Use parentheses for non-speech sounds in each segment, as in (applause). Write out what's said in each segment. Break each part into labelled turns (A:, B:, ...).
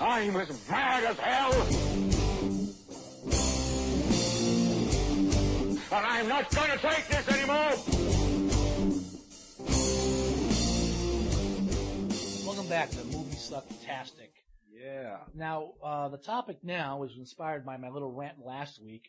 A: I'm as mad as hell. And I'm not gonna take this anymore.
B: Welcome back to Movie Sucktastic.
C: Yeah.
B: Now, uh, the topic now was inspired by my little rant last week,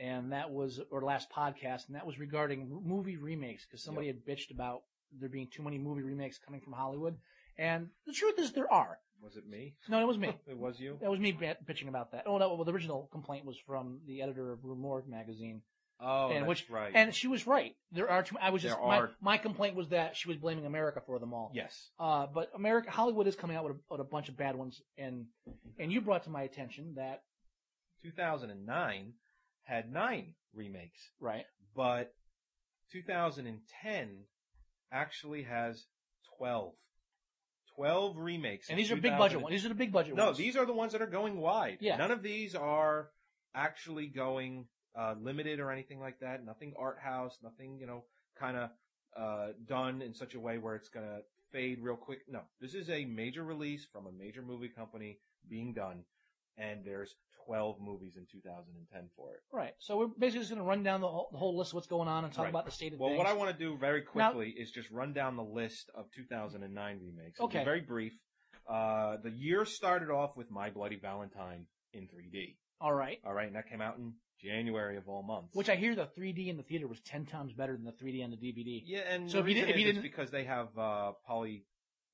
B: and that was, or last podcast, and that was regarding r- movie remakes, because somebody had bitched about there being too many movie remakes coming from Hollywood. And the truth is there are.
C: Was it me?
B: No, it was me.
C: (laughs) It was you?
B: That was me bit- bitching about that. Oh, no, well, the original complaint was from the editor of Rumor magazine.
C: Oh,
B: and
C: that's
B: which,
C: right.
B: And she was right. There are too, I was just,
C: There
B: my,
C: are.
B: my complaint was that she was blaming America for them all.
C: yes.
B: Uh, but America, Hollywood is coming out with a, with a bunch of bad ones, and and you brought to my attention that
C: 2009 had nine remakes,
B: right,
C: but 2010 actually has 12. 12 remakes.
B: and
C: in
B: these are big budget
C: 2000
B: ones. These are the big budget
C: No,
B: ones.
C: these are the ones that are going wide.
B: Yeah.
C: None of these are actually going uh, limited or anything like that. Nothing art house. Nothing you know kind of uh, done in such a way where it's gonna fade real quick. No, this is a major release from a major movie company being done, and there's 12 movies in 2010 for it.
B: right. So we're basically just going to run down the whole, the whole list of what's going on and talk
C: Right.
B: about the state of
C: Well,
B: things.
C: what I want to do very
B: Now-
C: quickly is just run down the list of 2009 remakes. It'll be
B: Okay.
C: Very brief. Uh, the year started off with My Bloody Valentine in 3D.
B: all right,
C: All right, and that came out in January of all months.
B: which I hear the 3D in the theater was 10 times better than the 3D on the DVD.
C: yeah, and
B: So
C: the
B: if you
C: reason
B: did- if
C: is
B: you
C: it's
B: didn't-
C: because they have uh, poly,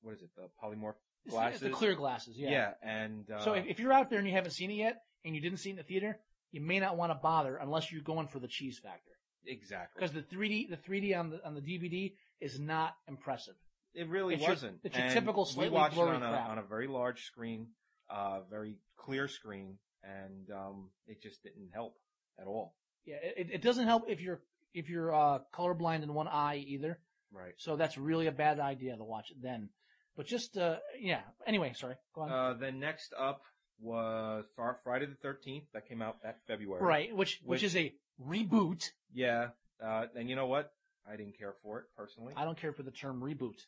C: what is it, the polymorph
B: It's the-
C: glasses.
B: it's the clear glasses. Yeah.
C: and uh,
B: so if, if you're out there and you haven't seen it yet, and you didn't see it in the theater, you may not want to bother unless you're going for the cheese factor,
C: exactly,
B: because the 3D the 3D on the on the DVD is not impressive.
C: it really
B: it's your-
C: wasn't.
B: it's your
C: And
B: typical
C: We
B: slightly
C: watched it
B: blurry
C: on a,
B: crap.
C: on a very large screen, uh, very clear screen, and um, it just didn't help at all.
B: Yeah, it, it- it doesn't help if you're if you're uh, colorblind in one eye either.
C: Right.
B: So that's really a bad idea to watch it then. But just uh, yeah. Anyway, sorry. Go on.
C: Uh, then next up was Far- Friday the Thirteenth. That came out that February.
B: right, which,
C: which-
B: which is a reboot.
C: Yeah. Uh, and you know what? I didn't care for it personally.
B: I don't care for the term reboot.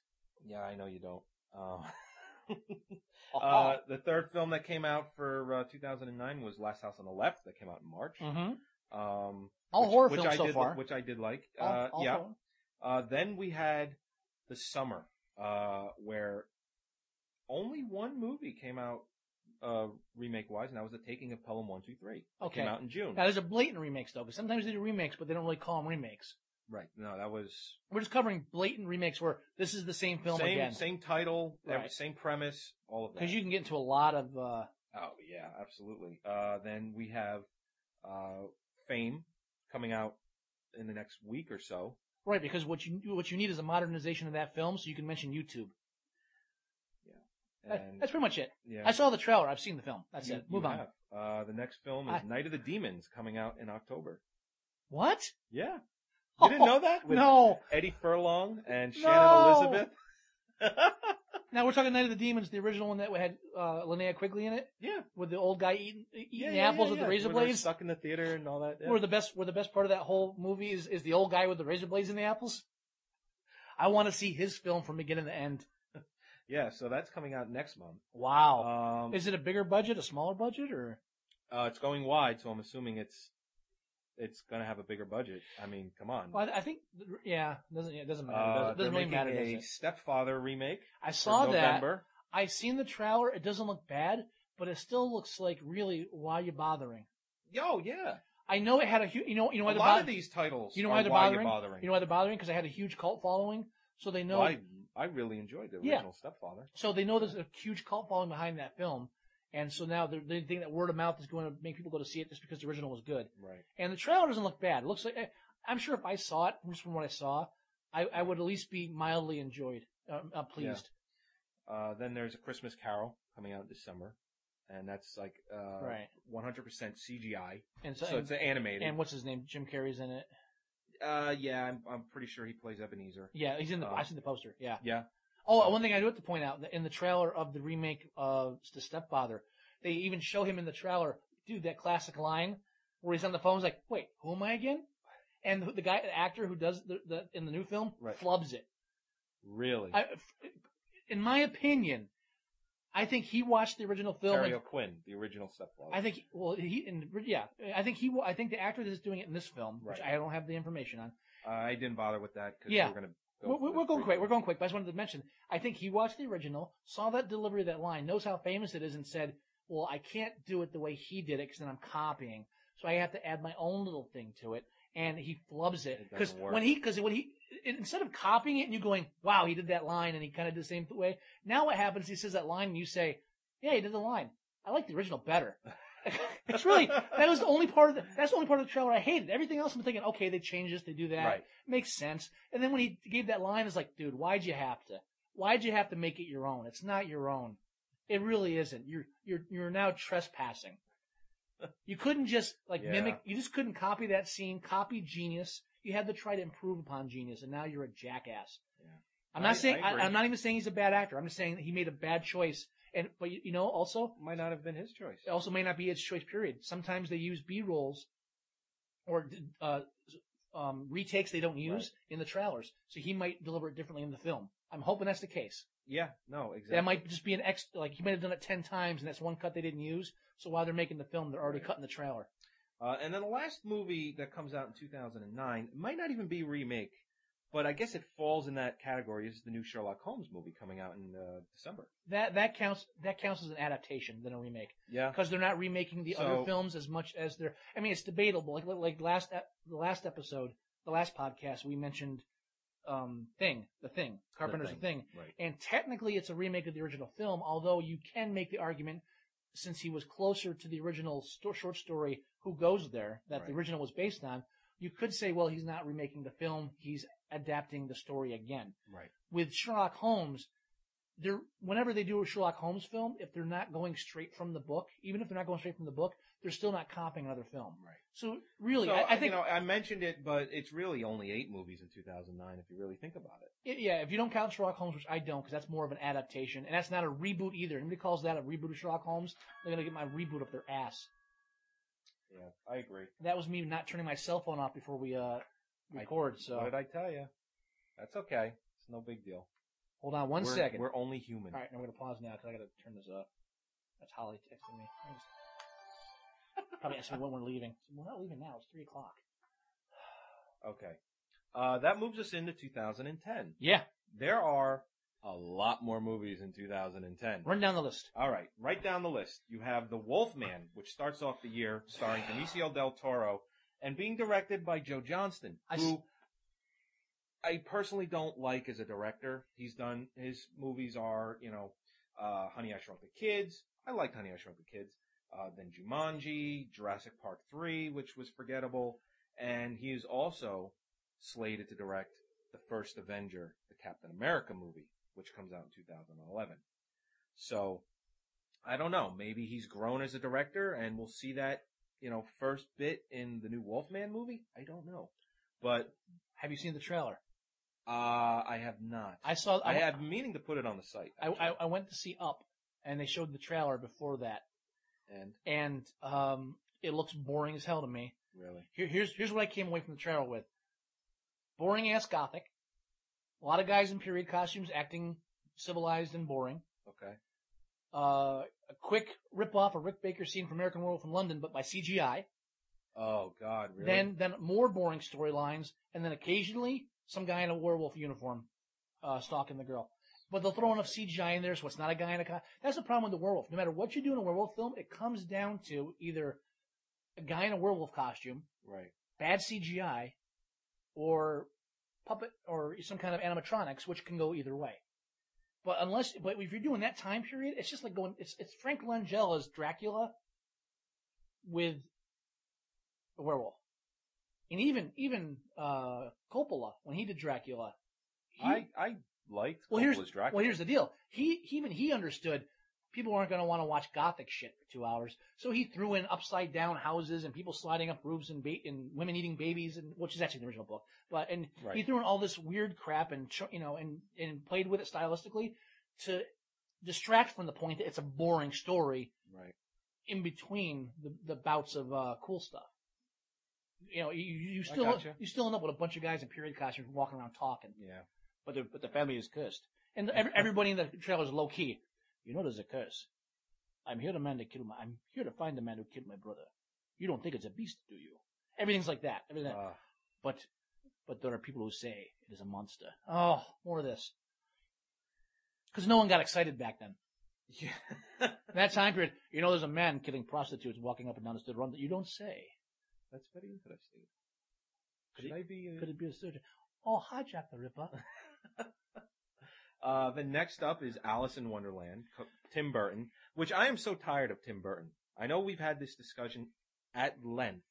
C: Yeah, I know you don't. Um, (laughs)
B: Oh.
C: uh, the third film that came out for uh, 2009 was Last House on the Left. That came out in March.
B: hmm
C: Um,
B: All
C: which,
B: horror
C: which
B: films
C: I
B: so
C: did,
B: far.
C: which I did like.
B: All-
C: uh,
B: all
C: yeah.
B: film.
C: Uh, then we had the summer, uh, where only one movie came out uh, remake wise, and that was The Taking of Pelham One Two Three. That
B: Okay.
C: Came out in June.
B: Now there's a blatant remakes though, because sometimes they do remakes, but they don't really call them remakes.
C: right. No, that was
B: We're just covering blatant remakes where this is the same film
C: same
B: again.
C: same title, ev-
B: Right.
C: same premise, all of that.
B: Because you can get into a lot of uh,
C: Oh yeah, absolutely. Uh, then we have uh, Fame coming out in the next week or so.
B: right because what you what you need is a modernization of that film, so you can mention YouTube. That-
C: And
B: that's pretty much it.
C: yeah,
B: I saw the trailer. I've seen the film. That's
C: you-
B: it.
C: you
B: Move on.
C: have. Uh, the next film is
B: I-
C: Night of the Demons coming out in October.
B: What?
C: Yeah, you didn't know that? With
B: Oh, no.
C: Eddie Furlong and
B: No.
C: Shannon Elizabeth.
B: Now we're talking Night of the Demons, the original one that had uh, Linnea Quigley in it,
C: (laughs) yeah,
B: with the old guy eating eating
C: yeah, yeah,
B: apples
C: yeah,
B: with
C: yeah.
B: E the razor
C: Where they're
B: blades.
C: stuck in the theater and all that. yeah.
B: Where the best where the best part of that whole movie is is the old guy with the razor blades in the apples. I want to see his film from beginning to end.
C: Yeah, so that's coming out next month.
B: Wow.
C: Um,
B: Oh. is it a bigger budget, a smaller budget, or
C: uh, it's going wide, so I'm assuming it's it's gonna have a bigger budget. I mean, come on.
B: well, I, I think yeah, doesn't yeah, it doesn't matter.
C: Uh,
B: does it?
C: they're
B: doesn't really
C: making
B: matter. does
C: a
B: it?
C: stepfather remake.
B: I
C: for
B: saw that.
C: November.
B: I seen the trailer. It doesn't look bad, but it still looks like really why you bothering?
C: Yo, yeah.
B: I know it had a huge. You know you know why
C: a
B: the
C: lot
B: bo-
C: of these titles.
B: You know
C: are
B: why they're
C: why
B: bothering?
C: You're bothering.
B: You know why they're bothering? Because I had a huge cult following, so they know.
C: Well, I, I really enjoyed the
B: Yeah.
C: original Stepfather.
B: So they know there's a huge cult following behind that film, and so now they're, they think that word of mouth is going to make people go to see it just because the original was good.
C: Right.
B: And the trailer doesn't look bad. It looks like eh, I'm sure if I saw it, just from what I saw, I, I would at least be mildly enjoyed, uh, uh, pleased.
C: Uh, then there's a Christmas Carol coming out in December. and that's like uh,
B: right.
C: 100% CGI.
B: And so,
C: So it's
B: and,
C: animated.
B: and what's his name? Jim Carrey's in it.
C: uh, yeah, I'm, I'm pretty sure he plays Ebenezer.
B: Yeah, he's in the.
C: Uh,
B: I seen the poster. Yeah.
C: Yeah,
B: Oh, one thing I do have to point out that in the trailer of the remake of The Stepfather, they even show him in the trailer, dude, that classic line where he's on the phone, he's like, "Wait, who am I again?" And the, the guy, the actor who does the, the in the new film,
C: Right.
B: flubs it.
C: really.
B: I, in my opinion, I think he watched the original film.
C: Terry
B: and-
C: O'Quinn, the original stepfather.
B: I think well he and yeah I think he wa- I think the actor that's doing it in this film which
C: Right.
B: I don't have the information on
C: Uh, I didn't bother with that because
B: Yeah.
C: we're gonna. Go
B: we're,
C: for
B: we're-
C: this
B: we're going quick
C: briefly.
B: we're going quick but I just wanted to mention I think he watched the original saw that delivery of that line knows how famous it is and said well I can't do it the way he did it because then I'm copying so I have to add my own little thing to it and he flubs it
C: It
B: because
C: doesn't work.
B: when he because when he in- instead of copying it and you going wow he did that line and he kind of did the same way now what happens he says that line and you say yeah he did the line I like the original better. (laughs)
C: (laughs)
B: it's really that was the only part of the, that's the only part of the trailer I hated. Everything else I'm thinking, okay, they change this, they do that,
C: Right.
B: makes sense. And then when he gave that line, it's like, dude, why'd you have to? Why'd you have to make it your own? It's not your own. It really isn't. You're you're you're now
C: (laughs)
B: trespassing. You couldn't just like
C: Yeah.
B: mimic. You just couldn't copy that scene. Copy genius. You had to try to improve upon genius, and now you're a jackass.
C: Yeah.
B: I'm not
C: I-
B: saying
C: I
B: I
C: agree.
B: I'm not even saying he's a bad actor. I'm just saying that he made a bad choice. And but you, you know also
C: Might not have been his choice.
B: it also may not be its choice period. Sometimes they use B rolls or uh, um, retakes they don't use in the trailers, so he might deliver it differently in the film. I'm hoping that's the case.
C: Yeah, no, exactly.
B: That might just be an ex, like he might have done it ten times, and that's one cut they didn't use. So while they're making the film, they're already
C: Right.
B: cutting the trailer.
C: Uh, and then the last movie that comes out in 2009 might not even be a remake, but I guess it falls in that category. Is the new Sherlock Holmes movie coming out in uh, December?
B: That that counts that counts as an adaptation than a remake
C: Yeah,
B: because they're not remaking the other
C: So-
B: films as much as they're. I mean, it's debatable. Like like last ep- the last episode, the last podcast, we mentioned um thing the thing Carpenter's
C: Thing.
B: the thing.
C: right.
B: And technically, it's a remake of the original film, although you can make the argument, since he was closer to the original sto- short story, Who Goes There, that the
C: Right.
B: original was based on, you could say, well, he's not remaking the film, he's adapting the story again.
C: Right.
B: With Sherlock Holmes, they're, whenever they do a Sherlock Holmes film, if they're not going straight from the book, even if they're not going straight from the book, they're still not copying another film.
C: Right.
B: So really,
C: so,
B: I, I think,
C: you know I mentioned it, but it's really only eight movies in 2009 if you really think about it.
B: i- yeah, if you don't count Sherlock Holmes, which I don't, because that's more of an adaptation, and that's not a reboot either. Anybody calls that a reboot of Sherlock Holmes, they're gonna get my reboot up their ass.
C: Yeah, I agree.
B: That was me not turning my cell phone off before we uh
C: I-
B: record.
C: What
B: So
C: did I tell you? That's okay. It's no big deal.
B: hold on one
C: we're,
B: second.
C: We're only human.
B: All right, I'm gonna pause now because I gotta turn this up. That's Holly texting me. Thanks. (laughs) Probably asked me when we're leaving. We're not leaving now. It's three o'clock.
C: Okay. Uh, that moves us into 2010.
B: Yeah,
C: There are a lot more movies in 2010.
B: run down the list.
C: All right, right down the list. You have The Wolfman, which starts off the year starring Benicio del Toro and being directed by Joe Johnston,
B: I s-
C: who I personally don't like as a director. He's done his movies are, you know, uh, Honey I Shrunk the Kids. I liked Honey I Shrunk the Kids. Uh, then Jumanji, Jurassic Park 3, which was forgettable, and he is also slated to direct the first Avenger, the Captain America movie, which comes out in 2011. So, I don't know. Maybe he's grown as a director and we'll see that, you know, first bit in the new Wolfman movie. I don't know. But,
B: Have you seen the trailer?
C: uh, I have not.
B: I saw.
C: I
B: I,
C: have meaning to put it on the site.
B: I, I,
C: actually.
B: I went to see Up, and they showed the trailer before that,
C: and
B: and um, it looks boring as hell to me.
C: really,
B: Here, here's here's what I came away from the trailer with: boring ass gothic, a lot of guys in period costumes acting civilized and boring.
C: okay.
B: Uh, a quick rip off a Rick Baker scene from American Werewolf in London, but by CGI.
C: Oh God, really?
B: Then then more boring storylines, and then occasionally some guy in a werewolf uniform uh, stalking the girl. But they'll throw enough CGI in there, so it's not a guy in a. Co- That's the problem with the werewolf. No matter what you do in a werewolf film, it comes down to either a guy in a werewolf costume
C: right.
B: bad CGI or puppet or some kind of animatronics, which can go either way. But unless, but if you're doing that time period, it's just like going, it's, it's Frank Langella as Dracula with a werewolf. And even, even, uh, Coppola, when he did Dracula, he,
C: I I liked
B: well, here's
C: Coppola's Dracula.
B: well, here's the deal. He, he even he understood people aren't going to want to watch gothic shit for two hours. So he threw in upside down houses and people sliding up roofs and, ba- and women eating babies, and which is actually the original book. But and he
C: Right.
B: threw in all this weird crap and ch- you know and and played with it stylistically to distract from the point that it's a boring story
C: Right.
B: in between the, the bouts of uh, cool stuff. You know, you, you
C: I
B: still
C: gotcha.
B: you still end up with a bunch of guys in period costumes walking around talking,
C: Yeah.
B: but the but the family is cursed,
C: (laughs)
B: and every, everybody in the trailer is low key. You know, there's a curse. I'm here to man to kill my. I'm here to find the man who killed my brother. You don't think it's a beast, do you? Everything's like that. Everything.
C: Uh, (laughs)
B: but but there are people who say it is a monster. Oh, more of this. Because no one got excited back then.
C: yeah.
B: In that time period, you know, there's a man killing prostitutes walking up and down the street. Run that you don't say.
C: That's very interesting.
B: Could
C: Should
B: it-
C: I be? uh,
B: Could it be a surgeon? Oh, hi, Jack
C: (laughs)
B: the Ripper.
C: Uh, the next up is Alice in Wonderland, co- Tim Burton, which I am so tired of Tim Burton. I know we've had this discussion at length.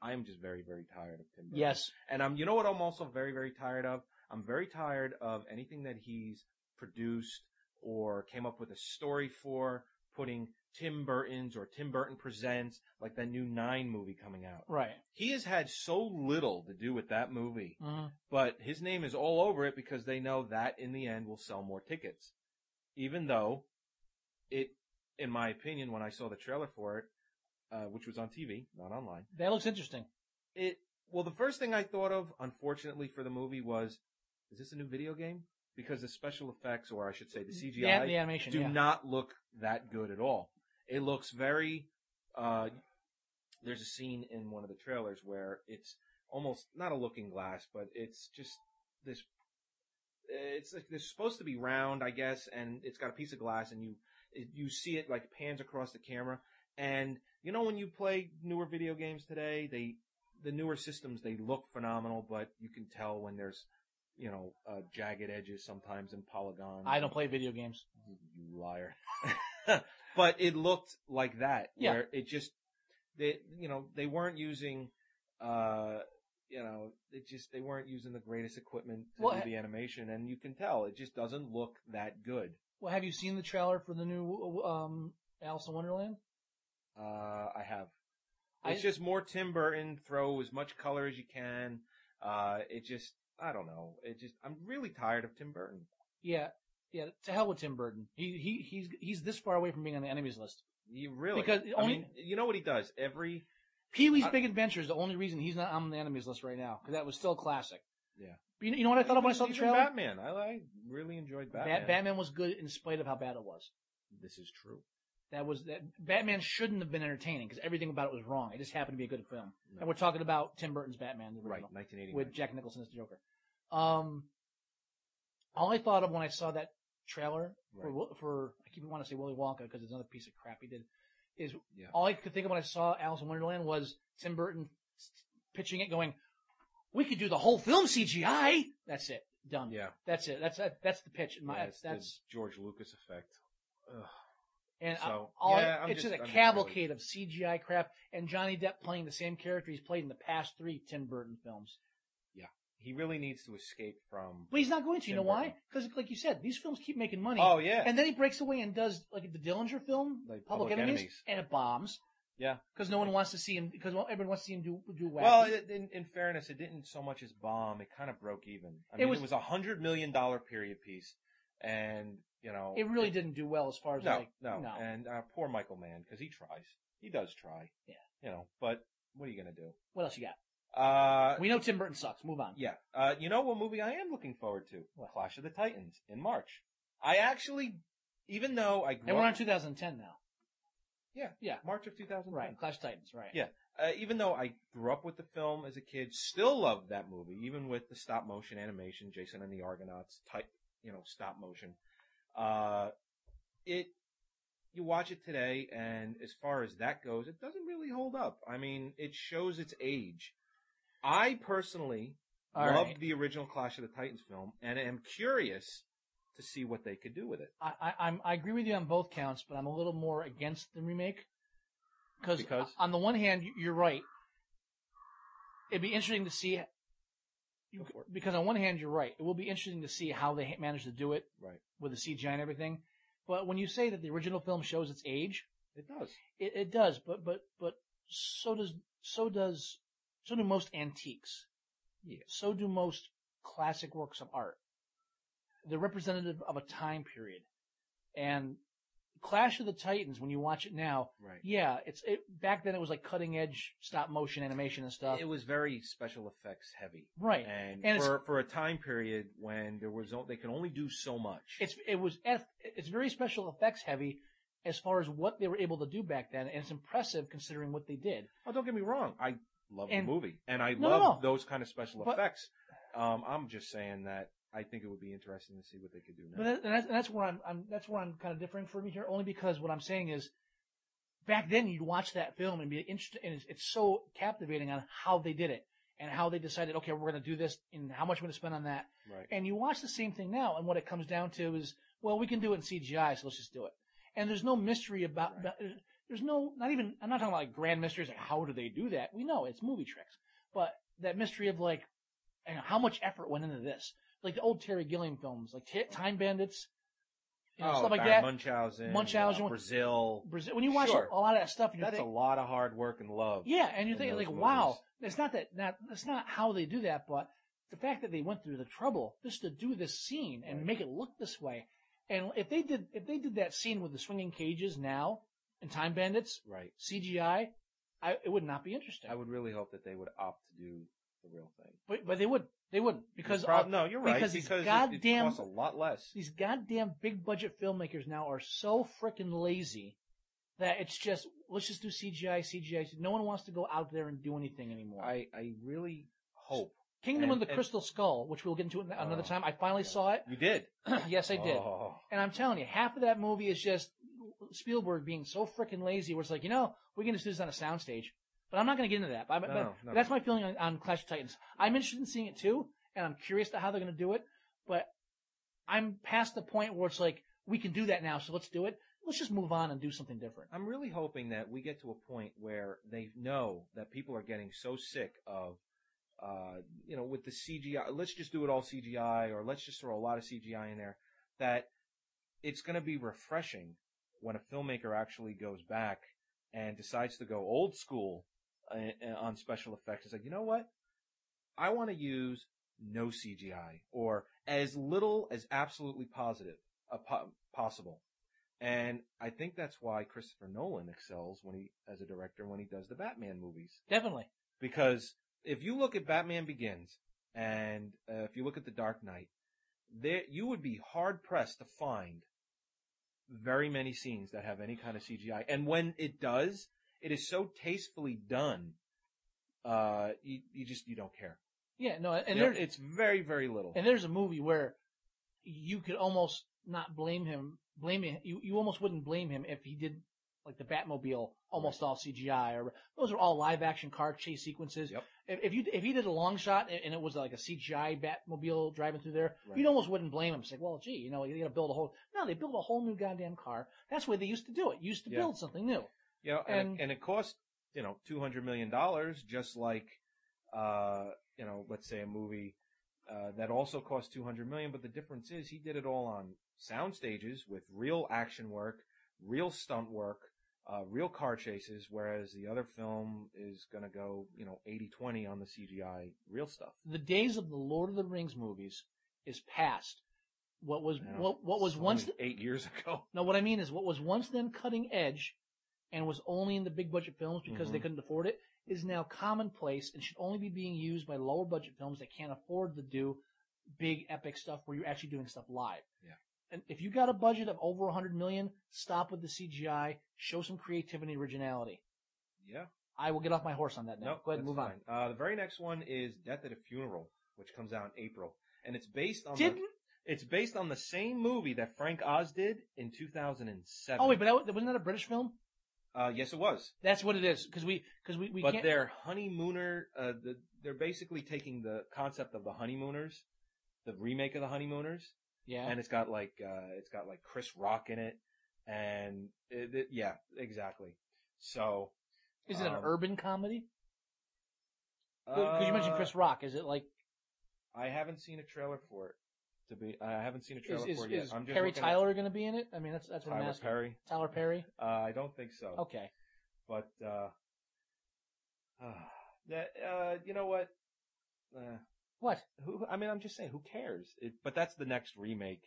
C: I am just very, very tired of Tim Burton.
B: yes,
C: And I'm, you know what I'm also very, very tired of? I'm very tired of anything that he's produced or came up with a story for, putting Tim Burton's or Tim Burton Presents, like that new Nine movie coming out.
B: right.
C: He has had so little to do with that movie
B: hmm
C: but his name is all over it because they know that in the end will sell more tickets. Even though it, in my opinion, when I saw the trailer for it, uh, which was on TV, not online,
B: That looks interesting.
C: it, well, the first thing I thought of, unfortunately for the movie was, is this a new video game? Because the special effects, or I should say the CGI,
B: Yeah, the animation.
C: do
B: yeah.
C: not look that good at all. It looks very. Uh, there's a scene in one of the trailers where it's almost not a looking glass, but it's just this. It's like they're supposed to be round, I guess, and it's got a piece of glass, and you it, you see it like pans across the camera, and you know when you play newer video games today, they the newer systems they look phenomenal, but you can tell when there's you know uh, jagged edges sometimes and polygons.
B: I don't play video games.
C: You liar. (laughs) but it looked like that.
B: Yeah.
C: Where it just, they, you know, they weren't using, uh, you know, it just, they weren't using the greatest equipment to
B: Well,
C: do
B: I-
C: the animation. And you can tell it just doesn't look that good.
B: Well, have you seen the trailer for the new um, Alice in Wonderland?
C: Uh, I have.
B: I-
C: It's just more Tim Burton, throw as much color as you can. Uh, it just, I don't know. It just, I'm really tired of Tim Burton.
B: Yeah, yeah. To hell with Tim Burton. He he he's he's this far away from being on the enemies list.
C: You really,
B: Because
C: I
B: only-
C: mean, you know what he does every,
B: Pee Wee's
C: I-
B: Big Adventure is the only reason he's not on the enemies list right now because that was still a classic.
C: Yeah.
B: But You know, you know what I thought of when I saw the
C: Even
B: trailer?
C: Batman. I, I really enjoyed
B: Bat-
C: Batman.
B: Batman was good in spite of how bad it was.
C: This is true.
B: That was that Batman shouldn't have been entertaining because everything about it was wrong. It just happened to be a good film.
C: No.
B: And we're talking about Tim Burton's Batman, the
C: Right,
B: original,
C: 1989.
B: with Jack Nicholson as the Joker. Um, all I thought of when I saw that trailer for
C: Right.
B: Wil- for I keep wanting to say Willy Wonka because it's another piece of crap he did. Is
C: Yeah.
B: all I could think of when I saw Alice in Wonderland was Tim Burton s- pitching it, going, "We could do the whole film CGI." That's it, done.
C: yeah,
B: That's it. That's that, that's the pitch. In my
C: yeah, it's the
B: that's
C: George Lucas effect. Ugh.
B: And I-
C: So,
B: all,
C: yeah, I'm
B: it's just,
C: just-
B: a
C: I'm just
B: cavalcade of CGI crap and Johnny Depp playing the same character he's played in the past three Tim Burton films.
C: He really needs to escape from.
B: But he's not going to. You
C: Tim
B: know why?
C: Burton.
B: Because, like you said, these films keep making money.
C: Oh yeah,
B: And then he breaks away and does like the Dillinger film,
C: Like
B: Public,
C: Public
B: Enemies,
C: Enemies.
B: and it bombs.
C: Yeah.
B: Because no one wants to see him. Because everyone wants to see him do do wacky.
C: well, it, in, in fairness, it didn't so much as bomb. It kind of broke even. I
B: It
C: mean, it
B: was-
C: was, a hundred million dollar period piece, and you know,
B: it really didn't do well as far as
C: no,
B: like
C: no, and uh, poor Michael Mann because he tries. He does try.
B: Yeah.
C: you know, but what are you gonna do?
B: What else you got?
C: Uh,
B: We know Tim Burton sucks. Move on.
C: Yeah. Uh, you know what movie I am looking forward to? Clash of the Titans in March. I actually, even though I grew
B: And we're
C: up,
B: on 2010 now.
C: yeah,
B: yeah.
C: March of 2010.
B: Right. Clash of Titans. Right.
C: Yeah. Uh, even though I grew up with the film as a kid, still loved that movie, even with the stop motion animation, Jason and the Argonauts type, you know, stop motion. Uh, it, you watch it today, and as far as that goes, it doesn't really hold up. I mean, it shows its age. I personally
B: All
C: loved
B: right.
C: the original Clash of the Titans film, and am curious to see what they could do with it.
B: I, I, I'm, I agree with you on both counts, but I'm a little more against the remake. Cause
C: Because?
B: on the one hand, you- you're right. It'd be interesting to see,
C: Go for it.
B: because on one hand, you're right. It will be interesting to see how they ha- manage to do it
C: Right.
B: with the CGI and everything. But when you say that the original film shows its age,
C: It does.
B: it, it does. But but but so does so does so do most antiques.
C: Yeah.
B: So do most classic works of art. They're representative of a time period, and Clash of the Titans. When you watch it now,
C: Right.
B: yeah, it's it, back then it was like cutting edge stop motion animation and stuff.
C: It was very special effects heavy.
B: uh, right.
C: And,
B: And it's-
C: for, for a time period when there was, o- they could only do so much.
B: it's it was eff- it's very special effects heavy as far as what they were able to do back then, and it's impressive considering what they did.
C: Oh, don't get me wrong. I love
B: And-
C: the movie, and I
B: No, no,
C: love
B: no.
C: those kind of special
B: But-
C: effects. Um, I'm just saying that I think it would be interesting to see what they could do
B: But
C: now.
B: that, and that's, and that's where I'm, I'm that's where I'm kind of differing from you here, only because what I'm saying is, back then you'd watch that film and be interested, and it's, it's so captivating on how they did it and how they decided, okay, we're going to do this, and how much we're going to spend on that.
C: right.
B: And you watch the same thing now, and what it comes down to is, well, we can do it in CGI, so let's just do it. And there's no mystery about,
C: Right.
B: about- there's no, not even, I'm not talking about like grand mysteries, like how do they do that? We know it's movie tricks. But that mystery of like, you know, how much effort went into this? Like the old Terry Gilliam films, like Ti- Time Bandits, you know,
C: oh,
B: stuff like
C: Baron
B: that.
C: Munchausen,
B: Munchausen.
C: uh, Brazil.
B: Brazil, when you watch
C: Sure.
B: a lot of that stuff, you
C: That's a
B: think,
C: lot of hard work and love.
B: yeah, and you
C: in
B: think
C: those
B: like, wow,
C: movies.
B: it's not that, not, that's not how they do that, but the fact that they went through the trouble just to do this scene and
C: Right.
B: make it look this way, and if they did, if they did that scene with the swinging cages now and Time Bandits
C: Right.
B: CGI, I, it would not be interesting.
C: I would really hope that they would opt to do the real thing.
B: but, but they would, they wouldn't because
C: The prob-
B: all-
C: no, you're right
B: because
C: because,
B: these
C: it-
B: goddamn-
C: it costs a lot less.
B: these goddamn big budget filmmakers now are so freaking lazy that it's just let's just do CGI, CGI. No one wants to go out there and do anything anymore.
C: I I really hope
B: Kingdom
C: And-
B: of the
C: and-
B: Crystal Skull, which we'll get into an- another
C: Oh,
B: time. I finally
C: yeah.
B: saw it. (clears throat)
C: you did.
B: yes, I did.
C: Oh,
B: And I'm telling you, half of that movie is just Spielberg being so freaking lazy, where it's like, you know, we can just do this on a soundstage. But I'm not going to get into that. But, I'm-
C: No,
B: but-
C: no,
B: but
C: no.
B: that's my feeling on, on Clash of Titans. I'm interested in seeing it too, and I'm curious to how they're going to do it. But I'm past the point where it's like, we can do that now, so let's do it. Let's just move on and do something different.
C: I'm really hoping that we get to a point where they know that people are getting so sick of, uh, you know, with the CGI, let's just do it all CGI or let's just throw a lot of CGI in there that it's going to be refreshing when a filmmaker actually goes back and decides to go old school uh, uh, on special effects. It's like, you know what? I want to use no CGI or as little as absolutely positive, uh, po- possible. And I think that's why Christopher Nolan excels when he, as a director, when he does the Batman movies.
B: Definitely.
C: Because if you look at Batman Begins and uh, if you look at The Dark Knight, there, you would be hard pressed to find very many scenes that have any kind of CGI. And when it does, it is so tastefully done. Uh, you, you just, you don't care.
B: Yeah, no, and
C: You know,
B: there,
C: it's very, very little.
B: And there's a movie where you could almost not blame him, blame him, you, you almost wouldn't blame him if he did like the Batmobile, almost all CGI or those are all live action car chase sequences.
C: Yep.
B: If, if you, if he did a long shot and- and it was like a CGI Batmobile driving through there,
C: Right.
B: you'd almost wouldn't blame him. It's like, well, gee, you know, you gotta build a whole, no, they built a whole new goddamn car. That's the way they used to do it. You used to
C: Yeah.
B: build something new.
C: You know, and,
B: And-
C: and it cost, you know, two hundred million dollars, just like, uh, you know, let's say a movie uh, that also cost two hundred million. But the difference is he did it all on sound stages with real action work, real stunt work, uh, real car chases. Whereas the other film is going to go, you know, 80-20 on the CGI real stuff.
B: The days of the Lord of the Rings movies is past. What was,
C: You know,
B: what, what was
C: it's
B: once,
C: only eight years (laughs) ago?
B: No, what I mean is what was once then cutting edge and was only in the big budget films because they
C: Mhm.
B: couldn't afford it is now commonplace and should only be being used by lower budget films that can't afford to do big epic stuff where you're actually doing stuff live.
C: Yeah.
B: And if you got a budget of over 100 million, stop with the CGI, show some creativity and originality.
C: Yeah.
B: I will get off my horse on that now.
C: Nope,
B: Go ahead and
C: that's
B: move
C: fine. Uh, the very next one is Death at a Funeral, which comes out in April, and it's based on
B: on.
C: the,
B: Didn't
C: It's based on the same movie that Frank Oz did in 2007.
B: Oh wait, but that, wa- wasn't that a British film?
C: uh, yes, it was.
B: That's what it is because we because we, we
C: but
B: can't
C: their honeymooner, uh, the, they're basically taking the concept of the honeymooners, the remake of the honeymooners,
B: yeah.
C: and it's got like uh, it's got like Chris Rock in it, and it, it- yeah, exactly. So,
B: is it an
C: um,
B: urban comedy? Because you mentioned
C: uh,
B: Chris Rock. Is it like
C: I haven't seen a trailer for it. to be. I haven't seen a
B: Is,
C: trailer
B: is,
C: for it yet.
B: is
C: I'm just
B: Perry
C: looking at
B: Tyler going to be in it? I mean, that's that's what I'm
C: Tyler
B: asking.
C: Perry.
B: Tyler Perry.
C: Uh, I don't think so.
B: Okay.
C: But uh, ah, that uh, you know what? Uh,
B: What?
C: who? I mean, I'm just saying, who cares? It, but that's the next remake.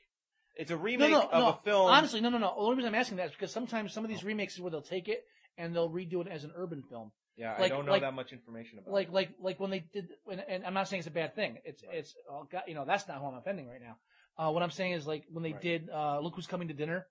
C: It's a
B: No,
C: remake
B: no,
C: of
B: no.
C: a film.
B: Honestly, no, no, no. The only reason I'm asking that is because sometimes some of
C: Oh.
B: these remakes is where they'll take it and they'll redo it as an urban film.
C: yeah, I
B: like-
C: don't know
B: like-
C: that much information about.
B: like
C: it.
B: like like when they did and, and i'm not saying it's a bad thing it's
C: Right.
B: it's oh god you know that's not who i'm offending right now uh what i'm saying is like when they
C: Right.
B: did uh look who's coming to dinner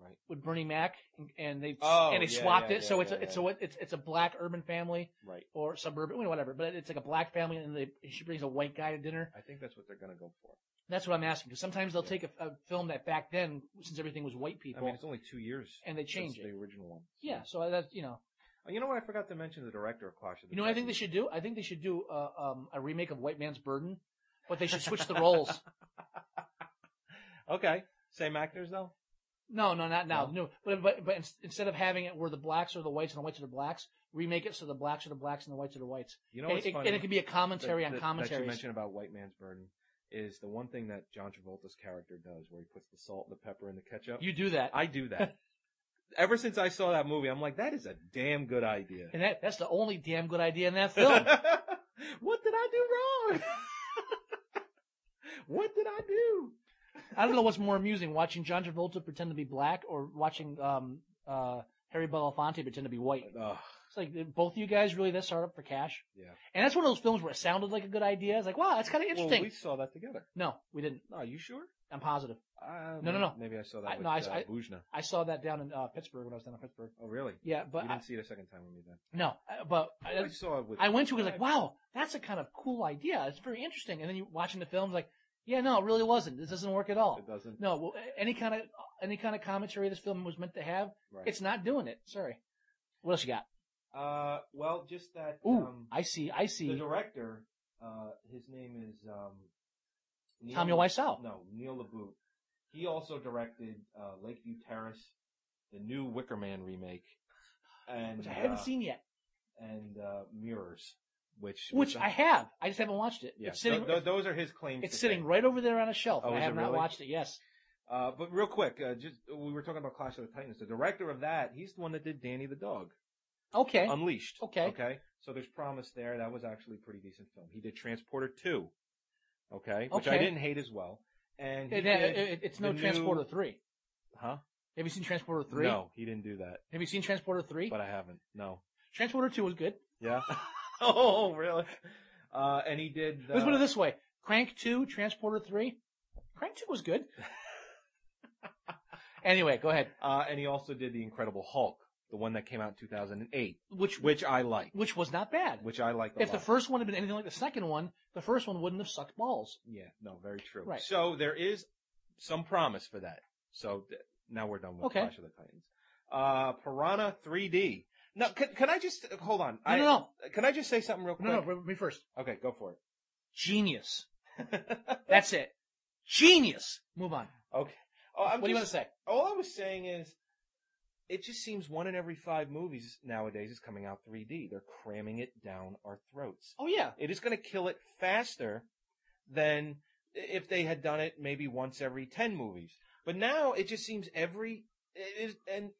C: Right.
B: with bernie mac and, and they
C: Oh,
B: and they
C: yeah,
B: swapped
C: yeah,
B: it so
C: yeah,
B: it's a,
C: yeah,
B: it's
C: yeah.
B: so it, it's it's a black urban family
C: right.
B: or suburban you know, whatever but it's like a black family and they, she brings a white guy to dinner
C: I think that's what they're going to go for.
B: that's what i'm asking because sometimes they'll
C: Yeah.
B: take a, a film that back then since everything was white people
C: I mean, it's only two years.
B: and they
C: since
B: change it
C: the original one.
B: yeah so that's you know
C: Oh, You know what? I forgot to mention the director of Clash of the
B: You know what I think they
C: Titans.
B: should do? I think they should do uh, um, a remake of White Man's Burden, but they should switch the roles.
C: (laughs) Okay, same actors though.
B: No, no, not now.
C: No?
B: No, but but but ins- instead of having it where the blacks are the whites and the whites are the blacks, remake it so the blacks are the blacks and the whites are the whites.
C: You know
B: and,
C: what's
B: it,
C: funny?
B: and it could be a commentary
C: that-
B: on
C: that- That you
B: commentaries.
C: mentioned about White Man's Burden is the one thing that John Travolta's character does, where he puts the salt, the pepper, and the ketchup.
B: You do that,
C: (laughs) I do that. Ever since I saw that movie, I'm like, that is a damn good idea.
B: and that that's the only damn good idea in
C: (laughs)
B: that film.
C: what did I do wrong? (laughs) what did I do?
B: I don't know what's more amusing: watching John Travolta pretend to be black or watching um, uh, Harry Belafonte pretend to be white.
C: Ugh.
B: It's like both of you guys really this hard up for cash.
C: Yeah.
B: And that's one of those films where it sounded like a good idea. It's like, wow, that's kind of
C: Well,
B: interesting.
C: we saw that together.
B: No, we didn't.
C: No, you sure?
B: I'm positive.
C: Uh,
B: No, no, no.
C: Maybe I saw
B: I-
C: that with
B: no, I-
C: uh,
B: I-
C: Bujna.
B: I saw that down in uh, Pittsburgh when I was down in Pittsburgh.
C: Oh, really?
B: Yeah, but
C: you
B: I,
C: didn't see it a second time with me then.
B: no, I- but
C: I
B: I,
C: saw it with.
B: I went to it was like, wow, that's a kind of cool idea. It's very interesting. And then you watching the films like, yeah, no, it really wasn't. This doesn't work at all.
C: It doesn't.
B: No, well, any kind of any kind of commentary this film was meant to have,
C: Right.
B: it's not doing it. Sorry. What else you got?
C: Uh, well, just that.
B: Ooh,
C: um,
B: I see, I
C: the
B: see.
C: director, uh, his name is um, Neil,
B: Tommy Wiseau.
C: No, Neil LaBute. He also directed uh, Lakeview Terrace, the new Wicker Man remake, and
B: Which I haven't
C: uh,
B: seen yet.
C: and uh, Mirrors, which
B: Which I have. I just haven't watched it.
C: yeah,
B: It's sitting.
C: tho- tho- those are his claims.
B: it's
C: to
B: sitting
C: fame.
B: right over there on a shelf.
C: Oh,
B: I
C: is
B: have
C: it
B: not
C: really?
B: watched it. Yes.
C: Uh, but real quick, uh, just we were talking about Clash of the Titans. The director of that, he's the one that did Danny the Dog.
B: Okay.
C: Unleashed.
B: Okay.
C: Okay. So there's promise there. That was actually a pretty decent film. He did Transporter 2. Okay. Which I
B: Okay.
C: didn't hate as well. And he
B: It-
C: did,
B: it- it- it's no
C: the new-
B: Transporter three.
C: huh?
B: Have you seen Transporter three?
C: No, he didn't do that.
B: Have you seen Transporter three?
C: But I haven't. No.
B: Transporter two was good.
C: Yeah.
B: (laughs)
C: oh, really? Uh, and he did. Uh,
B: Let's put it this way: Crank two, Transporter three. Crank two
C: (laughs)
B: was good. anyway, go ahead.
C: uh, and he also did the Incredible Hulk, the one that came out in 2008,
B: Which
C: which I like,
B: which was not bad.
C: which I like.
B: if the first one had been anything like the second one, the first one wouldn't have sucked balls.
C: Yeah, no, very true.
B: Right.
C: So there is some promise for that. So th- now we're done with
B: Okay.
C: Clash of the Titans. Uh, Piranha 3D. Now, can, can I just hold on?
B: No,
C: I,
B: no, no,
C: Can I just say something real quick?
B: no, no. Me first.
C: Okay, go for
B: Genius.
C: it.
B: (laughs) That's it. Genius. Move on.
C: okay. Oh, I'm
B: what do you want
C: just-
B: to say?
C: all I was saying is, it just seems one in every five movies nowadays is coming out 3D. They're cramming it down our throats.
B: Oh yeah.
C: It is going to kill it faster than if they had done it maybe once every 10 movies. But now it just seems every, it is, and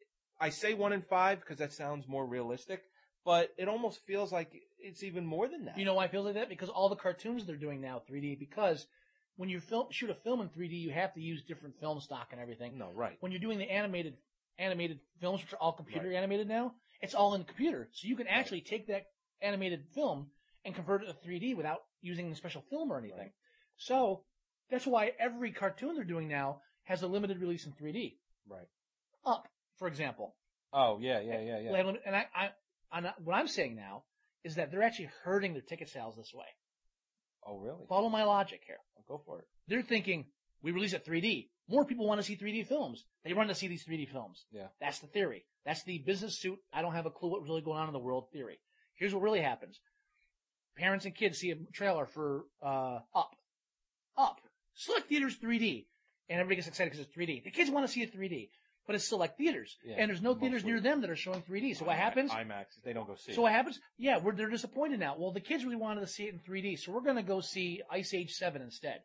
C: I say one in five because that sounds more realistic, but it almost feels like it's even more than that.
B: You know why it feels like that? Because all the cartoons they're doing now 3D. Because when you film shoot a film in 3D, you have to use different film stock and everything.
C: no, right.
B: When you're doing the animated animated films, which are all computer animated now, it's all in computer. So you can actually take that animated film and convert it to 3D without using a special film or anything.
C: Right.
B: So that's why every cartoon they're doing now has a limited release in 3D.
C: Right.
B: Up, for example.
C: Oh, yeah, yeah, yeah, yeah.
B: And and I, I, I'm not, what I'm saying now is that they're actually hurting their ticket sales this way.
C: Oh, really?
B: Follow my logic here.
C: Go for it.
B: They're thinking, we release it 3D. More people want to see 3D films. They run to see these 3D films.
C: Yeah.
B: That's the theory. That's the business suit. I don't have a clue what's really going on in the world theory. Here's what really happens. Parents and kids see a trailer for, uh, Up. Up. Select theaters 3D. And everybody gets excited because it's 3D. The kids want to see it 3D. But it's select theaters.
C: Yeah,
B: and there's no theaters
C: mostly.
B: near them that are showing 3D. So what happens?
C: IMAX. They don't go see.
B: So
C: it.
B: what happens? Yeah, we're, they're disappointed now. Well, the kids really wanted to see it in 3D, so we're going to go see Ice Age 7 instead.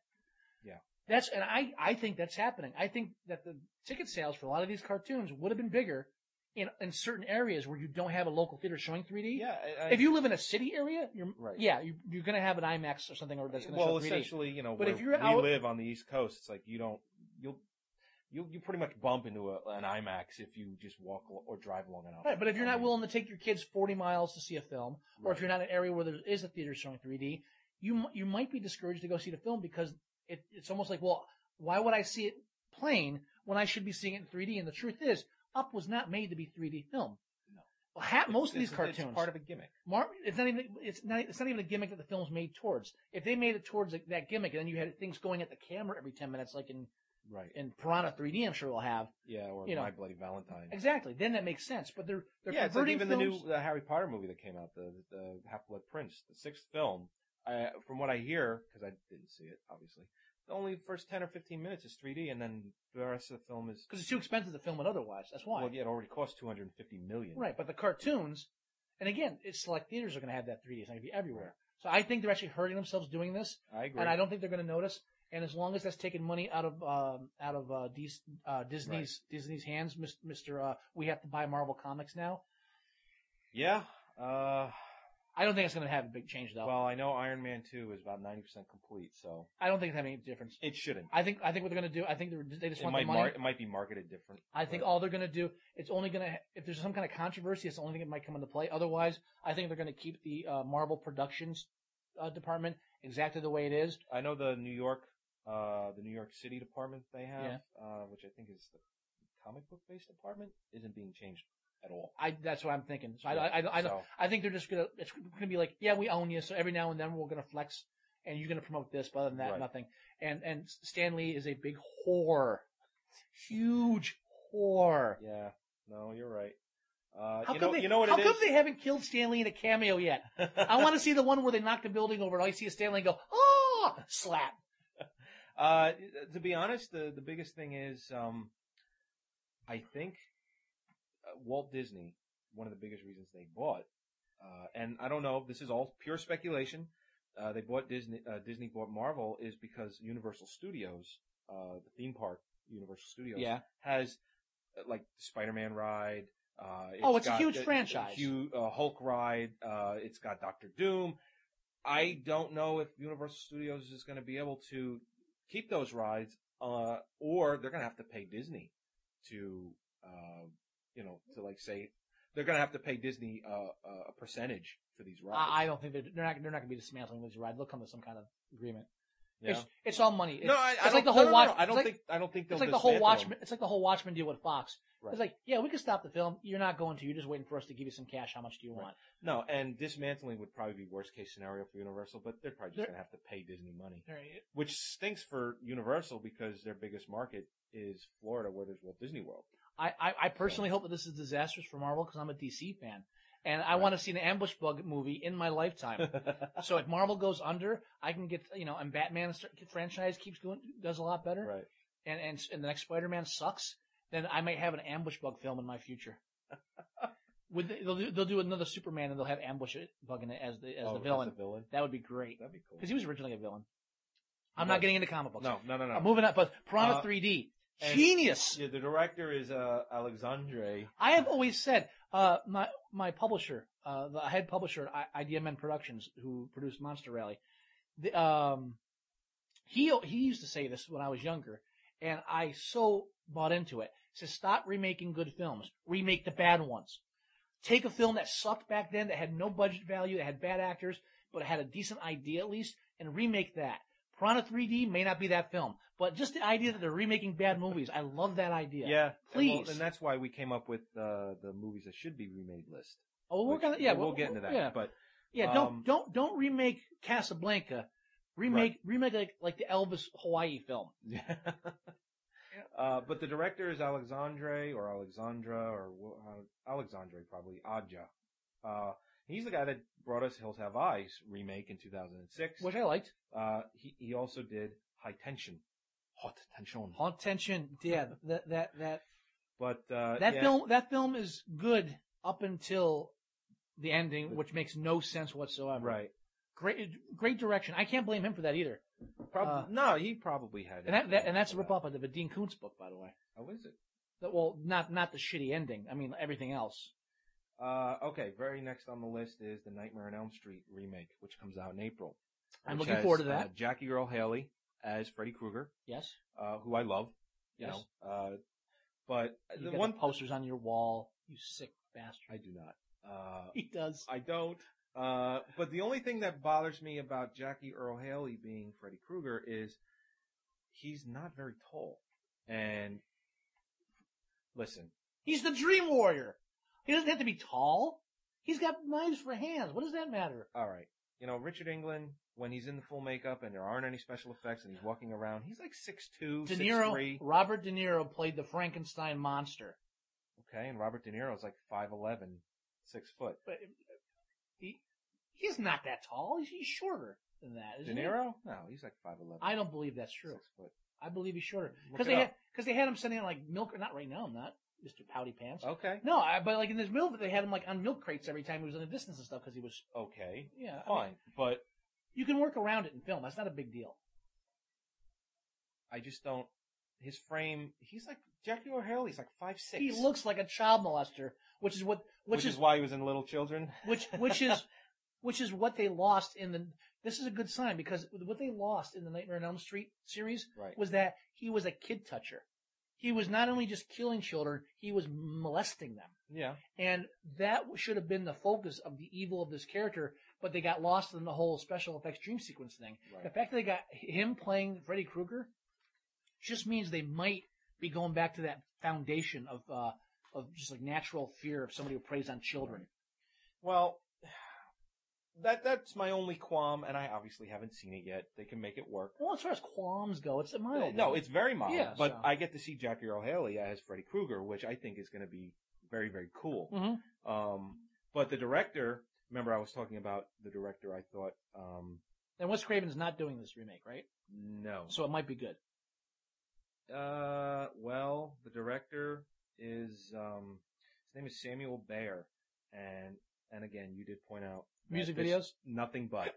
C: Yeah.
B: That's and I I think that's happening. I think that the ticket sales for a lot of these cartoons would have been bigger in in certain areas where you don't have a local theater showing 3D.
C: Yeah. I- I-
B: If you live in a city area, you're
C: Right.
B: yeah, you, you're going to have an IMAX or something or that's going to
C: well,
B: show 3D.
C: essentially, you know,
B: But
C: where
B: if you're
C: we
B: out-
C: live on the East Coast, it's like you don't you'll you you pretty much bump into a, an IMAX if you just walk al- or drive along an.
B: Right, but if you're
C: I
B: not
C: mean,
B: willing to take your kids 40 miles to see a film, or if
C: right.
B: you're not in an area where there is a theater showing 3D, you m- you might be discouraged to go see the film because it, it's almost like, well, why would I see it plain when I should be seeing it in 3D? And the truth is, Up was not made to be 3D film.
C: No.
B: Well, ha- most of
C: It's-
B: these
C: it's-
B: cartoons,
C: it's part of a gimmick.
B: Mar- it's not even it's not it's not even a gimmick that the film's made towards. If they made it towards like, that gimmick, and then you had things going at the camera every 10 minutes, like in
C: Right.
B: in Piranha 3D, I'm sure we'll have
C: Yeah, or
B: you know.
C: My Bloody Valentine.
B: exactly. Then that makes sense. But they're they're
C: yeah, it's like
B: converting
C: even
B: films.
C: the new the Harry Potter movie that came out, the the Half Blood Prince, the sixth film. I, from what I hear, because I didn't see it, obviously, the only first ten or fifteen minutes is 3D, and then the rest of the film is
B: because it's too expensive to film it otherwise. That's why.
C: well, yeah, it already cost two hundred and fifty million.
B: Right, but the cartoons, and again, it's select theaters are going to have that 3D. It's going to be everywhere. So I think they're actually hurting themselves doing this,
C: I agree.
B: and I don't think they're going to notice. And as long as that's taking money out of um, out of uh, Dis uh, Disney's Disney's hands, Mister, uh, we have to buy Marvel comics now.
C: Yeah. Uh,
B: I don't think it's going to have a big change though.
C: well, I know Iron Man 2 is about 90% complete, so
B: I don't think it's having any difference.
C: it shouldn't.
B: I think I think what they're going to do. I think they're, they just
C: It
B: want
C: might,
B: the money.
C: mar- it might be marketed different.
B: I think all they're going to do, it's only going to, if there's some kind of controversy, it's the only thing that might come into play. Otherwise, I think they're going to keep the uh, Marvel Productions uh, department exactly the way it is.
C: I know the New York, uh, the New York City department they have,
B: Yeah.
C: uh, which I think is the comic book based department, isn't being changed at all.
B: I that's what I'm thinking. So I, I, I, I,
C: So,
B: I think they're just gonna it's gonna be like, yeah, we own you, so every now and then we're gonna flex, and you're gonna promote this, but other than that,
C: Right.
B: nothing. And and Stanley is a big whore, huge whore.
C: yeah, no, you're right. Uh,
B: How
C: you,
B: come
C: know,
B: they?
C: you know what
B: how
C: it
B: come
C: is?
B: they haven't killed Stanley in a cameo yet?
C: (laughs)
B: I want to see the one where they knock the building over and all you see is Stanley go, oh, slap.
C: Uh, to be honest, the, the biggest thing is, um, I think uh, Walt Disney, one of the biggest reasons they bought, uh, and I don't know, this is all pure speculation. Uh, they bought Disney, uh, Disney bought Marvel is because Universal Studios, uh, the theme park, Universal Studios has uh, like Spider-Man ride. Uh,
B: Oh, it's a
C: got
B: huge
C: the-
B: franchise.
C: Hu- uh, Hulk ride. Uh, it's got Doctor Doom. I don't know if Universal Studios is going to be able to keep those rides, uh, or they're going to have to pay Disney to, uh, you know, to like say they're going to have to pay Disney uh, a percentage for these rides.
B: I, I don't think they're, they're not, they're not going to be dismantling this ride. They'll come to some kind of agreement.
C: Yeah.
B: It's, it's all money. It's,
C: no, I, I
B: it's
C: don't,
B: like the
C: no,
B: whole
C: no, no,
B: Watch-
C: no, I
B: it's
C: don't
B: like-
C: think I don't think they'll
B: it's like the
C: dismantle
B: whole
C: them.
B: Watchman. It's like the whole Watchman deal with Fox.
C: Right.
B: It's like, yeah, we can stop the film. You're not going to. You're just waiting for us to give you some cash. How much do you
C: Right.
B: want?
C: No, and dismantling would probably be worst case scenario for Universal, but they're probably just
B: They're-
C: going to have to pay Disney money,
B: There you-
C: which stinks for Universal because their biggest market is Florida, where there's Walt Disney World. (laughs)
B: I, I, I personally hope that this is disastrous for Marvel because I'm a DC fan and I
C: Right.
B: want to see an ambush bug movie in
C: (laughs)
B: my lifetime. so if Marvel goes under, I can get you know, and Batman's franchise keeps going, does a lot better,
C: right.
B: and, and and the next Spider-Man sucks, then I might have an ambush bug film in
C: (laughs)
B: my future. With they'll do, they'll do another Superman and they'll have ambush bug in it as the as
C: Oh,
B: the villain.
C: villain.
B: that would be great
C: That'd be cool.
B: because he was originally a villain. I'm
C: He
B: not
C: was.
B: getting into comic books.
C: No, no, no, no.
B: I'm moving up, but Piranha
C: Uh,
B: 3D,
C: and-
B: genius.
C: Yeah, the director is uh, Alexandre.
B: I have always said, uh, my my publisher, uh, the head publisher at I- IDMN Productions, who produced Monster Rally, the, um, he he used to say this when I was younger, and I so bought into it. He says, "Stop remaking good films. Remake the bad ones. Take a film that sucked back then, that had no budget value, that had bad actors, but had a decent idea at least, and remake that." Piranha 3D may not be that film, but just the idea that they're remaking bad movies, I love that idea.
C: Yeah, and well,
B: Please.
C: and that's why we came up with uh, the movies that should be remade list.
B: Oh, we're
C: which-
B: gonna yeah,
C: we'll, get into that.
B: Yeah,
C: But
B: Yeah, don't
C: Um,
B: don't don't remake Casablanca. Remake remake like like the Elvis Hawaii film.
C: Yeah. (laughs) uh, but the director is Alexandre or Alexandra or wh- uh, Alexandre probably Adja. Uh, he's the guy that brought us Hills Have Eyes remake in 2006.
B: Which I liked.
C: uh, he, he also did High Tension. Hot Tension.
B: Haunt Tension. Yeah, that that that
C: But, uh,
B: that
C: yeah,
B: film that film is good up until the ending, which makes no sense whatsoever.
C: Right.
B: Great, great direction. I can't blame him for that either.
C: Prob-
B: Uh,
C: no, he probably had.
B: And that, that and that's a
C: influence
B: ripoff of the Dean Koontz book, by the way.
C: for that. How is it?
B: That- Well, not not the shitty ending. I mean everything else.
C: Uh, okay, very next on the list is the Nightmare on Elm Street remake, which comes out in April.
B: I'm
C: which
B: looking
C: has,
B: forward to
C: Uh,
B: that.
C: Jackie Earl Haley as Freddy Krueger,
B: Yes.
C: uh, who I love. You
B: Yes.
C: know, uh, but
B: You
C: the
B: got
C: one
B: posters on your wall. You sick bastard.
C: I do not. Uh,
B: He does.
C: I don't. Uh, but the only thing that bothers me about Jackie Earl Haley being Freddy Krueger is he's not very tall. And listen,
B: He's the Dream Warrior. He doesn't have to be tall. He's got knives for hands. What does that matter?
C: all right, you know Richard England when he's in the full makeup and there aren't any special effects and he's walking around, he's like six two,
B: De
C: six
B: Niro,
C: three.
B: Robert De Niro played the Frankenstein monster.
C: Okay, and Robert De Niro is like five eleven, six foot.
B: But he, he's not that tall. He's, he's shorter than that.
C: De
B: isn't he?
C: Niro? No, he's like five eleven.
B: I don't believe that's true.
C: Six foot.
B: I believe he's shorter
C: Look
B: because
C: it
B: they
C: up.
B: had, because they had him sitting on like milk. Not right now. I'm not Mr. Pouty Pants.
C: Okay.
B: No, I, but like in this movie, they had him like on milk crates every time he was in the distance and stuff because he was.
C: Okay.
B: Yeah, I mean,
C: Fine, but
B: you can work around it in film. That's not a big deal.
C: I just don't. His frame, he's like Jackie O'Haley's like five six.
B: He looks like a child molester, which is what which,
C: which,
B: is,
C: is, why he was in Little Children.
B: which which is which is what they lost in the. This is a good sign because what they lost in the Nightmare on Elm Street series
C: Right.
B: was that he was a kid toucher. He was not only just killing children, he was molesting them.
C: Yeah.
B: And that should have been the focus of the evil of this character, but they got lost in the whole special effects dream sequence thing.
C: Right.
B: The fact that they got him playing Freddy Krueger just means they might be going back to that foundation of, uh, of just like natural fear of somebody who preys on children.
C: Well, that that's my only qualm, and I obviously haven't seen it yet. They can make it work.
B: Well, as far as qualms go, it's a mild.
C: No,
B: one.
C: it's very mild.
B: Yeah,
C: but
B: so-
C: I get to see Jackie Earl Haley as Freddy Krueger, which I think is going to be very very cool.
B: Mhm.
C: Um, but the director, remember I was talking about the director. I thought, um,
B: And Wes Craven's not doing this remake, right?
C: no.
B: So it might be good.
C: Uh, well, the director is um, his name is Samuel Bayer, and and again, you did point out that
B: Music
C: this-
B: videos?
C: nothing but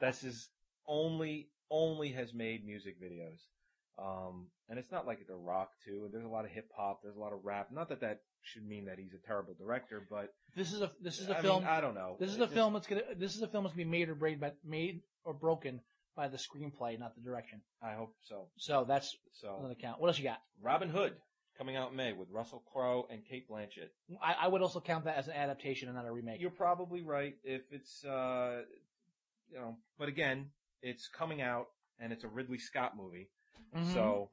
C: that's his only only has made music videos. Um, and it's not like the rock too. There's a lot of hip hop. There's a lot of rap. Not that that should mean that he's a terrible director, but
B: (laughs) this is a this is a
C: I
B: film.
C: Mean, I don't know.
B: This is
C: It
B: a
C: just-
B: film that's gonna. This is a film that's gonna be made or break, but made or broken by the screenplay, not the direction.
C: I hope so.
B: So that's
C: So
B: another count. What else you got?
C: Robin Hood coming out in May with Russell Crowe and Kate Blanchett.
B: I, I would also count that as an adaptation and not a remake.
C: You're probably right. If it's, uh, you know, but again, it's coming out and it's a Ridley Scott movie.
B: Mhm.
C: So,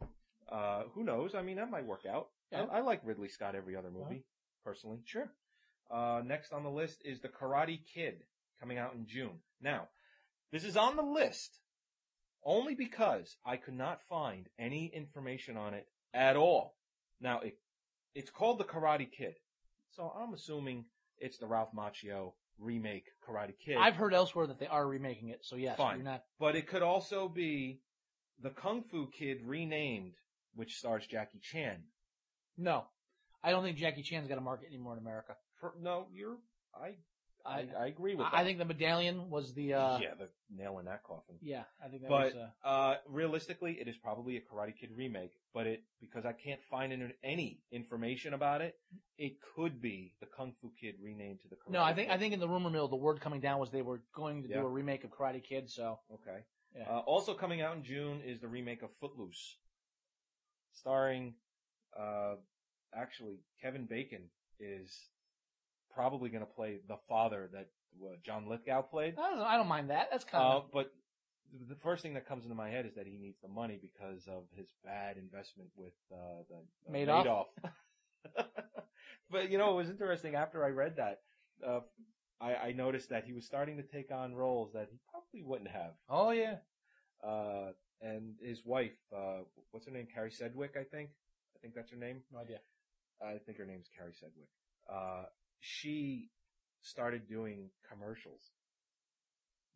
C: uh, who knows? I mean, that might work out.
B: Yeah.
C: I, I like Ridley Scott every other movie, personally. Sure. Uh, next on the list is The Karate Kid coming out in June. Now, this is on the list only because I could not find any information on it at all. Now, it, it's called The Karate Kid. So I'm assuming it's the Ralph Macchio remake Karate Kid.
B: I've heard elsewhere that they are remaking it. So yes,
C: Fine.
B: you're not.
C: But it could also be The Kung Fu Kid renamed, which stars Jackie Chan.
B: No, I don't think Jackie Chan's got a market anymore in America.
C: Per- no, you're. I I,
B: I
C: I agree with.
B: I,
C: that.
B: I think the medallion was the. Uh, yeah.
C: yeah, the nail in that coffin.
B: I think that
C: But
B: was. Uh,
C: uh, realistically, it is probably a Karate Kid remake. But it because I can't find in- any information about it, it could be the Kung Fu Kid renamed to the Karate.
B: no, I think
C: Kid.
B: I think in the rumor mill, the word coming down was they were going to
C: Yeah.
B: do a remake of Karate Kid. So
C: Okay.
B: Yeah.
C: Uh, also coming out in June is the remake of Footloose, starring, uh, actually Kevin Bacon is probably going to play the father that uh, John Lithgow played.
B: I don't, know, I don't mind that. That's kind
C: Uh,
B: of.
C: but th- the first thing that comes into my head is that he needs the money because of his bad investment with uh, the uh,
B: Madoff?
C: Madoff. (laughs) but you know, it was interesting. After I read that, uh, I, I noticed that he was starting to take on roles that he probably wouldn't have.
B: Oh yeah.
C: Uh, and his wife, uh, what's her name? Carrie Sedgwick, I think. I think that's her name.
B: No idea.
C: I think her name's Carrie Sedgwick. Uh, she started doing commercials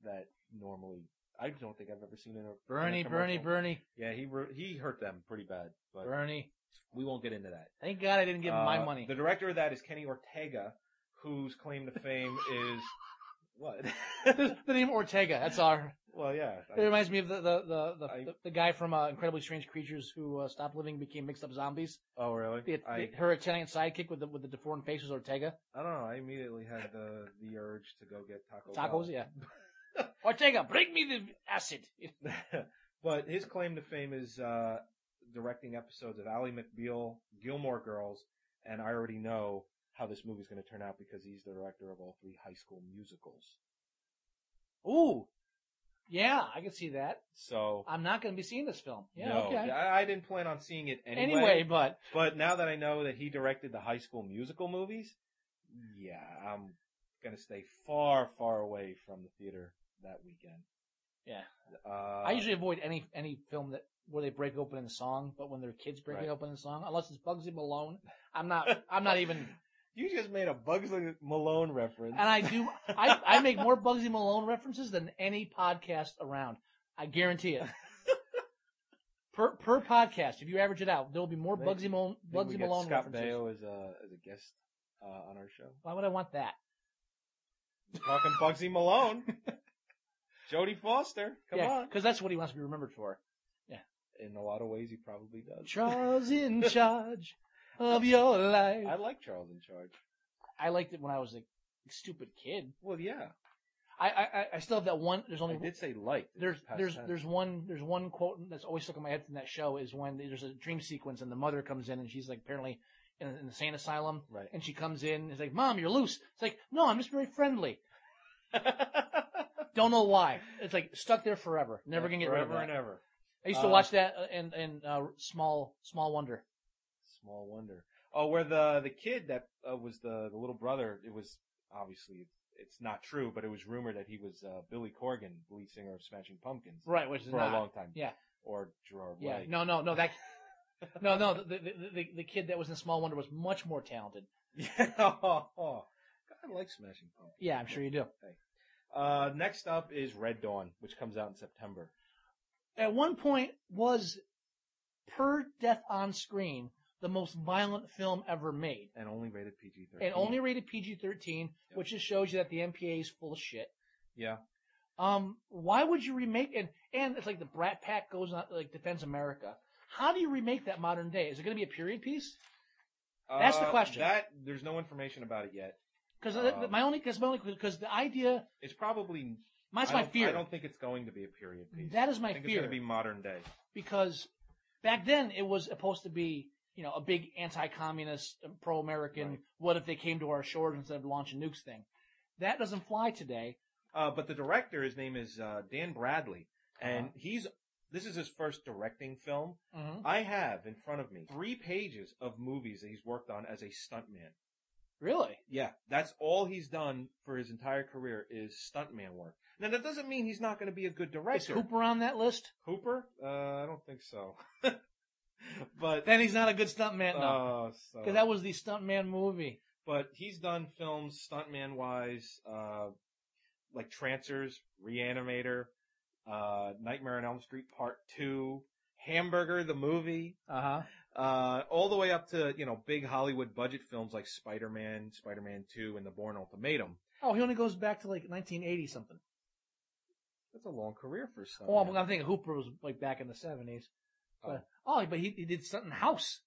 C: that normally I don't think I've ever seen in a in a
B: Bernie, Bernie,
C: commercial.
B: Bernie,
C: Yeah, he ru- he hurt them pretty bad, but
B: Bernie.
C: we won't get into that.
B: Thank God I didn't give him my
C: Uh,
B: money.
C: The director of that is Kenny Ortega, whose claim to fame is What?
B: (laughs)
C: (laughs)
B: the name Ortega. That's our.
C: well, yeah.
B: It reminds me of the the the, the,
C: I-
B: the guy from uh, Incredibly Strange Creatures who uh, stopped living, and became mixed up zombies.
C: oh, really?
B: The, the-
C: I,
B: her Italian sidekick with the with the deformed face was Ortega.
C: I don't know. I immediately had the the urge to go get Taco
B: Tacos,
C: Bell.
B: yeah. (laughs) Ortega, bring me the acid. (laughs)
C: (laughs) but his claim to fame is uh, directing episodes of Ally McBeal, Gilmore Girls, and I already know how this movie's going to turn out because he's the director of all three High School musicals.
B: Ooh, yeah, I can see that.
C: So
B: I'm not going to be seeing this film. Yeah,
C: no,
B: okay.
C: I, I didn't plan on seeing it anyway.
B: Anyway, but
C: But now that I know that he directed the High School Musical movies, yeah, I'm going to stay far, far away from the theater that weekend.
B: yeah,
C: Uh,
B: I usually avoid any any film that where they break open in song, but when their kids breaking
C: Right.
B: open in song, unless it's Bugsy Malone, I'm not.
C: (laughs)
B: I'm not even.
C: you just made a Bugs Malone reference.
B: And I do. I, I make more Bugsy Malone references than any podcast around. I guarantee
C: (laughs)
B: it. Per per podcast, if you average it out, there will be more
C: Maybe.
B: Bugsy Malone
C: Maybe we
B: Bugsy
C: get
B: Malone
C: Scott
B: references.
C: Baio as a as a guest uh, on our show.
B: Why would I want that?
C: Talking Bugsy
B: (laughs)
C: Malone, Jodie Foster. Come on.
B: because that's what he wants to be remembered
C: (laughs)
B: for.
C: In a lot of ways, he probably does.
B: Charles in charge of your life.
C: I like Charles in Charge.
B: I liked it when I was a stupid kid.
C: Well, yeah,
B: I I, I- I still have that one. There's
C: I
B: only
C: did say liked. It's
B: there's
C: past
B: there's
C: tense.
B: there's one there's one quote that's always stuck in my head from that show is when there's a dream sequence and the mother comes in and she's like apparently in an insane asylum
C: Right.
B: and she comes in and is like mom you're loose it's like no I'm just very friendly don't know why it's like stuck there forever (laughs) never gonna get rid of
C: forever
B: that
C: and ever.
B: I used to
C: Uh,
B: watch that uh, and and uh, small small wonder
C: Small wonder. Oh, where the the kid that uh, was the the little brother. It was obviously it's not true, but it was rumored that he was uh, Billy Corgan, lead singer of Smashing Pumpkins,
B: right which is
C: for
B: not
C: a long time.
B: yeah.
C: Or Gerard
B: yeah
C: Way.
B: no no no (laughs) that no no the, the the the kid that was in small wonder was much more talented
C: (laughs) Yeah. Oh, oh. God, I like Smashing Pumpkins.
B: yeah I'm sure you do
C: Uh, next up is Red Dawn, which comes out in September.
B: at one point was per death on screen the most violent film ever made
C: And only rated PG 13.
B: and only rated PG-13
C: Mm-hmm. Yep.
B: which just shows you that the MPA is full of shit
C: Yeah.
B: um why would you remake and and it's like the Brat Pack goes on like defends America how do you remake that modern day is it going to be a period piece That's the
C: Uh,
B: question.
C: That, there's no information about it yet.
B: because
C: Um,
B: uh, my only because my only because the idea
C: It's probably.
B: that's
C: I
B: my
C: don't-
B: fear
C: I don't think it's going to be a period piece.
B: that is my
C: I think it's
B: fear
C: going to be modern day.
B: because back then it was supposed to be you know a big anti-communist um, pro-american
C: Right.
B: what if they came to our shores instead of launching nukes thing that doesn't fly today
C: Uh, but the director, his name is uh, Dan Bradley, and
B: Uh-huh.
C: he's. This is his first directing film.
B: Mm-hmm.
C: I have in front of me three pages of movies that he's worked on as a stuntman.
B: really
C: Yeah, that's all he's done for his entire career is stuntman work. Now that doesn't mean he's not going to be a good
B: is
C: director.
B: hooper on that list
C: Hooper? Uh, I don't think so. (laughs) but
B: then he's not a good stuntman no
C: uh, so.
B: Oh. because that was the stuntman movie
C: but he's done films stuntman wise, uh, like Trancers, Reanimator, uh, Nightmare on Elm Street Part Two, Hamburger the movie,
B: uh-huh
C: uh, all the way up to you know big Hollywood budget films like Spider Man, Spider Man Two, and The Bourne Ultimatum.
B: oh he only goes back to like 1980 something
C: That's a long career for stuntman. Uh,
B: oh i'm I'm thinking hooper was like back in the 70s but, oh. but he, he did something house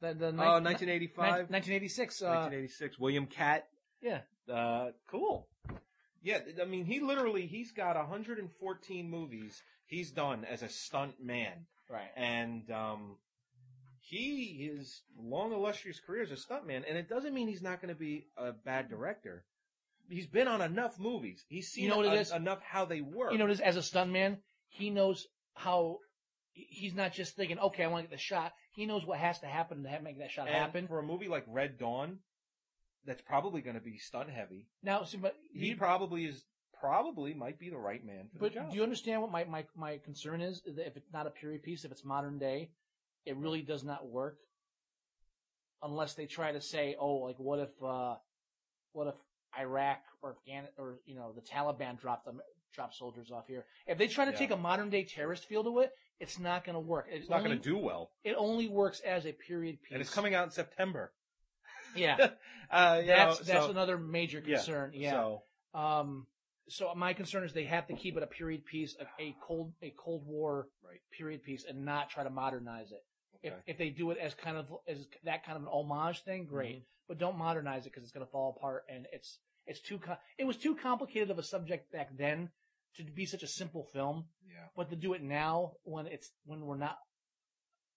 B: the, the
C: Oh,
B: nine-
C: 1985,
B: 1986 uh,
C: 1986. William Cat.
B: yeah
C: Uh, cool. Yeah, th- I mean, he literally he's got 114 movies he's done as a stunt man,
B: right
C: and um, he his long illustrious career as a stunt man, and it doesn't mean he's not going to be a bad director. He's been on enough movies. He's seen
B: You know what it
C: en-
B: is?
C: enough how they work.
B: you know, this as a stuntman, he knows how. He's not just thinking, okay, I want to get the shot. He knows what has to happen to ha- make that shot
C: And
B: happen.
C: for a movie like Red Dawn, that's probably going to be stunt heavy.
B: Now, see, but
C: He
B: you,
C: probably is probably might be the right man for
B: but
C: the job.
B: do you understand what my, my my concern is? Is that If it's not a period piece, if it's modern day, it really does not work. Unless they try to say, oh, like what if, uh what if Iraq or Afghan or you know the Taliban dropped them drop soldiers off here? If they try to
C: Yeah.
B: take a modern day terrorist feel to it, it's not going to work. It
C: it's not going
B: only-
C: to do well,
B: It only works as a period piece.
C: and it's coming out in September.
B: Yeah,
C: Uh, (laughs) you
B: that's
C: know,
B: that's
C: so-
B: another major
C: yeah,
B: concern. Yeah,
C: So
B: Um, so my concern is they have to keep it a period piece, a, a cold, a Cold War
C: Right.
B: period piece, and not try to modernize it.
C: Okay. Mm-hmm.
B: If, if they do it as kind of as that kind of an homage thing, great. But don't modernize it because it's going to fall apart, and it's it's too com- it was too complicated of a subject back then to be such a simple film.
C: Yeah.
B: But to do it now when it's when we're not,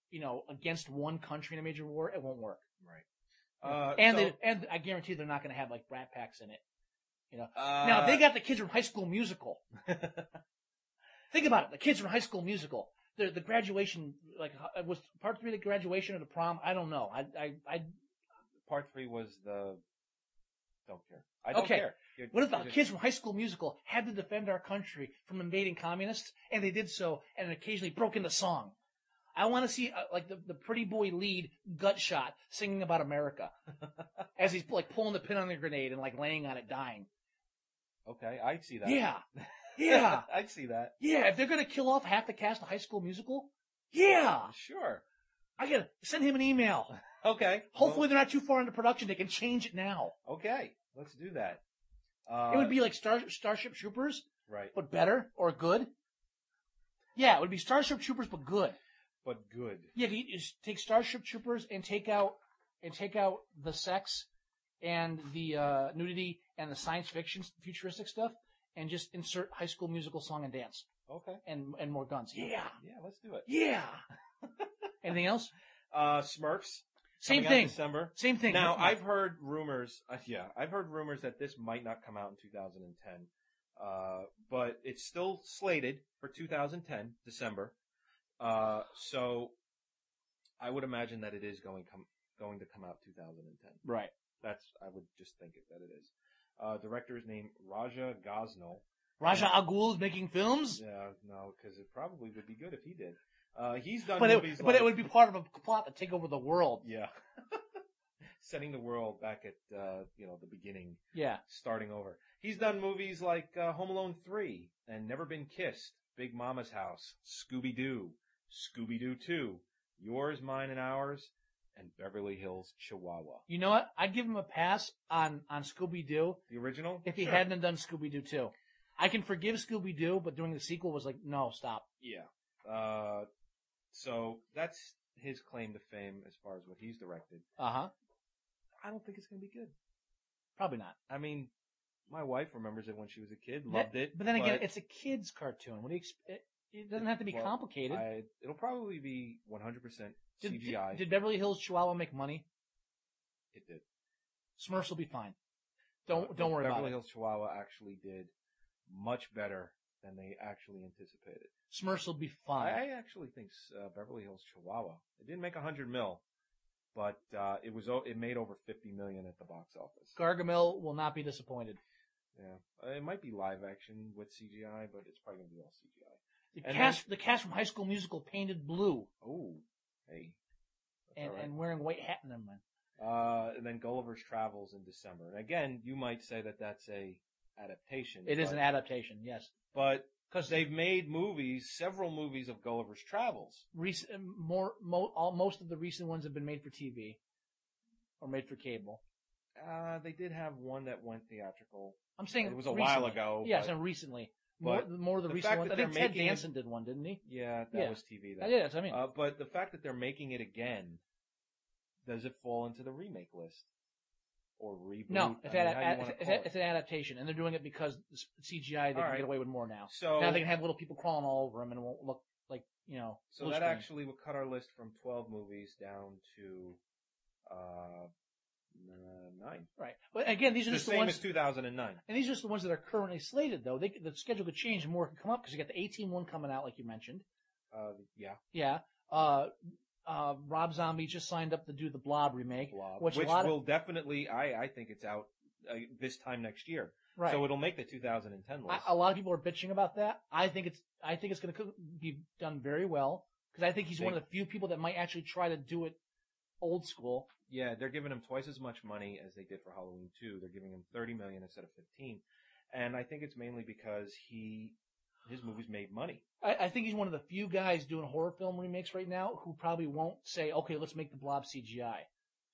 B: you know, against one country in a major war, it won't work.
C: Right. Uh, so,
B: And they, and I guarantee they're not going to have like Brat Packs in it.
C: uh,
B: now if they got the kids from High School Musical. (laughs) Think about it. The kids from High School Musical. The the graduation like uh, was part three the graduation or the prom. I don't know. I I, I
C: part three was the. Don't care. I don't
B: Okay.
C: care. You're-
B: what if the
C: you're just-
B: kids from High School Musical had to defend our country from invading communists and they did so and occasionally broke into song. I want to see uh, like the, the pretty boy lead gut shot singing about America as he's like pulling the pin on the grenade and like laying on it dying.
C: Okay, I'd see that. (laughs)
B: Yeah. Yeah.
C: I'd see that.
B: Yeah, if they're gonna kill off half the cast of High School Musical, yeah,
C: Sure.
B: I gotta send him an email.
C: Okay.
B: Hopefully, they're not too far into production; they can change it now.
C: Well, okay. Let's do that. Uh,
B: it would be like Star, Starship Troopers,
C: right,
B: but better or good. Yeah, it would be Starship Troopers, but good.
C: but good.
B: Yeah, you you just take Starship Troopers and take out and take out the sex and the uh, nudity and the science fiction futuristic stuff, and just insert High School Musical song and dance
C: Okay.
B: and and more guns. Yeah,
C: Yeah, let's do it.
B: yeah. (laughs) Anything else?
C: Uh, Smurfs.
B: Same
C: coming out
B: thing.
C: December.
B: Same thing.
C: Now
B: Look,
C: I've heard rumors. Uh, yeah, I've heard rumors that this might not come out in 2010, uh, but it's still slated for 2010 December. Uh, so I would imagine that it is going come going to come out 2010.
B: right.
C: That's I would just think it, that it is. Uh, director is named Raja Gosnell.
B: Raja Al Ghul is making films,
C: Yeah, no, because it probably would be good if he did. Uh, he's done
B: but
C: movies
B: it, but
C: like,
B: it would be part of a plot to take over the world.
C: (laughs) yeah, setting the world back at uh, you know the beginning,
B: Yeah,
C: starting over. He's done movies like uh, Home Alone three and Never Been Kissed, Big Mama's House, Scooby Doo, Scooby Doo two, Yours, Mine, and Ours, and Beverly Hills Chihuahua.
B: you know what? I'd give him a pass on on Scooby Doo
C: The original,
B: if he
C: Sure.
B: hadn't have done Scooby Doo too. I can forgive Scooby Doo, but doing the sequel was like, no, stop.
C: yeah. Uh, so that's his claim to fame as far as what he's directed.
B: Uh huh.
C: I don't think it's gonna be good.
B: Probably not.
C: I mean, my wife remembers it when she was a kid, loved
B: That-
C: it.
B: But then again, it's a kids' cartoon. What do you expect? It doesn't have to be
C: Well,
B: complicated.
C: I, it'll probably be 100%
B: did, did-
C: CGI.
B: did Beverly Hills Chihuahua make money?
C: it did.
B: Smurfs will be fine. Don't don't worry
C: Uh, Beverly
B: about
C: Hills Chihuahua actually did much better than they actually anticipated.
B: it. Smurfs will be
C: I,
B: fine.
C: I actually think uh, Beverly Hills Chihuahua. It didn't make 100 mil, but uh, it was o- it made over 50 million at the box office.
B: Gargamel will not be disappointed.
C: yeah, Uh, it might be live action with CGI, but it's probably gonna be all CGI.
B: The
C: And
B: cast, the cast from High School Musical painted blue
C: Oh, hey. That's
B: and,
C: all right.
B: and wearing white hat in them.
C: Uh, and then Gulliver's Travels in December. And again, you might say that that's a adaptation.
B: It is
C: but-
B: an adaptation, yes.
C: But
B: Because
C: they've made movies, several movies of Gulliver's Travels.
B: recent, uh, more, mo, all, most of the recent ones have been made for TV or made for cable.
C: Uh, they did have one that went theatrical.
B: I'm saying
C: It was a while
B: recently.
C: ago,
B: Yes,
C: but-
B: and recently. More,
C: but
B: more of the,
C: the
B: recent
C: fact
B: ones.
C: that
B: I think
C: they're
B: Ted
C: making it-
B: Danson did one, didn't he?
C: Yeah, that
B: Yeah.
C: was TV.
B: Yeah,
C: Then.
B: that's what I mean.
C: Uh, but the fact that they're making it again, does it fall into the remake list or reboot?
B: no,
C: I
B: it's,
C: mean,
B: ad-
C: how you
B: ad-
C: wanna
B: it's,
C: call
B: it's an adaptation, and they're doing it because the s- CGI they
C: All
B: can
C: right.
B: get away with more now.
C: So
B: now they can have little people crawling all over them and it won't look like you know.
C: So
B: blue
C: that
B: screen.
C: actually would cut our list from 12 movies down to uh, n- nine.
B: right. But again, these are
C: the
B: just the,
C: same
B: ones.
C: as 2009.
B: And these are just the ones that are currently slated, though. They, the schedule could change and more could come up because you got the 18 one coming out, like you mentioned.
C: Uh, yeah,
B: Yeah. Uh, uh, Rob Zombie just signed up to do the Blob remake,
C: Blob,
B: which,
C: which,
B: a lot
C: will
B: of,
C: definitely. I, I think it's out uh, this time next year,
B: right.
C: so it'll make the 2010 list.
B: I, a lot of people are bitching about that. I think it's I think it's going to be done very well because I think he's one of the few people that might actually try to do it old school.
C: yeah, they're giving him twice as much money as they did for Halloween 2. They're giving him 30 million instead of 15, and I think it's mainly because he his movies made money.
B: I, I think he's one of the few guys doing horror film remakes right now who probably won't say, "Okay, let's make the Blob CGI."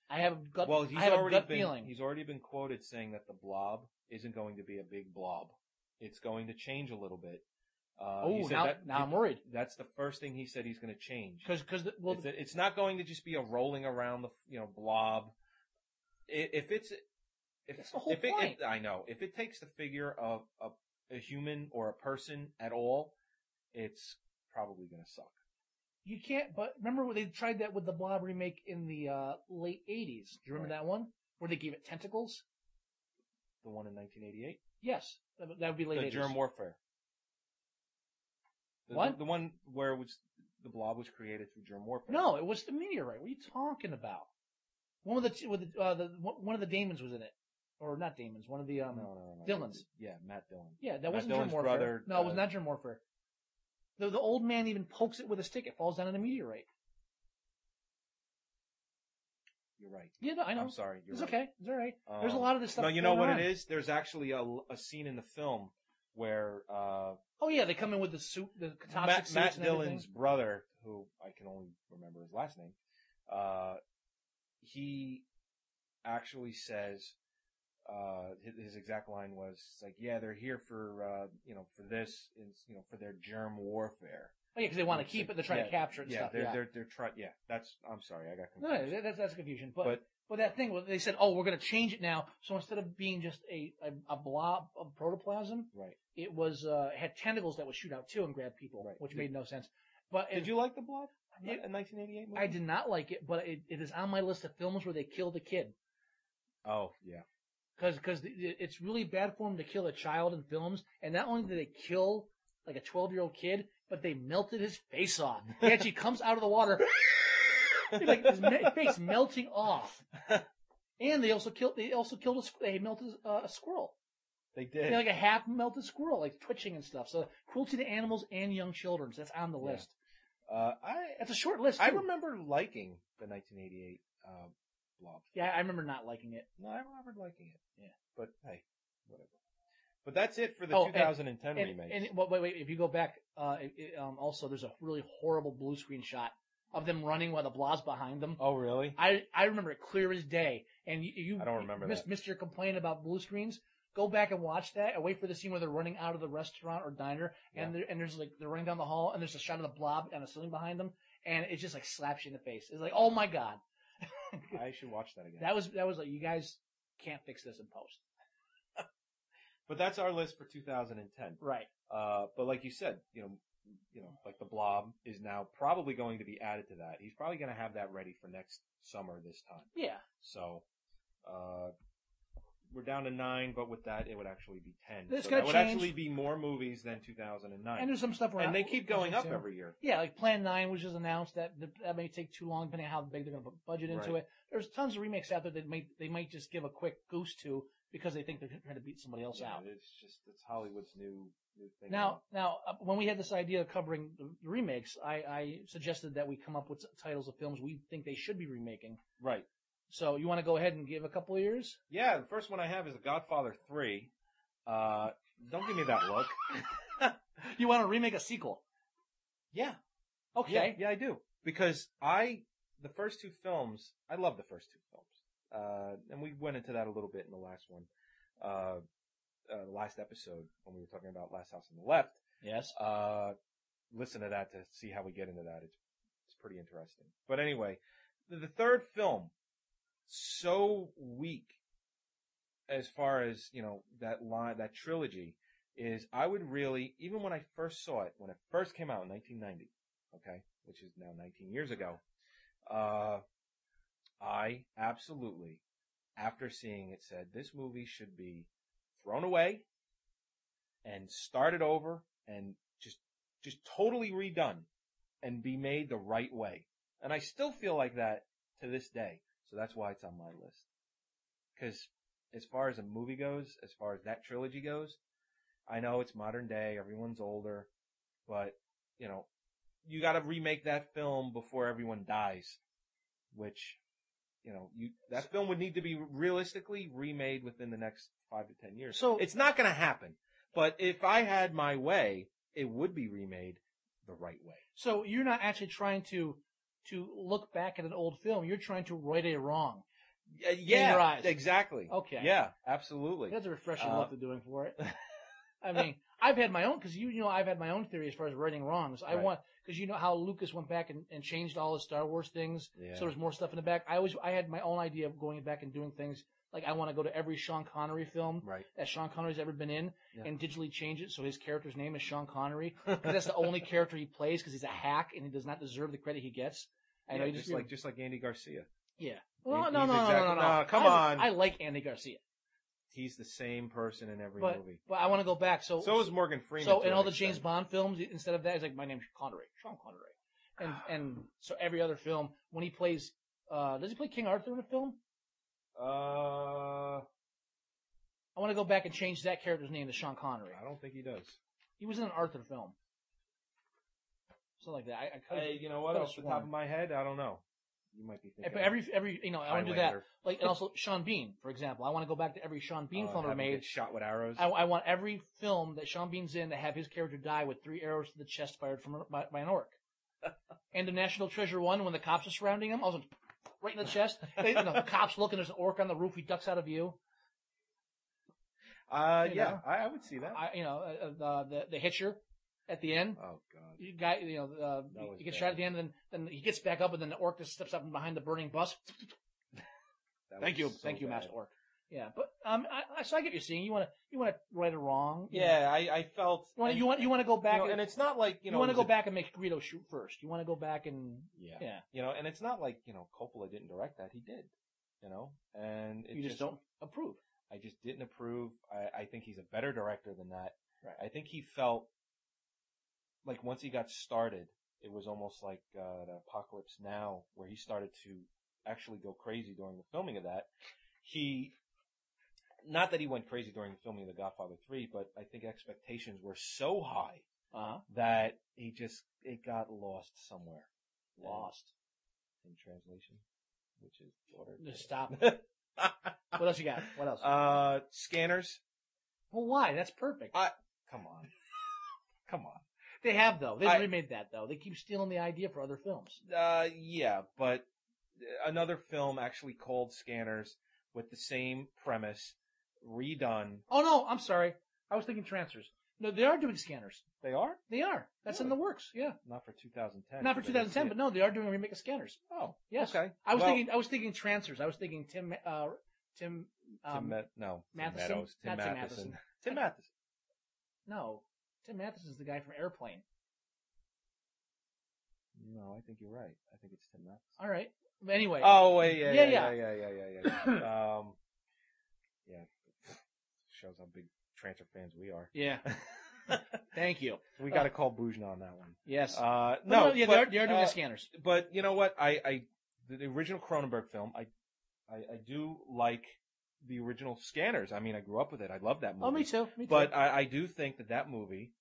B: I have a gut,
C: well, he's
B: I have a
C: already
B: gut
C: been
B: feeling.
C: he's already been quoted saying that the Blob isn't going to be a big blob. It's going to change a little bit. Uh, he
B: oh,
C: said
B: now,
C: that-
B: now I'm worried
C: That's the first thing he said he's going to change.
B: because because well,
C: it's, it's not going to just be a rolling around the you know blob. I- If it's if
B: That's the whole
C: if it,
B: point.
C: if- I know if it takes the figure of a, a human or a person at all, it's probably going to suck.
B: you can't. But remember when they tried that with the Blob remake in the uh, late '80s? Do you remember
C: Right.
B: that one where they gave it tentacles?
C: The one in 1988,
B: Yes, that, would- that would be late
C: the
B: 80s.
C: germ warfare. The,
B: What?
C: The, the one where it was the blob was created through germ warfare.
B: No, it was the meteorite. What are you talking about? One of the t- with the, uh, the one of the Damons was in it, or not Damons. One of the
C: no,
B: um.
C: no, no, no.
B: Dylan's.
C: Yeah, Matt Dillon.
B: Yeah, that
C: Mm-hmm. Matt
B: wasn't
C: Dillon's
B: germ warfare.
C: brother,
B: no, it was
C: uh,
B: not germ warfare. The the old man even pokes it with a stick. It falls down in a meteorite.
C: You're right.
B: Yeah, no, I know.
C: I'm sorry. You're
B: it's
C: right.
B: okay. It's all right. There's a
C: Um,
B: lot of this stuff.
C: No, you know
B: going
C: what
B: on.
C: it is? There's actually a, a scene in the film where uh,
B: Oh yeah, they come in with the suit, the toxic
C: Matt,
B: suits
C: Matt
B: and
C: Dillon's
B: everything.
C: brother, who I can only remember his last name, uh, he actually says uh, his, his exact line was it's like, "Yeah, they're here for uh, you know for this, it's, you know for their germ warfare."
B: Oh yeah, because they want to keep it. They're trying
C: yeah,
B: to capture it. And
C: Yeah,
B: stuff.
C: they're
B: yeah.
C: they're they're trying. Yeah, that's. I'm sorry, I got
B: No,
C: confused.
B: no, that's that's confusion. But, but
C: But-
B: that thing, well, they said, oh, we're going to change it now. So instead of being just a a, a blob of protoplasm,
C: right.
B: it was uh, it had tentacles that would shoot out too and grab people,
C: Right.
B: which
C: Did-
B: made no sense. But
C: Did
B: it-
C: you like the blob? in
B: It-
C: 1988 movie?
B: I did not like it, but it, it is on my list of films where they kill the kid
C: Oh yeah.
B: because it's really bad form to kill a child in films. And not only did they kill like a twelve year old kid, but they melted his face off. He actually comes out of the water, like his me-
C: (laughs)
B: face melting off. And they also killed. They also killed a. squ- They melted uh, a squirrel.
C: They
B: They
C: did.
B: had, like a half melted squirrel, like twitching and stuff. So cruelty to animals and young children. So that's on the
C: Yeah.
B: list.
C: Uh, I
B: That's a short list.
C: I
B: too.
C: remember liking the 1988 uh, Blob.
B: Yeah, I remember not liking it.
C: No, I remember liking it.
B: Yeah.
C: but hey, whatever. But that's it for the
B: Oh, and-
C: 2010
B: And,
C: remake.
B: and wait, wait, wait. If you go back, uh, it- it, um, also there's a really horrible blue screen shot of them running while the blob's behind them.
C: oh, really?
B: I I remember it clear as day. And you, you
C: I don't remember
B: missed,
C: that.
B: missed your complaint about blue screens. Go back and watch that. And wait for the scene where they're running out of the restaurant or diner, and there, and there's like they're running down the hall, and there's a shot of the blob and a ceiling behind them, and it just like slaps you in the face. It's like, oh my god,
C: (laughs) I should watch that again.
B: that was that was like you guys can't fix this in post,
C: but that's our list for 2010.
B: right?
C: Uh, but like you said, you know, you know, like the Blob is now probably going to be added to that. He's probably going to have that ready for next summer this time.
B: Yeah.
C: So, uh, we're down to nine, but with that, it would actually be ten.
B: This
C: so
B: got
C: that would
B: changed.
C: actually be more movies than 2009.
B: And there's some stuff around.
C: and they keep going up
B: too.
C: every year.
B: Yeah, like Plan Nine was just announced that th- that may take too long, depending on how big they're going to put budget into
C: Right.
B: it. There's tons of remakes out there that might they might just give a quick goose to because they think they're trying to beat somebody else
C: Yeah,
B: out.
C: It's just it's Hollywood's new new thing.
B: Now, now, uh, when we had this idea of covering the remakes, I, I suggested that we come up with s- titles of films we think they should be remaking.
C: right?
B: So you want to go ahead and give a couple of years?
C: Yeah, the first one I have is The Godfather Three. Uh, don't give me that
B: (laughs)
C: look.
B: (laughs) You want to remake a sequel?
C: yeah,
B: Okay.
C: yeah, yeah, I do because I the first two films I love the first two films, uh, and we went into that a little bit in the last one, uh, uh, the last episode when we were talking about Last House on the Left.
B: Yes.
C: Uh, listen to that to see how we get into that. It's it's pretty interesting. But anyway, the, the third film so weak as far as you know that line that trilogy is. I would really even when I first saw it when it first came out in 1990, okay, which is now 19 years ago. Uh, I absolutely after seeing it said this movie should be thrown away and started over and just just totally redone and be made the right way. And I still feel like that to this day. So that's why it's on my list. Cuz as far as a movie goes, as far as that trilogy goes, I know it's modern day, everyone's older, but you know, you got to remake that film before everyone dies, which you know, you that film would need to be realistically remade within the next 5 to 10 years.
B: So-
C: it's not going to happen. But if I had my way, it would be remade the right way.
B: So you're not actually trying to to look back at an old film. You're trying to right a wrong.
C: Y- Yeah,
B: your eyes.
C: exactly.
B: Okay.
C: Yeah, absolutely.
B: That's a refreshing
C: Uh,
B: look they're doing for it. I mean, I've had my own because you, you know I've had my own theory as far as right and wrongs. I
C: Right.
B: want because you know how Lucas went back and, and changed all his Star Wars things,
C: Yeah.
B: so there's more stuff in the back. I always I had my own idea of going back and doing things like I want to go to every Sean Connery film
C: (laughs) Right.
B: that Sean Connery's ever been in
C: Yeah.
B: and digitally change it so his character's name is Sean Connery because that's the
C: (laughs)
B: only character he plays because he's a hack and he does not deserve the credit he gets. I know
C: Yeah,
B: you
C: just
B: you're-
C: like just like Andy Garcia.
B: yeah. Well,
C: He-
B: no,
C: he's
B: no, no,
C: exactly-
B: no, no,
C: no, come
B: I,
C: on.
B: I like Andy Garcia,
C: He's the same person in every
B: but
C: movie.
B: but I want to go back. So
C: So is Morgan Freeman.
B: So
C: to
B: in
C: an
B: all the
C: extent.
B: James Bond films, instead of that, it's like my name's Connery, Sean Connery, and and so every other film when he plays, uh, does he play King Arthur in a film?
C: Uh,
B: I want to go back and change that character's name to Sean Connery.
C: I don't think he does.
B: He was in an Arthur film, something like that. I, I could've-
C: Hey, you know what?
B: could've
C: Off the top
B: sworn.
C: of my head, I don't know. You might be thinking.
B: But every every you know I want to do that.
C: Highlander.
B: Like and also Sean Bean, for example, I want to go back to every Sean Bean
C: Uh,
B: film
C: have
B: ever
C: him get
B: made.
C: shot with arrows. Uh,
B: I, I want every film that Sean Bean's in to have his character die with three arrows to the chest fired from a- by, by
C: (laughs)
B: an orc. and the National Treasure one, when the cops are surrounding him, I was like, right in the chest. They, you know, the cops look and there's an orc on the roof. He ducks out of view.
C: uh,
B: you
C: yeah,
B: know.
C: I, I would see that.
B: I, you know, uh, uh, the, the the hitcher at the end.
C: oh god.
B: You guy, you know, uh,
C: That was
B: he gets
C: bad.
B: shot at the end, and then, then he gets back up, and then the orc just steps up from behind the burning bus.
C: That
B: Thank
C: was
B: you,
C: so
B: thank you,
C: bad.
B: Master Orc. Yeah, but um, I, I, so I get what you're seeing. You want to, you want to right or wrong. you know.
C: Yeah, I, I felt.
B: You want, you want, you want to go back.
C: You know,
B: and-
C: and it's not like you
B: you,
C: know.
B: want
C: it
B: to go
C: was a-
B: back and make Greedo shoot first. You want to go back and
C: Yeah.
B: yeah.
C: You know, and it's not like you know Coppola didn't direct that; he did. You know, and it
B: you just, don't approve.
C: I just didn't approve. I, I think he's a better director than that.
B: Right.
C: I think he felt like once he got started, it was almost like uh, the Apocalypse Now, where he started to actually go crazy during the filming of that. He, not that he went crazy during the filming of The Godfather 3, but I think expectations were so high Uh-huh.
B: Uh huh.
C: that he just, it got lost somewhere.
B: Lost.
C: In translation, which is ordered. (laughs)
B: Just stop. What else you got? What else?
C: uh, scanners.
B: well, why? That's perfect.
C: I- Come
B: (laughs)
C: on. Come on.
B: they have though. They
C: I-
B: remade that though. They keep stealing the idea for other films.
C: Uh, yeah, but another film actually called Scanners with the same premise, redone.
B: Oh no, I'm sorry. I was thinking transfers. No, they are doing scanners.
C: They are
B: They are. That's in the
C: Really?
B: works. Yeah.
C: not for 2010.
B: Not for 2010, but no, they are doing a remake of scanners.
C: oh,
B: Yes.
C: okay.
B: I was
C: Well,
B: thinking. I was thinking transfers. I was thinking Tim. Uh, Tim. Um,
C: Tim Met- no Tim
B: Matheson?
C: Meadows, Tim
B: Not Tim
C: Matheson,
B: Matheson. (laughs)
C: Tim Matheson.
B: no, Tim Matheson's the guy from Airplane.
C: No, I think you're right. I think it's Tim Matheson.
B: All right. But anyway.
C: Oh wait, yeah,
B: Yeah,
C: yeah, yeah, yeah, yeah, yeah, yeah.
B: (coughs)
C: yeah. um, yeah. Shows how big transfer fans we
B: (laughs)
C: are.
B: yeah. Thank you.
C: we got to call Bujna on that one.
B: Yes.
C: Uh,
B: But
C: no,
B: yeah,
C: but,
B: they're, they're doing
C: uh,
B: the scanners.
C: but you know what? I, I the original Cronenberg film, I, I I do like the original Scanners. I mean, I grew up with it. I love that movie.
B: Oh, me too. Me too.
C: But I, I do think that that movie,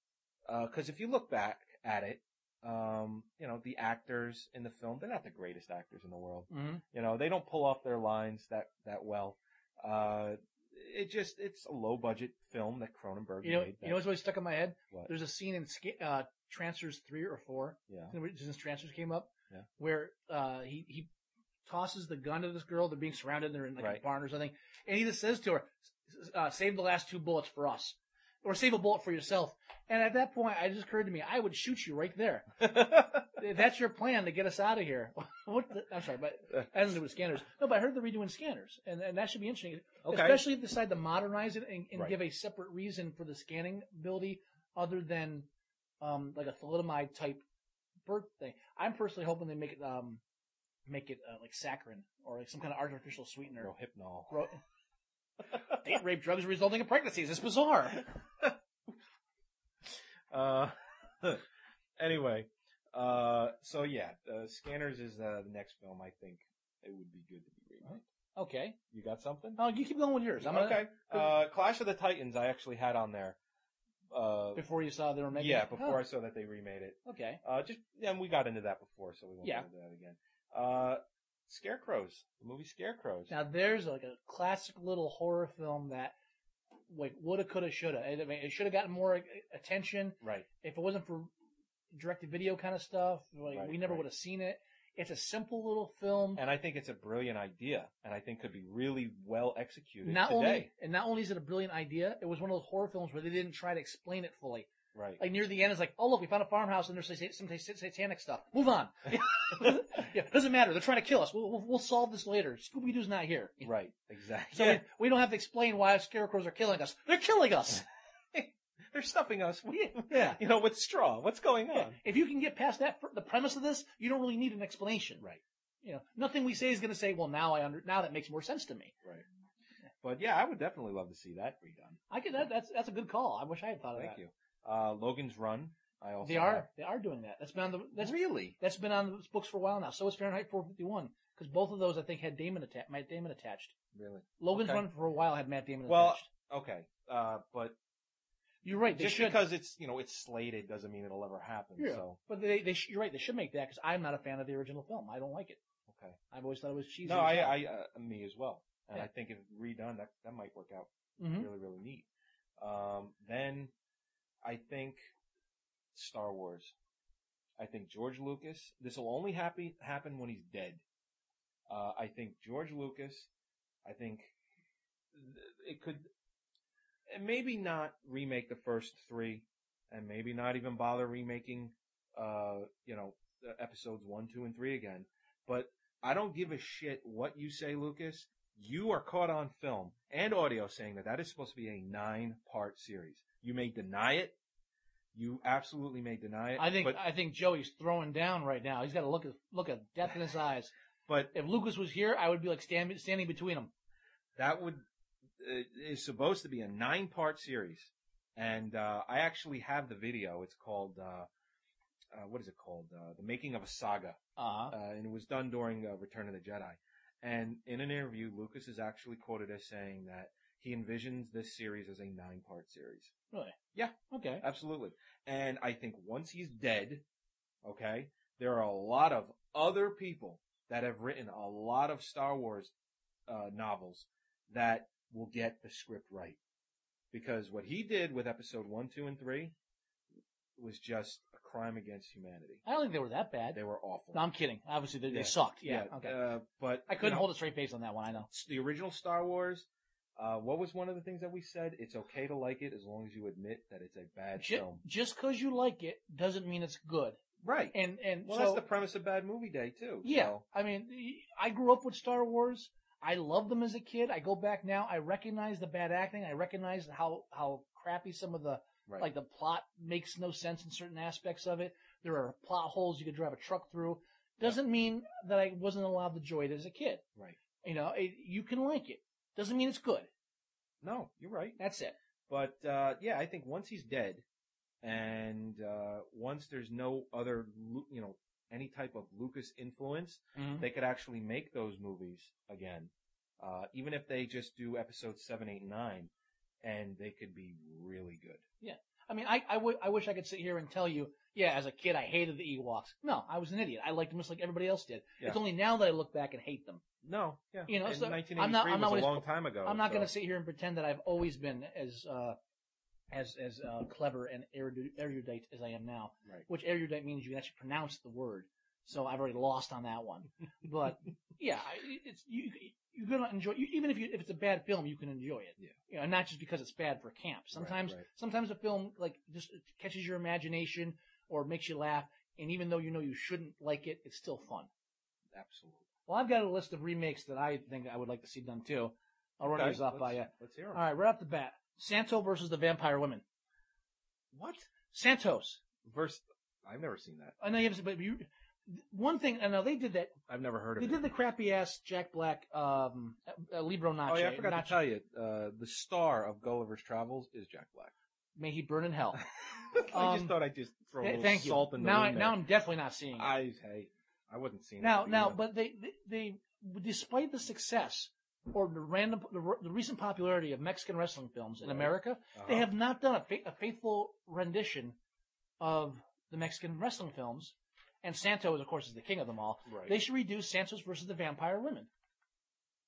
C: because if you look back at it, um, you know, the actors in the film, they're not the greatest actors in the world.
B: Mhm.
C: You know, they don't pull off their lines that that well. Uh, it just it's a low budget film that Cronenberg
B: you know,
C: made.
B: you know what's always stuck in my head?
C: What?
B: There's a scene in Sca- uh, Transfers three or four
C: yeah.
B: since Transfers came up,
C: Yeah.
B: where uh, he he tosses the gun to this girl. They're being surrounded. They're in like a
C: Right.
B: barn or something, and he just says to her, s- uh, "Save the last two bullets for us." Or save a bullet for yourself. And at that point, it just occurred to me, I would shoot you right there. (laughs) If that's your plan to get us out of here. (laughs) what the, I'm sorry, but I don't do with scanners. No, but I heard they're redoing scanners, and, and that should be interesting.
C: okay.
B: Especially if they decide to modernize it and, and
C: Right.
B: give a separate reason for the scanning ability other than um, like a thalidomide type birth thing. I'm personally hoping they make it um, make it uh, like saccharin or like some kind of artificial sweetener.
C: no hypnol.
B: Ro- (laughs) Date rape drugs resulting in pregnancies. It's bizarre.
C: Uh, (laughs) anyway, uh, so yeah, uh, Scanners is uh, the next film I think it would be good to be remade.
B: Okay.
C: You got something?
B: Oh, you keep going with yours. I'm gonna,
C: okay. Uh, Clash of the Titans I actually had on there. Uh,
B: Before you saw they were making
C: yeah,
B: it?
C: before I
B: Oh,
C: saw that they remade it.
B: okay.
C: Uh, just and we got into that before, so we won't
B: Yeah.
C: get into that again. Uh, Scarecrows, the movie Scarecrows.
B: Now there's like a classic little horror film that like woulda, coulda, shoulda. I mean, it should have gotten more uh, attention.
C: right.
B: if it wasn't for direct to video kind of stuff, like
C: Right,
B: we never
C: right.
B: would have seen it. It's a simple little film.
C: And I think it's a brilliant idea, and I think could be really well executed
B: Not
C: today.
B: only and not only is it a brilliant idea, it was one of those horror films where they didn't try to explain it fully.
C: right.
B: Like near the end, it's like, oh look, we found a farmhouse and there's sat- some sat- satanic stuff.
C: (laughs)
B: Move on. yeah, doesn't matter. They're trying to kill us. We'll, we'll, we'll solve this later. Scooby Doo's not here.
C: Right. Exactly.
B: So
C: Yeah.
B: we, we don't have to explain why scarecrows are killing us. They're killing us.
C: (laughs) They're stuffing us. We-
B: yeah.
C: you know, with straw. What's going on?
B: Yeah. If you can get past that, the premise of this, you don't really need an explanation.
C: Right.
B: You know, nothing we say is going to say, well, now I under, now that makes more sense to me.
C: But yeah, I would definitely love to see that redone.
B: I could, that, that's, that's a good call. I wish I had thought of
C: Hmm. Thank
B: that.
C: you. Uh, Logan's Run. I also
B: They are,
C: have.
B: they are doing that. That's been on the, that's,
D: really?
B: that's been on the books for a while now. So is Fahrenheit 451. Cause both of those, I think, had Damon attached, Matt Damon attached.
C: really
B: Logan's
C: Okay.
B: Run for a while had Matt Damon
C: Well,
B: attached.
C: okay. Uh, but
B: You're right. They
C: just
B: should.
C: because it's you know it's slated doesn't mean it'll ever happen.
B: Yeah.
C: So
B: but they, they, sh- you're right. They should make that because I'm not a fan of the original film. I don't like it.
C: okay.
B: I've always thought it was cheesy.
C: No, I, I uh, me as well. And
B: Yeah.
C: I think if redone, that that might work out
B: hmm
C: really really neat. Um, then I think Star Wars. I think George Lucas. This will only happy, happen when he's dead. Uh, I think George Lucas. I think th- it could and maybe not remake the first three, and maybe not even bother remaking, uh, you know, the episodes one, two, and three again. But I don't give a shit what you say, Lucas. You are caught on film and audio saying that that is supposed to be a nine-part series. You may deny it. You absolutely may deny it.
B: I think
C: but,
B: I think Joey's throwing down right now. He's got to look at look at death in his eyes.
C: but
B: If Lucas was here, I would be like standing standing between them.
C: that would uh, is supposed to be a nine part series, and uh, I actually have the video. It's called uh, uh, what is it called? Uh, the Making of a Saga,
B: Uh huh.
C: uh, and it was done during uh, Return of the Jedi. And in an interview, Lucas is actually quoted as saying that he envisions this series as a nine part series.
B: Okay.
C: Absolutely. And I think once he's dead, okay, there are a lot of other people that have written a lot of Star Wars uh, novels that will get the script right. Because what he did with episode one, two, and three was just a crime against humanity.
B: I don't think they were that bad.
C: They were awful.
B: No, I'm kidding. Obviously, they, they
C: Yeah.
B: sucked. Yeah. Okay.
C: Uh, but
B: I
C: you
B: couldn't
C: know,
B: hold a straight face on that one. I know.
C: the original Star Wars. Uh, what was one of the things that we said? It's okay to like it as long as you admit that it's a bad
B: Ju-
C: film.
B: Just because you like it doesn't mean it's good.
C: Right.
B: And and
C: Well,
B: so,
C: that's the premise of Bad Movie Day too.
B: Yeah,
C: so-
B: I mean, I grew up with Star Wars. I loved them as a kid. I go back now. I recognize the bad acting. I recognize how how crappy some of the
C: right.
B: like the plot makes no sense in certain aspects of it. There are plot holes you could drive a truck through. Doesn't mean that I wasn't allowed to enjoy it as a kid.
C: Right.
B: You know, it, you can like it. Doesn't mean it's good.
C: no, you're right.
B: That's it.
C: But uh, yeah, I think once he's dead, and uh, once there's no other, Lu- you know, any type of Lucas influence, they could actually make those movies again. Uh, even if they just do episodes seven, eight, nine, and they could be really good.
B: I mean, I I, w- I wish I could sit here and tell you, yeah, as a kid I hated the Ewoks. No, I was an idiot. I liked them just like everybody else did.
C: Yeah.
B: It's only now that I look back and hate them.
C: No, yeah,
B: You know,
C: And
B: so I'm not-
C: 1983
B: I'm not
C: was a
B: gonna-
C: long time ago.
B: I'm
C: Oh,
B: not
C: so-
B: going to sit here and pretend that I've always been as uh, as as uh, clever and erudu- erudite as I am now.
C: Right.
B: Which erudite means you can actually pronounce the word. So I've already lost on that one.
C: (laughs)
B: But yeah, I- it's you. You're going to enjoy you, even if you if it's a bad film, you can enjoy it.
C: Yeah.
B: You know, and not just because it's bad for camp. Sometimes
C: right.
B: sometimes a film like just catches your imagination or makes you laugh, and even though you know you shouldn't like it, it's still fun.
C: Absolutely.
B: Well, I've got a list of remakes that I think I would like to see done too. I'll run
C: Okay,
B: these off by
C: let's-
B: you.
C: Let's hear 'em.
B: All right, right off the bat, Santo versus the Vampire Women.
C: What?
B: Santos.
C: Verse. I've never seen that.
B: I know you haven't, but you. One thing, I know they did that.
C: I've never heard of
B: They
C: it.
B: did the crappy ass Jack Black, um, uh, Libro Nacho.
C: Oh yeah, I forgot
B: Nacho.
C: to tell you. Uh, the star of Gulliver's Travels is Jack Black. (laughs)
B: May he burn in hell.
C: I
B: Um,
C: just thought I'd just (laughs) throw a
B: Th-
C: little
B: Thank you.
C: salt in the
B: Now, I,
C: wound
B: now
C: there.
B: I'm definitely not seeing it.
C: I hey, I wasn't seeing
B: now,
C: it.
B: now,
C: either.
B: but they, they, they, despite the success or the random, the, r- the recent popularity of Mexican wrestling films in
C: Right.
B: America,
C: Uh-huh.
B: they have not done a, fa- a faithful rendition of the Mexican wrestling films. And Santo, is, of course, is the king of them all.
C: right.
B: They should redo Santos versus the Vampire Women.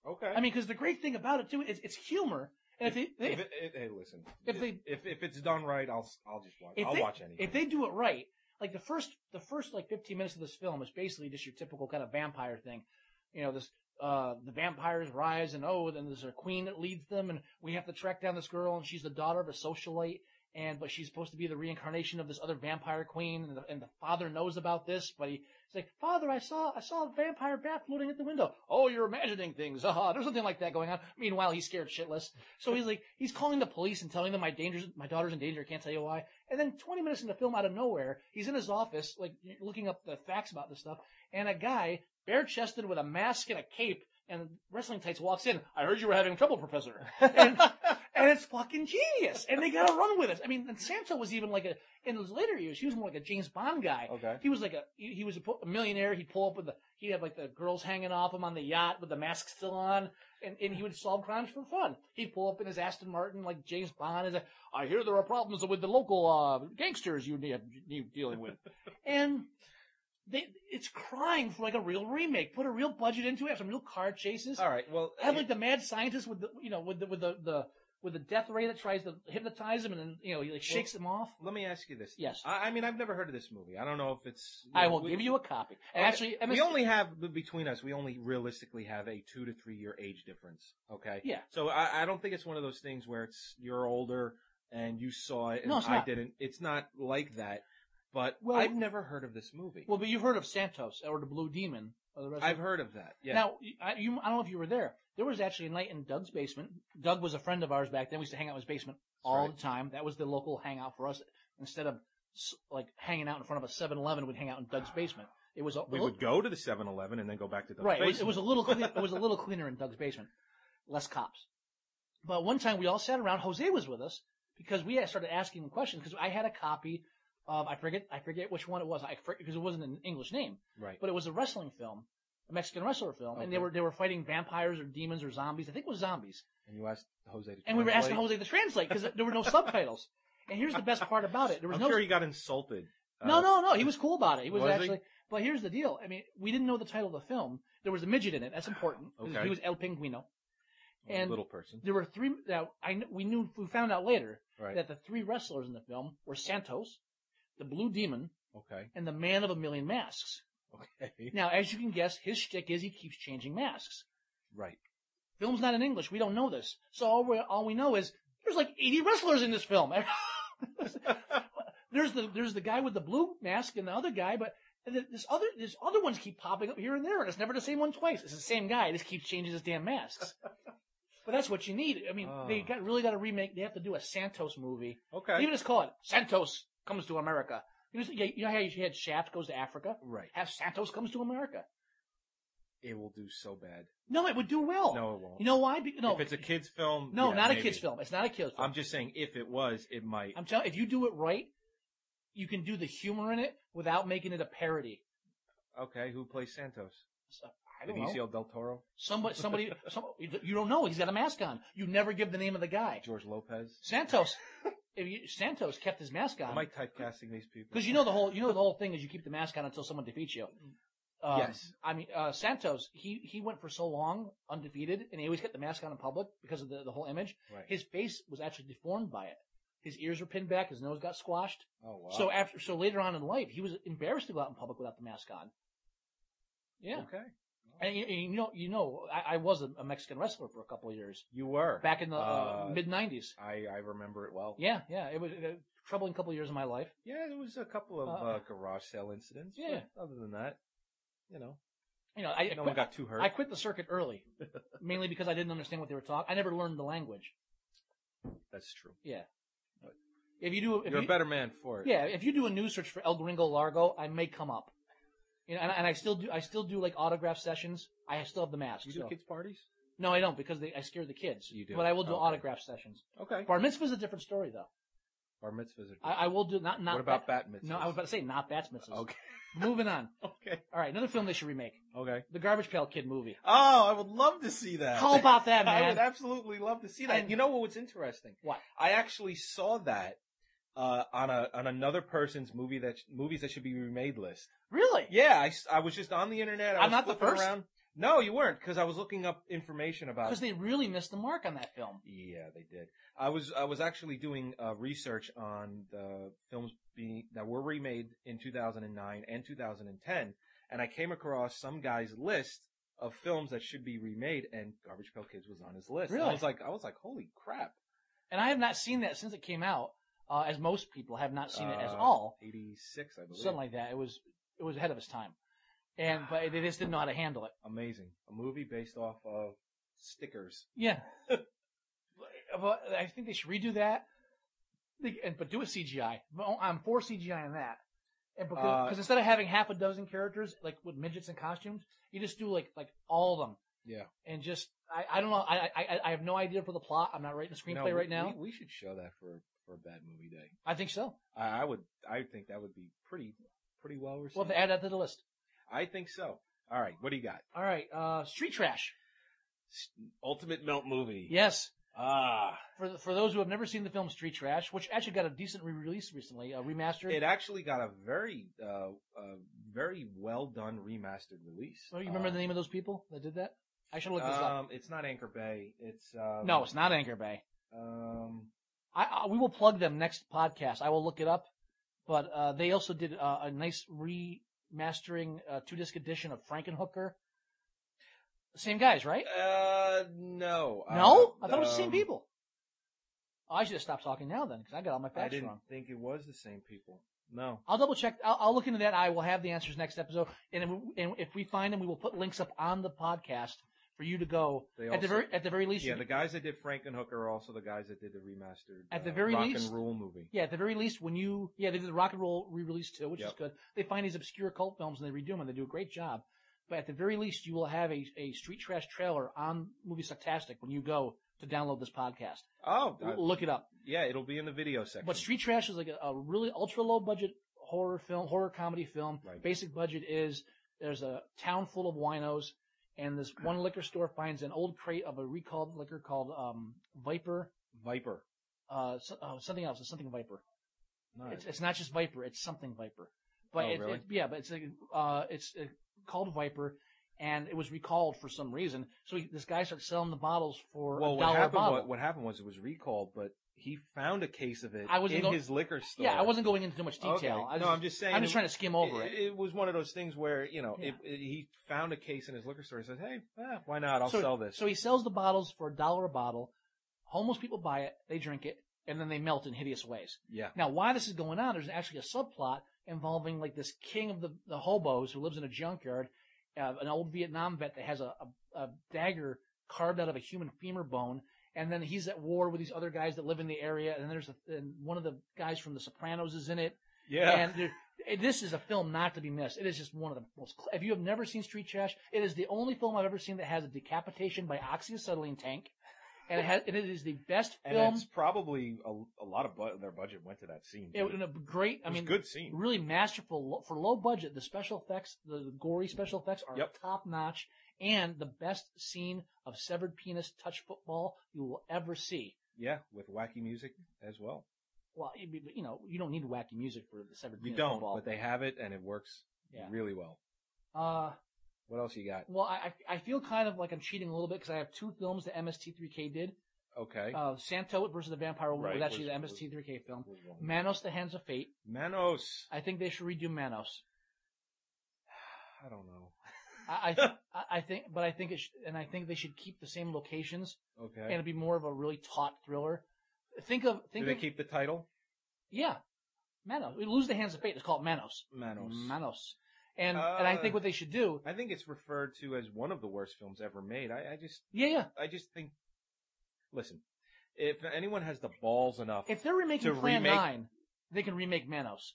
C: okay.
B: I mean, because the great thing about it too is it's humor. And if, they,
C: if
B: they,
C: it, it, hey, listen.
B: if
C: If
B: they-
C: if if it's done right, I'll I'll just watch.
B: if
C: I'll
B: they-
C: watch anything.
B: if they do it right, like the first the first like 15 minutes of this film is basically just your typical kind of vampire thing. You know, this uh the vampires rise and oh, then there's a queen that leads them and we have to track down this girl and she's the daughter of a socialite and but she's supposed to be the reincarnation of this other vampire queen and the, and the father knows about this but he, he's like father i saw i saw a vampire bat floating at the window oh you're imagining things haha there's nothing like that going on meanwhile he's scared shitless so he's like he's calling the police and telling them my dangers my daughter's in danger I can't tell you why and then 20 minutes into film out of nowhere he's in his office like looking up the facts about this stuff and a guy bare chested with a mask and a cape and wrestling tights walks in. I heard you were having trouble, Professor. And, and it's fucking genius. And they gotta run with it. I mean, and Santo was even like a in his later years, he was more like a James Bond guy.
C: Okay.
B: He was like a he, he was a, po- a millionaire. He'd pull up with the he'd have like the girls hanging off him on the yacht with the mask still on, and, and he would solve crimes for fun. He'd pull up in his Aston Martin like James Bond. Is like, I hear there are problems with the local uh, gangsters you need, you dealing
C: (laughs)
B: with, and they, it's crying for like a real remake. Put a real budget into it. Have some real car chases.
C: All right. Well,
B: Have like the mad scientist with the you know with the with the, the with the death ray that tries to hypnotize him and then you know he like shakes him off.
C: let me ask you this.
B: Yes.
C: I, I mean, I've never heard of this movie. I don't know if it's.
B: I will
C: we-
B: give you a copy. And
C: Okay.
B: actually, MS-
C: we only have b- between us. We only realistically have a two to three year age difference. Okay.
B: Yeah.
C: So I, I don't think it's one of those things where it's you're older and you saw it and
B: No, it's
C: I
B: not.
C: didn't. It's not like that. But
B: Well-
C: I've never heard of this movie.
B: well, but you've heard of Santos or the Blue Demon or the rest.
C: I've
B: of,
C: heard of that. Yeah.
B: Now, I, you, I don't know if you were there. There was actually a night in Doug's basement. Doug was a friend of ours back then. We used to hang out in his basement all
C: right.
B: the time. That was the local hangout for us. Instead of s- like hanging out in front of a 7-Eleven, we'd hang out in Doug's basement. It was a,
C: we would go to the 7-Eleven and then go back to the
B: right. It was, it
C: basement.
B: was a little clean, it was a little cleaner in Doug's basement, less cops. But one time we all sat around. Jose was with us because we had started asking him questions because I had a copy of I forget I forget which one it was I because it wasn't an English name
C: right.
B: but it was a wrestling film, a Mexican wrestler film, and they
C: Okay.
B: were they were fighting vampires or demons or zombies. I think it was zombies.
C: and you asked Jose to.
B: And we were asking
C: translate.
B: Jose to translate because there were no subtitles. And here's the best part about it: there was
C: I'm
B: no
C: sure he got insulted.
B: no
C: Uh,
B: no no. He was cool about it. He was,
C: Was he?
B: actually. But here's the deal: I mean, we didn't know the title of the film. There was a midget in it. That's important. 'cause
C: Okay.
B: He was El Pinguino. And
C: little person.
B: there were three. Now I kn- we knew we found out later
C: Right.
B: that the three wrestlers in the film were Santos, the Blue Demon,
C: okay. (laughs)
B: and the Man of a Million Masks.
C: Okay.
B: Now, as you can guess, his shtick is he keeps changing masks.
C: Right. (laughs)
B: Film's not in English. We don't know this. So all we, all we know is there's like 80 wrestlers in this film. (laughs) there's the there's the guy with the blue mask and the other guy, but th- this other this other ones keep popping up here and there, and it's never the same one twice. It's the same guy. He just keeps changing his
C: (laughs)
B: damn masks. but that's what you need. I mean, they
C: Oh.
B: got really got to remake. They have to do a Santos movie.
C: Okay.
B: Even just call it Santos comes to America. You know, you know how you had Shaft goes to Africa.
C: Right.
B: Have Santos comes to America.
C: It will do so bad.
B: No, it would do well.
C: No, it won't.
B: You know why? Be- no,
C: if it's a kids film,
B: no,
C: yeah,
B: not a
C: maybe.
B: kids film. It's not a kids film.
C: I'm just saying, if it was, it might.
B: I'm telling. If you do it right, you can do the humor in it without making it a parody.
C: Okay, who plays Santos?
B: So, I don't know.
C: Benicio del Toro,
B: Somebody,
C: (laughs)
B: somebody, some, you don't know. He's got a mask on. You never give the name of the guy.
C: George Lopez. (laughs)
B: Santos. if you, Santos kept his mask on.
C: Am I typecasting these people?
B: Because you know the whole you know the whole thing is you keep the mask on until someone defeats you. Um,
C: Yes.
B: I mean uh, Santos. He he went for so long undefeated, and he always kept the mask on in public because of the, the whole image.
C: Right.
B: His face was actually deformed by it. His ears were pinned back. His nose got squashed.
C: Oh wow.
B: So after so later on in life, he was embarrassed to go out in public without the mask on. Yeah,
C: Okay.
B: and you, you know you know I, I was a, a Mexican wrestler for a couple of years
C: You were
B: back in the uh,
C: Uh,
B: mid '90s.
C: I I remember it well.
B: Yeah, yeah, it was a troubling couple of years of my life.
C: Yeah, there was a couple of
B: Uh,
C: uh, garage sale incidents. but
B: yeah.
C: Other than that, you know,
B: You know, I
C: no one got too hurt.
B: I quit the circuit early, mainly because I didn't understand what they were talking. I never learned the language.
C: That's true.
B: Yeah. If you do, if
C: You're
B: you,
C: a better man for it.
B: yeah, if you do a news search for El Gringo Largo, I may come up. You know, and, and I still do. I still do like autograph sessions. I still have the mask.
C: You do
B: so-
C: kids parties?
B: No, I don't because they, I scare the kids.
C: You do.
B: But I will do
C: Okay.
B: autograph sessions.
C: Okay.
B: Bar mitzvah's a different story though.
C: Bar mitzvahs are.
B: I, I will do not not.
C: what about bat
B: bat,
C: mitzvahs?
B: No, I was about to say not bats mitzvahs.
C: Okay.
B: Moving on. (laughs)
C: okay.
B: All right, another film they should remake:
C: Okay.
B: the Garbage Pail Kid movie.
C: Oh, I would love to see that.
B: How about
C: (laughs)
B: that,
C: I would
B: man?
C: absolutely love to see that.
B: And-
C: And you know what was interesting?
B: What?
C: I actually saw that uh, on a on another person's movie that movies that should be remade list.
B: Really?
C: Yeah, I, s- I was just on the internet. I
B: I'm
C: was
B: not the
C: flipping
B: first?
C: Around. No, you weren't, because I was looking up information about.
B: Because they really missed the mark on that film.
C: Yeah, they did. I was I was actually doing uh, research on the films being that were remade in 2009 and 2010, and I came across some guy's list of films that should be remade, and Garbage Pail Kids was on his list. And I
B: Really?
C: was like, I was like, holy crap!
B: And I have not seen that since it came out, uh, as most people have not seen it as
C: Uh,
B: all.
C: 86, I believe.
B: Something like that. It was it was ahead of its time. And but they just didn't know how to handle it.
C: Amazing, a movie based off of stickers.
B: Yeah. (laughs) but I think they should redo that. They, and, but do a CGI. Well, I'm for CGI in that. And because
C: Uh,
B: cause instead of having half a dozen characters, like with midgets and costumes, you just do like, like all of them.
C: Yeah.
B: And just, I, I don't know. I, I, I- I have no idea for the plot. I'm not writing a
C: No,
B: screenplay
C: we-
B: right now.
C: we, we should show that for for Bad Movie Day.
B: I think so.
C: I, I would I think that would be pretty pretty well received.
B: We'll have to add that to the list.
C: I think so. All right, what do you got?
B: All right. Uh, street trash.
D: Ultimate Melt movie.
B: Yes.
D: Ah.
B: For, for those who have never seen the film Street Trash, which actually got a decent re-release recently, a remastered.
C: It actually got a very uh, uh very well done remastered release.
B: oh, you remember
C: Um,
B: the name of those people that did that? I should look this up.
C: Um, it's not Anchor Bay. It's um,
B: No, it's not Anchor Bay.
C: Um,
B: I, I we will plug them next podcast. I will look it up. But uh, they also did uh, a nice remastering, uh, two disc edition of Frankenhooker. Same guys, right?
C: uh, no.
B: no,
C: Uh,
B: I thought it was the same
C: um,
B: people. Oh, I should have stopped talking now then, because I got all my
C: I
B: facts
C: didn't
B: wrong.
C: think it was the same people. No.
B: I'll double check. I'll, I'll look into that. I will have the answers next episode, and, if we- and if we find them, we will put links up on the podcast for you to go.
C: They
B: at the
C: also-
B: very at the very least,
C: Yeah,
B: you
C: the guys that did Frankenhooker are also the guys that did the remastered
B: At the
C: uh,
B: very
C: rock
B: least-
C: and roll movie.
B: Yeah, at the very least, when you yeah they did the rock and roll re-release too, which is
C: Yep.
B: good. They find these obscure cult films and they redo them, and they do a great job. But at the very least, you will have a, a street trash trailer on Movie Sucktastic when you go to download this podcast.
C: Oh,
B: L-
C: uh,
B: Look it up.
C: yeah, it'll be in the video section.
B: But street trash is like a, a really ultra low budget horror film, horror comedy film.
C: Right.
B: Basic budget is there's a town full of winos, and this one liquor store finds an old crate of a recalled liquor called um, Viper.
C: Viper.
B: Uh, so, oh, something else. It's something Viper.
C: Nice.
B: It's, it's not just Viper. It's something Viper. But
C: Oh,
B: it,
C: really?
B: it- yeah, but it's like, uh, it's uh, called Viper, and it was recalled for some reason. So he, this guy starts selling the bottles for
C: well,
B: a
C: what
B: dollar a
C: happened,
B: bottle.
C: what, what happened was it was recalled, but he found a case of it
B: I wasn't
C: in
B: go-
C: his liquor store.
B: yeah, I wasn't going into too much detail.
C: Okay.
B: I was
C: no, I'm just saying.
B: I'm just trying to skim over it.
C: It, was one of those things where you know if if he found a case in his liquor store. He says, "Hey, eh, why not? I'll
B: so,
C: sell this."
B: So he sells the bottles for a dollar a bottle. Homeless people buy it, they drink it, and then they melt in hideous ways.
C: yeah,
B: Now, why this is going on, there's actually a subplot involving like this king of the, the hobos who lives in a junkyard, uh, an old Vietnam vet that has a, a, a dagger carved out of a human femur bone. And then he's at war with these other guys that live in the area. And then there's a, and one of the guys from The Sopranos is in it.
C: yeah.
B: And there, eh, this is a film not to be missed. It is just one of the most. cl- If you have never seen Street Trash, it is the only film I've ever seen that has a decapitation by oxyacetylene tank, and it has. and It is the best
C: And
B: film.
C: it's probably a, a lot of bu- their budget went to that scene.
B: It,
C: too.
B: was a great. I
C: It was
B: mean,
C: a good scene.
B: Really masterful lo- for low budget. The special effects, the, the gory special effects, are
C: Yep.
B: top notch, and the best scene of severed penis touch football you will ever see.
C: Yeah, with wacky music as well.
B: Well, you, you know, you don't need wacky music for the severed
C: You
B: penis
C: don't,
B: football.
C: but they have it, and it works
B: Yeah.
C: really well.
B: uh,
C: What else you got?
B: Well, I I I feel kind of like I'm cheating a little bit because I have two films that MST3K did.
C: Okay.
B: Uh, Santo versus the Vampire Woman
C: Right,
B: was actually
C: was- was-
B: the MST3K film.
C: was one.
B: Manos: The Hands of Fate.
C: Manos.
B: I think they should redo Manos.
C: I don't know. (laughs)
B: I I, I- I think, but I think it should, and I think they should keep the same locations and
C: Okay.
B: it'd be more of a really taut thriller. Think of
C: Do
B: think
C: they
B: of
C: keep the title?
B: yeah, Manos. We lose the Hands of Fate. It's called Manos.
C: Manos.
B: Manos. And and I
C: Uh,
B: think what they should do.
C: I think it's referred to as one of the worst films ever made. I, I just,
B: Yeah, yeah.
C: I just think. Listen, if anyone has the balls enough,
B: If they're remaking
C: To
B: Plan
C: remake-
B: Nine, they can remake
C: (sighs)
B: Manos.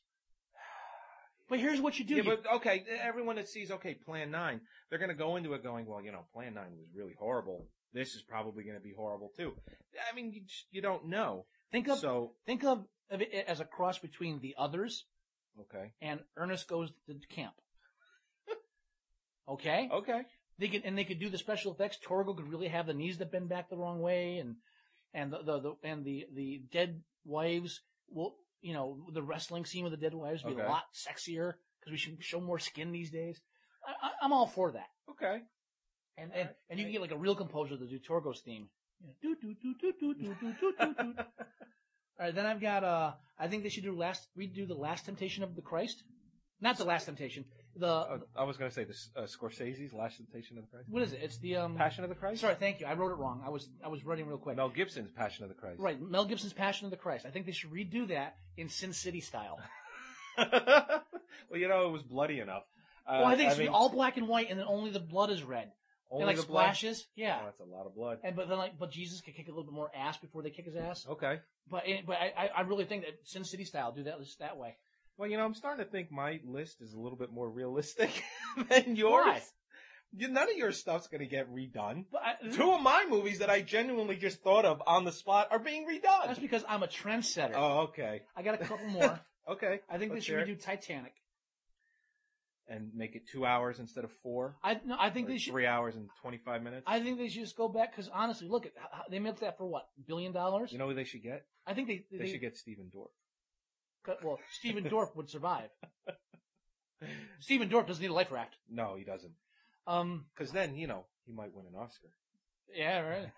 B: But here's what you do.
C: yeah,
B: You-
C: but okay, everyone that sees okay Plan Nine, they're going to go into it going, well, you know, Plan Nine was really horrible. This is probably going to be horrible too. I mean, you, just, you don't know.
B: Think of
C: So
B: think of, of it as a cross between the others
C: okay,
B: and Ernest goes to camp. (laughs) Okay,
C: okay,
B: they could and they could do the special effects. Torgo could really have the knees that bend back the wrong way, and and the the, the and the the dead wives will you know the wrestling scene with the dead wives would be a
C: Okay.
B: lot sexier because we should show more skin these days. I, I, I'm all for that.
C: okay.
B: And and, and you can get like a real composer to do Torgo's theme. You know, do do do do do do do do do do. All right, then I've got uh I think they should do last redo the last temptation of the Christ. Not the last temptation. The
C: Uh, I was going to say this uh, Scorsese's Last Temptation of the Christ,
B: what is it? It's the um
C: Passion of the Christ.
B: Sorry, thank you. I wrote it wrong. I was I was running real quick.
C: Mel Gibson's Passion of the Christ.
B: Right, Mel Gibson's Passion of the Christ. I think they should redo that in Sin City style.
C: (laughs) well, you know it was bloody enough. Uh,
B: well, I think it should
C: mean,
B: be all black and white, and then only the blood is red.
C: only
B: and like
C: the blood?
B: splashes, yeah.
C: Oh, that's a lot of blood.
B: And but then like, but Jesus could kick a little bit more ass before they kick his ass.
C: Okay.
B: But it, but I I- I really think that Sin City style do that just that way.
C: Well, you know, I'm starting to think my list is a little bit more realistic (laughs) than yours.
B: Why?
C: You- None of your stuff's going to get redone.
B: But I,
C: Two of my movies that I genuinely just thought of on the spot are being
B: that's
C: redone.
B: because I'm a trendsetter.
C: Oh, okay.
B: I got a couple more.
C: Okay.
B: I think they
C: (laughs) Let's
B: should
C: hear
B: redo Titanic.
C: And make it two hours instead of four.
B: I no, I think
C: or
B: they should.
C: Three hours and 25 minutes.
B: I think they should just go back because honestly, look, at how- they milked that for what billion dollars.
C: you know who they should get?
B: I think they
C: They, should get Steven Dorff.
B: Cut- Well, Stephen Dorff would survive. Stephen Dorff doesn't need a life raft.
C: No, he doesn't.
B: Um,
C: Because then, you know, he might win an Oscar.
B: yeah, right.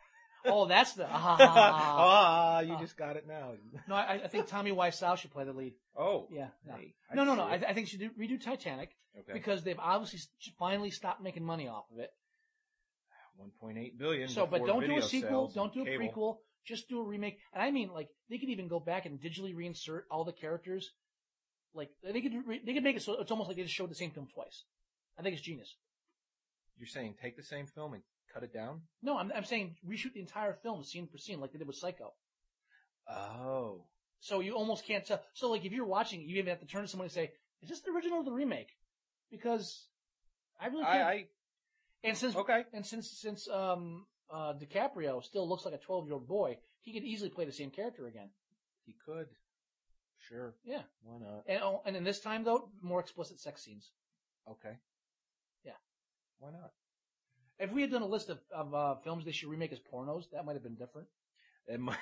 B: Oh, that's the.
C: (laughs)
B: Ah.
C: ah, you
B: Ah.
C: just got it now.
B: No, I, I think Tommy Wiseau should play the lead.
C: Oh.
B: Yeah. No,
C: Hey, I
B: no, no.
C: see
B: no. I,
C: it.
B: I think she do, redo Titanic
C: okay.
B: because they've obviously s- finally stopped making money off of it.
C: 1.8 billion.
B: So, but
C: before
B: don't do
C: video
B: a sequel.
C: sales
B: Don't do
C: and
B: a
C: cable.
B: prequel. Just do a remake. And I mean, like they could even go back and digitally reinsert all the characters. Like they could, re- they could make it so it's almost like they just showed the same film twice. I think it's genius.
C: You're saying take the same film and cut it down?
B: No, I'm, I'm saying reshoot the entire film scene for scene, like they did with Psycho.
C: Oh.
B: So you almost can't tell. So like if you're watching, it, you even have to turn to someone and say, "Is this the original or the remake?" Because I really
C: I,
B: can't.
C: I
B: and since
C: okay.
B: and since since um uh DiCaprio still looks like a 12 year old boy, he could easily play the same character again.
C: He could. Sure.
B: Yeah.
C: Why not?
B: And oh, and in this time though, more explicit sex scenes.
C: Okay.
B: Yeah.
C: Why not?
B: If we had done a list of, of uh, films they should remake as pornos, that might have
C: (laughs)
B: been different.
C: It might,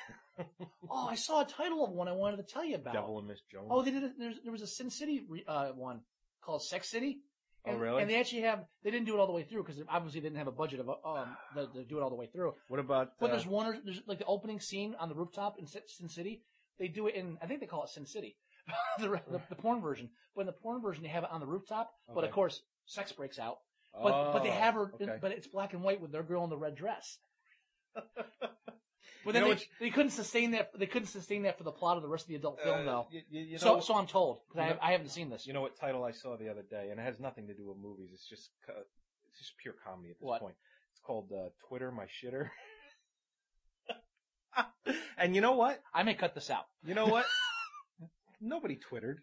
B: Oh, I saw a title of one I wanted to tell you about.
C: Devil and Miss Jones.
B: Oh, they did. A, there's, there was a Sin City re, uh, one called Sex City.
C: Oh,
B: And,
C: really?
B: And they actually have. They didn't do it all the way through because obviously they didn't have a budget of uh, um to, to do it all the way through.
C: what about?
B: But
C: uh,
B: there's one. or- There's like the opening scene on the rooftop in Sin Sin City. They do it in. I think they call it Sin City, (laughs) the, re- the the porn version. But in the porn version, they have it on the rooftop. But
C: Okay.
B: of course, sex breaks out. But but they
C: Oh,
B: have her.
C: Okay.
B: But it's black and white with their girl in the red
C: (laughs)
B: dress. But
C: You
B: then
C: know
B: they,
C: what-
B: they couldn't sustain that. They couldn't sustain that for the plot of the rest of the adult
C: Uh,
B: film, though.
C: You, you- you
B: So,
C: know,
B: so I'm told because
C: you
B: I,
C: know-
B: I haven't seen this.
C: you know what title I saw the other day, and it has nothing to do with movies. It's just co- it's just pure comedy at this
B: What?
C: point. It's called uh, Twitter My Shitter. (laughs) and you know what?
B: I may cut this out.
C: You know
B: (laughs)
C: what? Nobody twittered.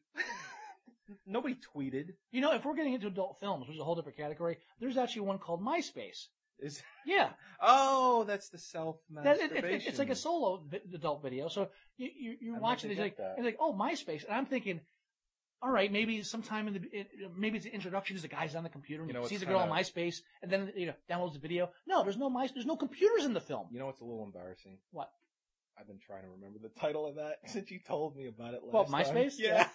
C: Nobody tweeted.
B: You know, if we're getting into adult films, which is a whole different category, there's actually one called MySpace.
C: Is
B: Yeah,
C: oh, that's the self
B: that, it,
C: masturbation.
B: it, it's like a solo vi- adult video. So you, you, you're
C: I'd like
B: watching
C: to
B: these
C: get
B: like,
C: that.
B: and like, oh, MySpace, and I'm thinking, all right, maybe sometime in the it, maybe it's an introduction. Is the guy's on the computer and
C: You know,
B: he
C: it's
B: sees a girl on
C: kinda-
B: MySpace, and then you know downloads the video. No, there's no my, there's no computers in the film.
C: You know, it's a little embarrassing.
B: What?
C: I've been trying to remember the title of that (laughs) since you told me about it last.
B: Well,
C: time.
B: MySpace?
C: (laughs) Yeah.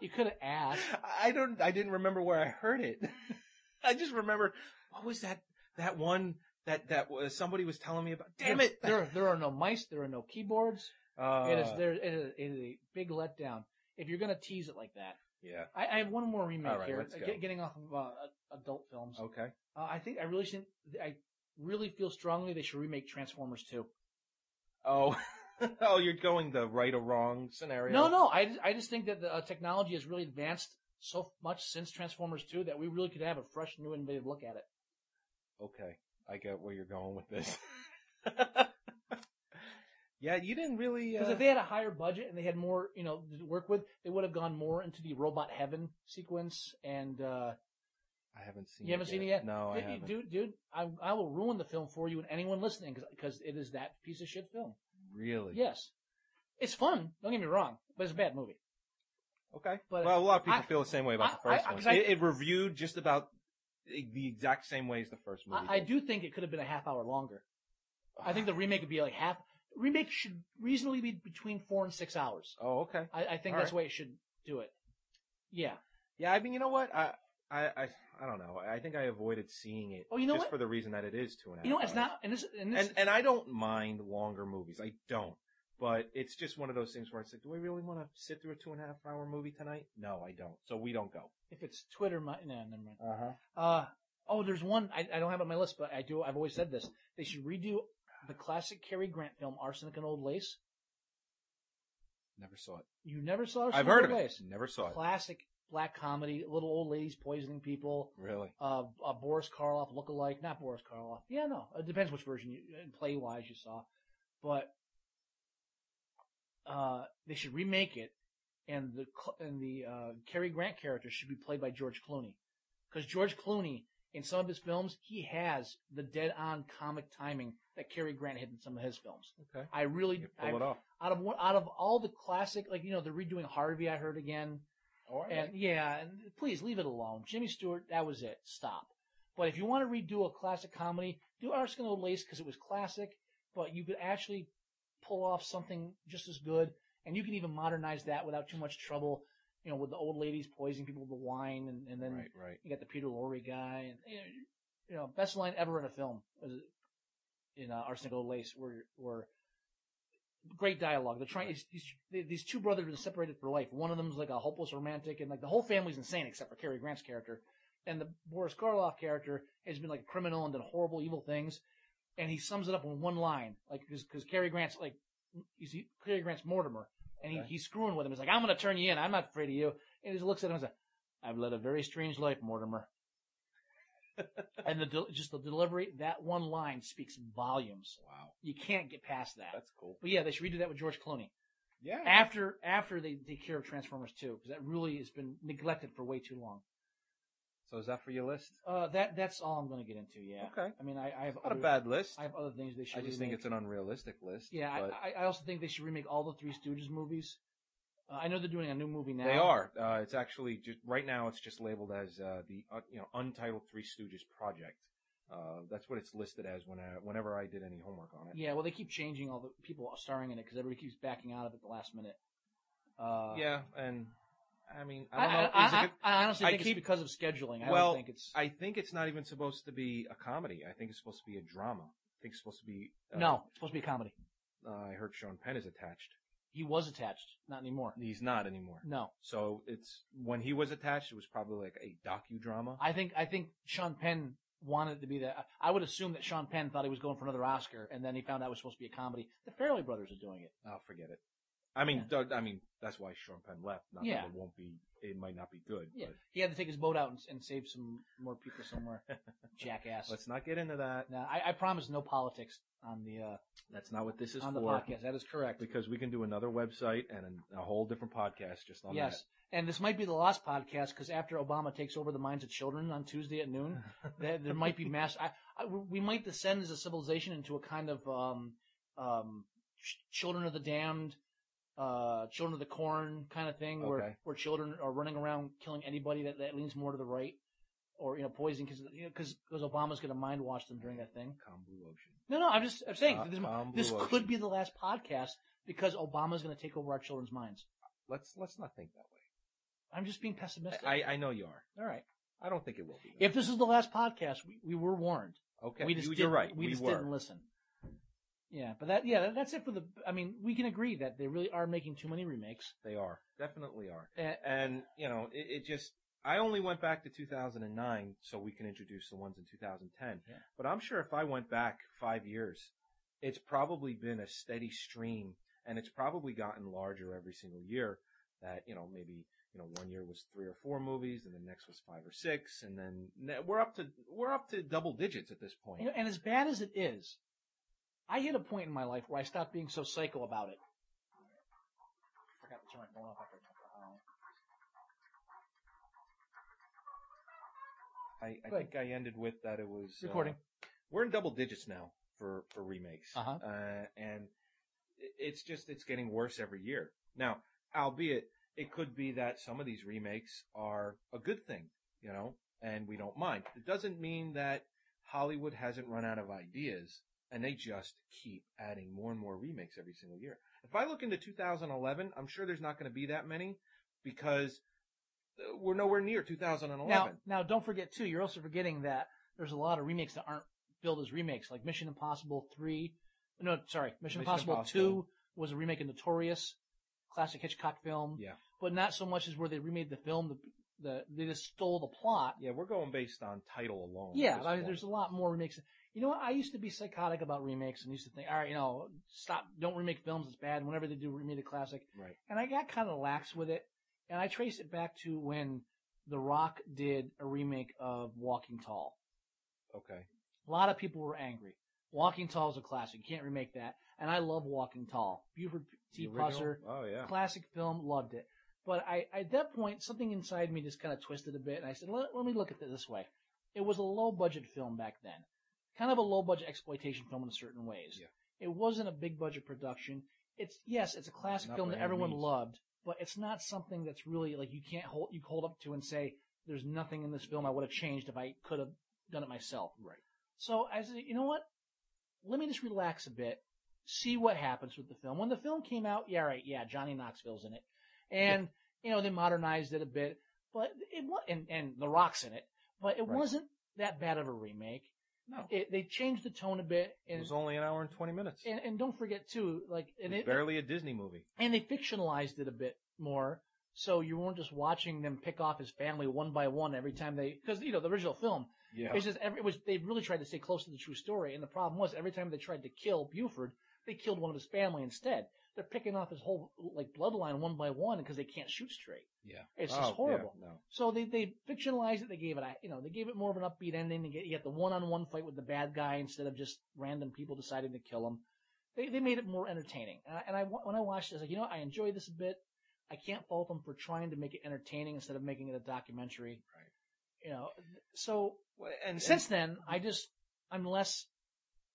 B: You could have asked.
C: I don't. I didn't remember where I heard it. (laughs) I just remember what was that? That one that that was somebody was telling me about. Damn it!
B: (laughs) There, there are no mice. There are no keyboards.
C: Uh,
B: it is there. It is, it is a big letdown if you're gonna tease it like that.
C: Yeah.
B: I, I have one more remake
C: All right,
B: here.
C: let's go. Oh.
B: Get- getting off of uh, adult films,
C: Okay.
B: uh, I think I really should, I really feel strongly they should remake Transformers 2.
C: Oh. (laughs) oh, you're going the right or wrong scenario.
B: No, no, I just- I just think that the uh, technology has really advanced so much since Transformers 2 that we really could have a fresh, new, innovative look at it.
C: Okay, I get where you're going with this. (laughs) yeah, you didn't really.
B: Because
C: Uh,
B: if they had a higher budget and they had more, you know, to work with, they would have gone more into the robot heaven sequence. And uh,
C: I haven't seen.
B: you haven't
C: it
B: seen it
C: yet.
B: yet,
C: No, Oh, I
B: dude,
C: haven't.
B: dude. dude I, I will ruin the film for you and anyone listening because it is that piece of shit film.
C: Really?
B: Yes. It's fun. Don't get me wrong, but it's a bad movie.
C: Okay.
B: But-
C: well, a lot of people
B: I-
C: feel the same way about
B: I-
C: the first
B: I- I-
C: one.
B: 'cause I-
C: it, it reviewed just about the exact same way as the first movie.
B: I, I
C: did.
B: do think it could have been a half hour longer. I
C: (sighs)
B: think the remake would be like half. Remake should reasonably be between four and six hours.
C: Oh, okay.
B: I, I think
C: All right.
B: that's the way it should do it. Yeah.
C: Yeah, I mean, you know what? I I, I, I don't know. I think I avoided seeing it
B: Oh, you know
C: just
B: what?
C: for the reason that it is two and a half.
B: You know, it's
C: hours.
B: not, and this, and this,
C: And and I don't mind longer movies. I don't. But it's just one of those things where it's like, do we really want to sit through a two and a half hour movie tonight? No, I don't. So we don't go.
B: if it's Twitter, my, no, never mind.
C: Uh huh.
B: Uh, oh, there's one, I, I don't have it on my list, but I do, I've always said this. They should redo the classic Cary Grant film, Arsenic and Old Lace.
C: Never saw it.
B: You never saw Arsenic
C: I've heard of
B: and Old
C: it.
B: Lace.
C: Never saw it.
B: Classic black comedy, little old ladies poisoning people,
C: Really?
B: uh, a Boris Karloff look-alike. Not Boris Karloff. Yeah, no. It depends which version you, play wise you saw. But, uh, they should remake it and the, cl- and the, uh, Cary Grant character should be played by George Clooney. Cause George Clooney, in some of his films, he has the dead on comic timing that Cary Grant had in some of his films.
C: Okay.
B: I really,
C: You
B: I,
C: pull it off.
B: out of, one- out of all the classic, like, you know, they're redoing Harvey, I heard again.
C: All
B: And yeah, and please leave it alone. Jimmy Stewart, that was it. Stop. But if you want to redo a classic comedy, do Arsenic and Old Lace because it was classic, but you could actually pull off something just as good, and you can even modernize that without too much trouble. You know, with the old ladies poisoning people with the wine, and, and then
C: Right, right.
B: you got the Peter Lorre guy, and you know, you know, best line ever in a film was in uh, Arsenic and Old Lace, where where great dialogue. They're trying it's, these these two brothers are separated for life. One of them's like a hopeless romantic, and like the whole family's insane except for Cary Grant's character, and the Boris Karloff character has been like a criminal and done horrible evil things, and he sums it up in one line, like because Cary Grant's like he's he, Cary Grant's Mortimer, and he,
C: Okay.
B: he's screwing with him. He's like, I'm gonna turn you in. I'm not afraid of you. And he just looks at him and says, I've led a very strange life, Mortimer. and the del- just the delivery that one line speaks volumes.
C: Wow.
B: You can't get past that.
C: That's cool.
B: But yeah, they should redo that with George Clooney
C: Yeah.
B: after after they take care of Transformers 2 because that really has been neglected for way too long.
C: so is that for your list?
B: Uh, that that's all I'm going to get into. Yeah.
C: Okay.
B: I mean, I, I have
C: Not a
B: other-
C: bad list.
B: I have other things they
C: I
B: should.
C: just think
B: remake.
C: it's an unrealistic list.
B: Yeah, I-
C: but
B: I, I also think they should remake all the Three Stooges movies. Uh, I know they're doing a new movie now.
C: they are. Uh, it's actually just right now. It's just labeled as uh, the uh, you know untitled Three Stooges project. Uh, that's what it's listed as when I, whenever I did any homework on it.
B: Yeah, well, they keep changing all the people starring in it because everybody keeps backing out of it at the last minute. Uh,
C: Yeah, and I mean, I
B: I,
C: don't know.
B: I-
C: is it
B: I-
C: good-
B: I honestly
C: I
B: think
C: keep-
B: it's because of scheduling. I
C: Well,
B: don't think it's.
C: I think it's not even supposed to be a comedy. I think it's supposed to be a drama. I think it's supposed to be. Uh,
B: no, it's supposed to be a comedy.
C: uh, I heard Sean Penn is attached.
B: He was attached, not anymore.
C: He's not anymore.
B: No,
C: So it's when he was attached, it was probably like a docudrama.
B: I think I think Sean Penn wanted it to be that. I would assume that Sean Penn thought he was going for another Oscar, and then he found out it was supposed to be a comedy. The Farrelly brothers are doing it.
C: I'll Oh, forget it. I mean,
B: Yeah.
C: Doug, I mean that's why Sean Penn left. Not
B: Yeah.
C: that it won't be. It might not be good.
B: Yeah,
C: but
B: he had to take his boat out and, and save some more people
C: (laughs)
B: somewhere. Jackass.
C: let's not get into that.
B: now, I, I promise no politics on the uh,
C: That's not what this is
B: on the
C: for.
B: podcast. That is correct.
C: Because we can do another website and a, a whole different podcast just on
B: Yes. And this might be the last podcast because after Obama takes over the minds of children on Tuesday at noon,
C: (laughs)
B: there, there might be mass. I, I, we might descend as a civilization into a kind of um, um, ch- children of the damned, uh, children of the corn kind of thing,
C: Okay.
B: where where children are running around killing anybody that, that leans more to the right, or you know, poisoning because because Obama's going to mind wash them during that thing.
C: that. Calm Blue Ocean.
B: No, no, I'm just I'm saying
C: Uh,
B: this,
C: Tom
B: this
C: Blue
B: could be the last podcast because Obama's going to take over our children's minds.
C: Let's let's not think that
B: I'm just being pessimistic.
C: way. I, I know you are.
B: All right.
C: I don't think it will be. though.
B: If this is the last podcast, we, we were warned.
C: okay,
B: we just
C: you,
B: didn't-
C: you're right.
B: We,
C: We,
B: just
C: were.
B: didn't listen. Yeah, but that yeah, that- that's it for the. I mean, we can agree that they really are making too many remakes.
C: They are definitely are.
B: Eh,
C: And you know, it, it just. I only went back to 2009 so we can introduce the ones in 2010.
B: Yeah.
C: But I'm sure if I went back five years, it's probably been a steady stream, and it's probably gotten larger every single year. That you know, maybe you know, one year was three or four movies, and the next was five or six, and then ne- we're up to we're up to double digits at this point.
B: you know, and as bad as it is, I hit a point in my life where I stopped being so psycho about it. forgot to turn my phone off after. um,
C: I, I
B: Go
C: think I ended with that it was uh,
B: Recording.
C: we're in double digits now for for remakes,
B: Uh-huh.
C: Uh, and i- it's just it's getting worse every year. Now, albeit it could be that some of these remakes are a good thing, you know, and we don't mind. It doesn't mean that Hollywood hasn't run out of ideas, and they just keep adding more and more remakes every single year. If I look into 2011, I'm sure there's not going to be that many because uh, we're nowhere near 2011.
B: Now, now don't forget too. You're also forgetting that there's a lot of remakes that aren't billed as remakes, like Mission Impossible Three. No, sorry,
C: Mission
B: Mission, Impossible, Two
C: Impossible.
B: was a remake of Notorious, classic Hitchcock film.
C: Yeah.
B: but not so much as where they remade the film. The, the they just stole the plot.
C: yeah, we're going based on title alone. at
B: Yeah,
C: this
B: I mean,
C: point.
B: there's a lot more remakes. You know what? I used to be psychotic about remakes and used to think, all right, you know, stop, don't remake films. It's bad. Whenever they do remake a classic,
C: Right.
B: and I got kind of lax with it. And I traced it back to when The Rock did a remake of Walking Tall.
C: Okay.
B: A lot of people were angry. Walking Tall is a classic. You can't remake that. And I love Walking Tall. Buford T.
C: The original?
B: Pusser,
C: Oh yeah.
B: classic film, loved it. But I, at that point, something inside me just kind of twisted a bit, and I said, let, let me look at it this way. It was a low budget film back then. Kind of a low budget exploitation film in certain ways.
C: Yeah.
B: It wasn't a big budget production. It's, yes, it's a classic
C: Not
B: film
C: by
B: that
C: any
B: everyone
C: means.
B: loved, but it's not something that's really like you can't hold, you hold up to and say, there's nothing in this film I would have changed if I could have done it myself.
C: Right.
B: So I said, you know what? Let me just relax a bit, see what happens with the film. When the film came out, yeah, right, yeah, Johnny Knoxville's in it, and you know they modernized it a bit, but it was and and The Rock's in it, but it
C: Right.
B: wasn't that bad of a remake.
C: No.
B: It, they changed the tone a bit,
C: It
B: and,
C: was only an hour and 20 minutes.
B: and and don't forget too, like
C: It
B: and
C: was
B: it,
C: barely a Disney movie.
B: and they fictionalized it a bit more. So you weren't just watching them pick off his family one by one every time they, because you know the original film,
C: Yeah.
B: it's just every, it was they really tried to stay close to the true story, and the problem was every time they tried to kill Buford, they killed one of his family instead. They're picking off his whole like bloodline one by one because they can't shoot straight.
C: Yeah.
B: It's just
C: Oh, yeah,
B: horrible.
C: no.
B: So they they fictionalized it. They gave it a you know they gave it more of an upbeat ending. They get you got the one on one fight with the bad guy instead of just random people deciding to kill him. They they made it more entertaining. And I, and I wa- when I watched it, I was like you know what? I enjoy this a bit. I can't fault them for trying to make it entertaining instead of making it a documentary.
C: Right.
B: You know, so
C: Well, And, and
B: since then, I just I'm less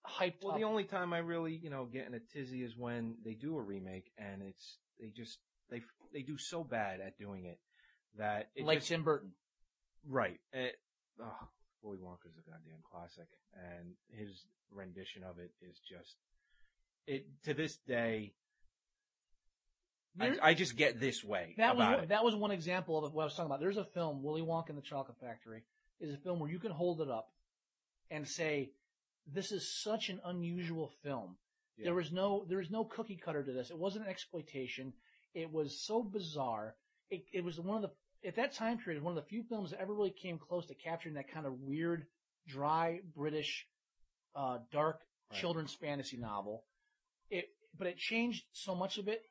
B: hyped
C: well,
B: up.
C: the only time I really, you know, get in a tizzy is when they do a remake and it's they just they they do so bad at doing it that it
B: like
C: just,
B: Tim Burton,
C: Right. It, oh, Willy Wonka's a goddamn classic, and his rendition of it is just it to this day. I,
B: There-
C: I just get this way
B: that was
C: about
B: one,
C: it.
B: that was one example of what I was talking about. There's a film, Willy Wonka and the Chocolate Factory, is a film where you can hold it up and say, "This is such an unusual film.
C: Yeah.
B: There was no there was no cookie cutter to this. It wasn't an exploitation. It was so bizarre. It, it was one of the at that time period one of the few films that ever really came close to capturing that kind of weird, dry British, uh, dark
C: Right.
B: children's fantasy novel. It but it changed so much of it,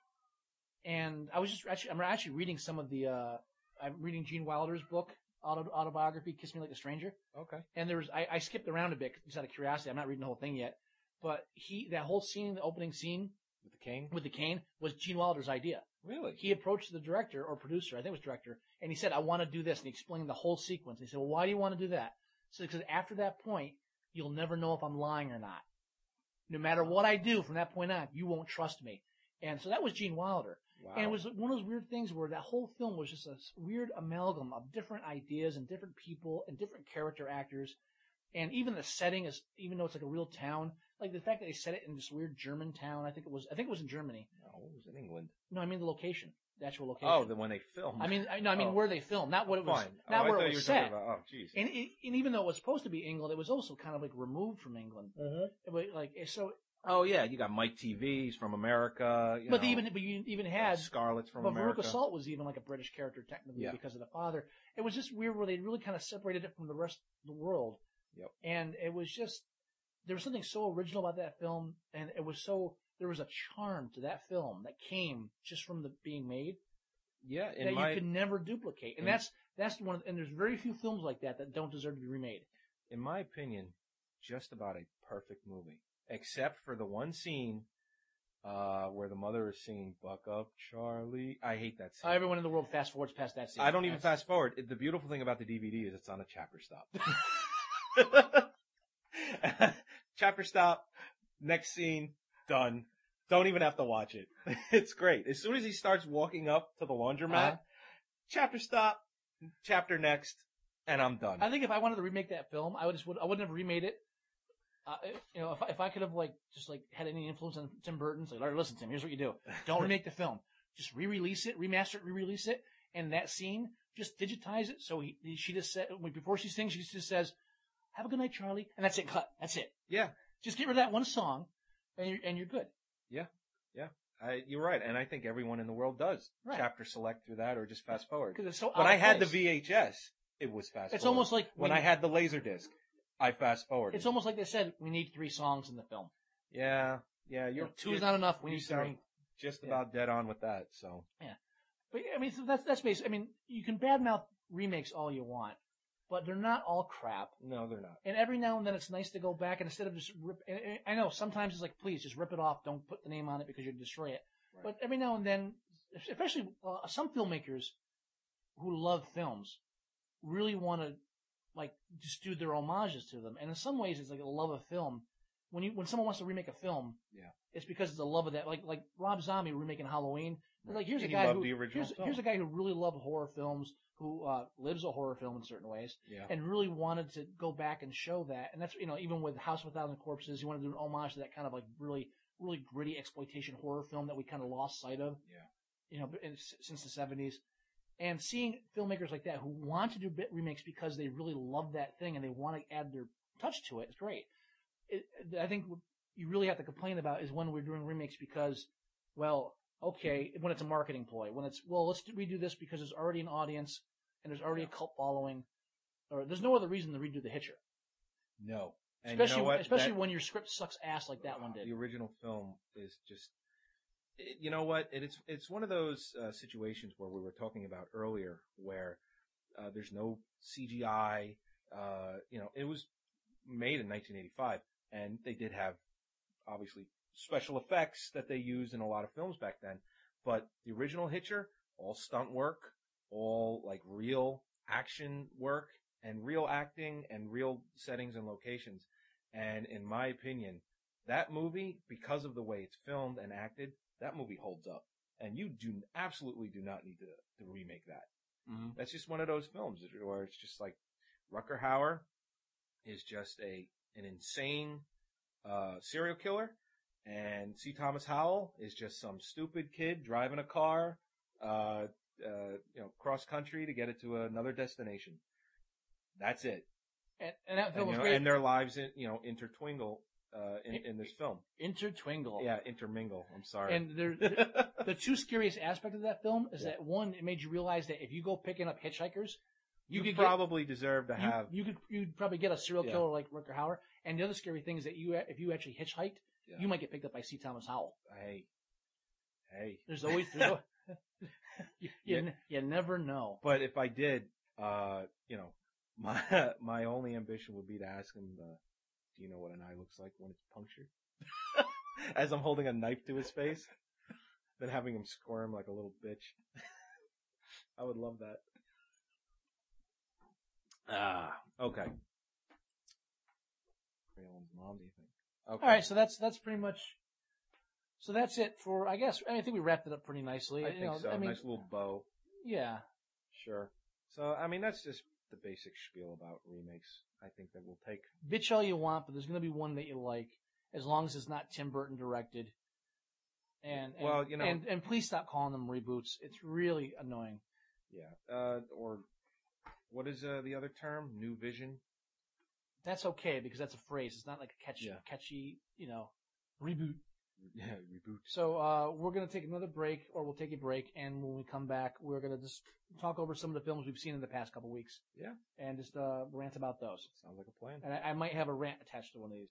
B: and I was just actually I'm actually reading some of the uh, I'm reading Gene Wilder's book auto, autobiography Kiss Me Like a Stranger
C: okay.
B: and there was I, I skipped around a bit just out of curiosity. I'm not reading the whole thing yet, but he that whole scene, the opening scene
C: With the king,
B: with the cane, was Gene Wilder's idea.
C: really?
B: He approached the director or producer, I think it was director, and he said, "I want to do this," and he explained the whole sequence. He said, "Well, why do you want to do that?" So because after that point, you'll never know if I'm lying or not. No matter what I do from that point on, you won't trust me. And so that was Gene Wilder.
C: wow.
B: And it was one of those weird things where that whole film was just a s- weird amalgam of different ideas and different people and different character actors. And even the setting is, even though it's like a real town, like the fact that they set it in this weird German town, I think it was, I think it was in Germany.
C: no, it was in England.
B: No, I mean the location, the actual location.
C: Oh, the when they filmed.
B: I mean, I, no, I mean
C: Oh.
B: where they filmed, not what it was,
C: Fine. Oh,
B: not
C: I
B: where
C: thought
B: it
C: you
B: was
C: were
B: set.
C: talking About, oh, jeez.
B: And, it, and even though it was supposed to be England, it was also kind of like removed from England.
C: Mm-hmm.
B: It was like, so,
C: Oh yeah, you got Mike TV's from America. You
B: but they
C: know,
B: even, but you even
C: uh,
B: had
C: Scarlett's from
B: but
C: America.
B: Veruca Salt was even like a British character technically
C: Yeah.
B: because of the father. It was just weird where they really kind of separated it from the rest of the world.
C: Yep.
B: And it was just there was something so original about that film, and it was so there was a charm to that film that came just from the being made
C: yeah, in
B: that
C: my
B: you could never duplicate. And
C: in-
B: that's that's one. Of, and there's very few films like that that don't deserve to be remade.
C: in my opinion, just about a perfect movie, except for the one scene uh, where the mother is singing "Buck Up, Charlie." I hate that scene.
B: Everyone in the world fast forwards past that scene.
C: I don't even
B: That's-
C: fast forward. It- The beautiful thing about the DVD is it's on a chapter stop.
B: (laughs)
C: (laughs) chapter stop. Next scene. Done. Don't even have to watch it. (laughs) It's great. As soon as he starts walking up to the laundromat,
B: Uh-huh.
C: chapter stop. Chapter next, and I'm done.
B: I think if I wanted to remake that film, I would just would I wouldn't have remade it. Uh, you know, if I, if I could have like just like had any influence on
C: (laughs)
B: Tim Burton's, like, all right, listen, Tim, here's what you do: don't remake the film, just re-release it, remaster it, re-release it, and that scene, just digitize it. So he, he- she just said before she sings, she just says, "Have a good night, Charlie," and that's it. Cut. That's it.
C: Yeah.
B: Just get rid of that one song, and you're, and you're good.
C: I, you're right, and I think everyone in the world does
B: Right.
C: chapter select through that or just fast forward.
B: Because it's so.
C: When
B: out
C: I
B: of
C: had the
B: place.
C: VHS, it was fast.
B: it's
C: forward.
B: almost like
C: when I had the laser disc, I fast forward.
B: It's almost like they said we need three songs in the film.
C: yeah, yeah. You're
B: two
C: you're
B: is not enough. We
C: you
B: need
C: sound-
B: three.
C: just
B: Yeah.
C: about dead on with that. So
B: But yeah, I mean, so that's that's basically. I mean, you can badmouth remakes all you want, but they're not all crap.
C: no, they're not.
B: And every now and then, it's nice to go back and instead of just rip. and- and I know sometimes it's like, please just rip it off. Don't put the name on it because you'll destroy it.
C: Right.
B: But every now and then, especially uh, some filmmakers who love films, really want to like just do their homages to them. And in some ways, it's like a love of film. When you when someone wants to remake a film,
C: Yeah.
B: it's because it's a love of that. Like like Rob Zombie remaking Halloween. It's Like here's
C: He
B: a guy
C: loved
B: who
C: the original
B: here's,
C: film.
B: here's a guy who really loved horror films, who uh, lives a horror film in certain ways
C: Yeah,
B: and really wanted to go back and show that. And that's, you know, even with House of a Thousand Corpses, you want to do an homage to that kind of like really, really gritty exploitation horror film that we kind of lost sight of.
C: Yeah.
B: You know, but in, since the 70s. And seeing filmmakers like that who want to do bit remakes because they really love that thing and they want to add their touch to it, it's great. It, I think what you really have to complain about is when we're doing remakes because, well, okay, when it's a marketing ploy, when it's, well, let's redo this because there's already an audience and there's already a cult following or there's no other reason to redo the Hitcher,
C: no. And you know
B: especially
C: what?
B: especially
C: That-
B: when your script sucks ass like that one
C: The
B: did.
C: original film is just. it- you know what? It, it's it's one of those uh, situations where we were talking about earlier, where uh, there's no CGI. Uh, you know, it was made in 1985, and they did have obviously special effects that they used in a lot of films back then. But the original Hitcher, all stunt work, all like real action work, and real acting, and real settings and locations. And in my opinion, that movie, because of the way it's filmed and acted, that movie holds up. And you do absolutely do not need to, to remake that.
B: Mhm.
C: That's just one of those films where it's just like Rucker Hauer is just a an insane uh, serial killer, and C. Thomas Howell is just some stupid kid driving a car, uh, uh, you know, cross country to get it to another destination. That's it.
B: And, and that
C: And,
B: film
C: you
B: was
C: know,
B: great.
C: and their lives, in, you know, intertwingle uh, in, in this film.
B: Intertwingle.
C: Yeah, intermingle. I'm sorry. (laughs)
B: And there, the two scariest aspects of that film is
C: Yeah.
B: that one, it made you realize that if you go picking up hitchhikers,
C: you,
B: could get-
C: probably deserve to
B: you-
C: have.
B: you, could you'd probably get a serial
C: Yeah.
B: killer like Rucker Hauer. And the other scary thing is that you if you actually hitchhiked,
C: Yeah.
B: you might get picked up by C. Thomas Howell.
C: hey, hey.
B: There's always
C: (laughs)
B: (laughs) there's al- you, you,
C: Yeah.
B: n- you never know.
C: But if I did, uh, you know, (laughs) my my only ambition would be to ask him, uh, "Do you know what an eye looks like when it's punctured?" (laughs) As I'm holding a knife to his face, then having him squirm like a little bitch. (laughs) I would love that.
D: Ah.
C: Okay. Raylan's mom, do you think? Okay.
B: All right, so that's that's pretty much. So that's it for I guess I, mean, I think we wrapped it up pretty nicely.
C: I
B: You
C: think
B: know,
C: so.
B: I mean,
C: nice little bow.
B: yeah,
C: Sure. So, I mean, that's just the basic spiel about remakes. I think that we'll take.
B: bitch all you want, but there's gonna be one that you like as long as it's not Tim Burton directed. And, and
C: Well, you know-
B: and, and please stop calling them reboots. It's really annoying.
C: Yeah. Uh, or what is uh, the other term? New vision. (laughs)
B: That's okay because that's a phrase. It's not like a catchy,
C: Yeah.
B: catchy, you know, reboot.
C: Yeah, reboot.
B: So uh, we're gonna take another break, or we'll take a break, and when we come back, we're gonna just talk over some of the films we've seen in the past couple weeks.
C: Yeah.
B: and just uh, rant about those.
C: Sounds like a plan.
B: And I, I might have a rant attached to one of these.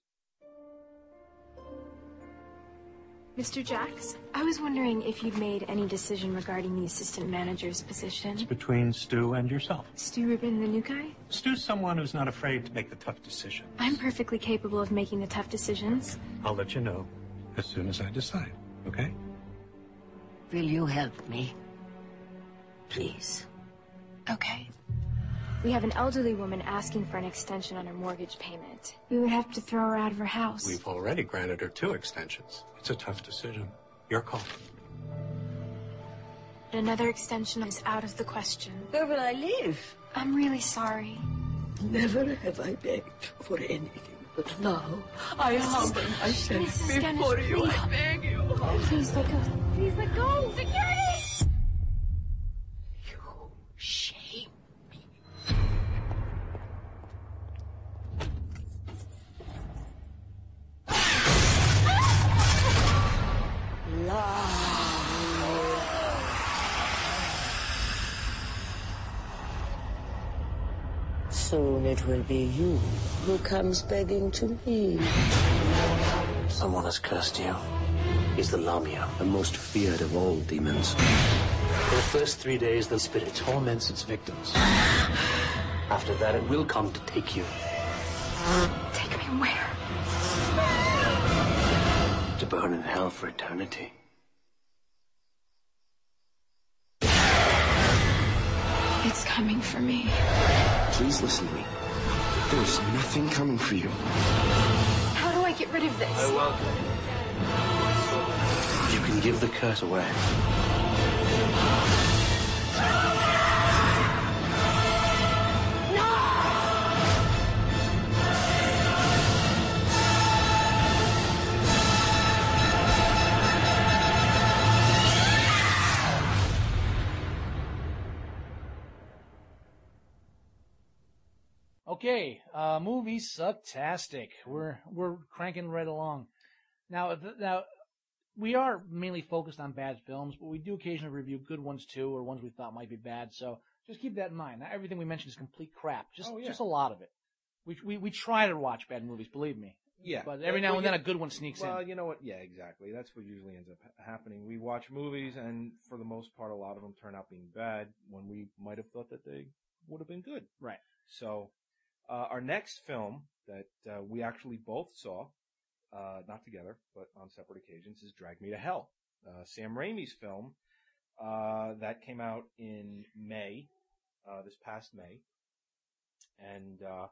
E: Mr. Jax, I was wondering if you'd made any decision regarding the assistant manager's position.
F: between Stu and yourself.
E: Stu Rubin, the new guy?
F: Stu's someone who's not afraid to make the tough decisions.
E: I'm perfectly capable of making the tough decisions.
F: I'll let you know as soon as I decide, okay?
G: Will you help me? Please.
E: Okay. We have an elderly woman asking for an extension on her mortgage payment. We would have to throw her out of her house.
F: We've already granted her two extensions. It's a tough decision. Your call.
E: Another extension is out of the question.
G: Where will I live?
E: I'm really sorry.
G: Never have I begged for anything, but now I humble myself
E: Mrs. Dennis,
G: before you.
E: please.
G: I beg you.
E: Please let go. Please let go. Security!
G: You Soon it will be you who comes begging to me.
H: Someone has cursed you. He's the Lamia, the most feared of all demons. For the first three days, the spirit torments its victims. After that, it will come to take you
E: Take me where?
H: to burn in hell for eternity.
E: It's coming for me.
H: Please listen to me. There's nothing coming for you.
E: How do I get rid of this?
H: You can give the curse away.
B: Okay, uh, movie sucktastic. We're we're cranking right along. Now, th- now we are mainly focused on bad films, but we do occasionally review good ones too, or ones we thought might be bad. So just keep that in mind. Not everything we mentioned is complete crap. Just
C: Oh, yeah.
B: just a lot of it. We, we we try to watch bad movies, believe me.
C: Yeah.
B: But every now and then a good one sneaks
C: Well,
B: in.
C: you know what? Yeah, exactly. That's what usually ends up ha- happening. We watch movies, and for the most part, a lot of them turn out being bad when we might have thought that they would have been good.
B: Right.
C: So, uh, our next film that uh, we actually both saw, uh, not together, but on separate occasions, is Drag Me to Hell. Uh, Sam Raimi's film uh, that came out in May, uh, this past May. And, uh,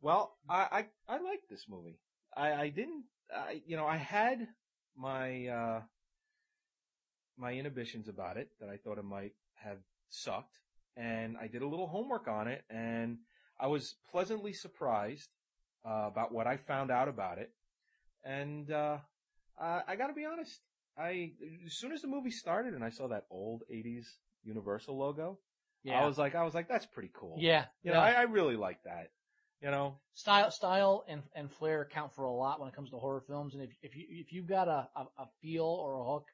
C: well, I, I, I liked this movie. I, I didn't, I, you know, I had my, uh, my inhibitions about it that I thought it might have sucked. And I did a little homework on it and I was pleasantly surprised, uh, about what I found out about it. And, uh, I, I gotta be honest. I, as soon as the movie started and I saw that old 80s Universal logo,
B: Yeah.
C: I was like, I was like, that's pretty cool.
B: yeah.
C: You know,
B: yeah.
C: I, I really like that. You know,
B: style style and and flair count for a lot when it comes to horror films and if if you if you've got a, a, a feel or a hook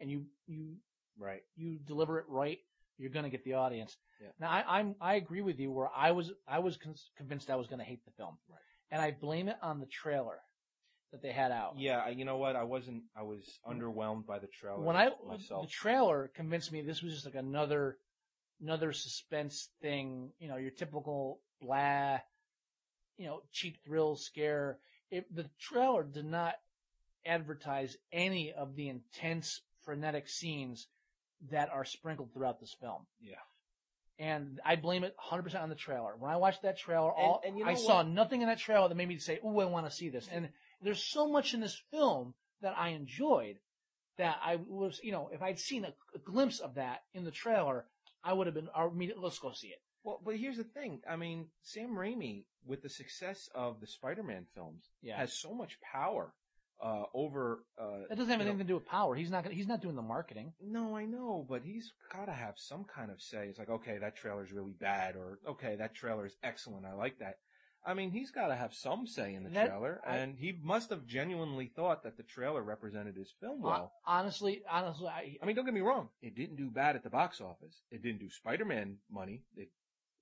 B: and you you
C: right.
B: you deliver it right you're going to get the audience
C: Yeah.
B: now I, i'm i agree with you where i was i was con- convinced i was going to hate the film
C: Right.
B: and i blame it on the trailer that they had out
C: Yeah, I- you know what? I wasn't. I was underwhelmed by the trailer.
B: when i
C: myself,
B: the trailer convinced me this was just like another another suspense thing you know your typical blah you know cheap thrill scare it, the trailer did not advertise any of the intense frenetic scenes that are sprinkled throughout this film
C: Yeah.
B: and I blame it 100% on the trailer. When I watched that trailer,
C: And-
B: all,
C: and you know
B: I saw
C: what?
B: nothing in that trailer that made me say, "Ooh, I want to see this." And there's so much in this film that I enjoyed that I was, you know, if I'd seen a, a glimpse of that in the trailer, I would have been, I mean, let's go see it.
C: well, but here's the thing. I mean, Sam Raimi, with the success of the Spider-Man films,
B: Yeah.
C: has so much power uh, over. Uh,
B: That doesn't have
C: you know-
B: anything to do with power. He's not gonna, he's not doing the marketing.
C: No, I know, but he's got to have some kind of say. It's like, okay, that trailer's really bad, or okay, that trailer's excellent. I like that. I mean, he's got to have some say in the
B: That-
C: trailer,
B: I-
C: and he must have genuinely thought that the trailer represented his film
B: Hon-
C: well.
B: honestly, honestly, I,
C: I mean, don't get me wrong. It didn't do bad at the box office. It didn't do Spider-Man money. It,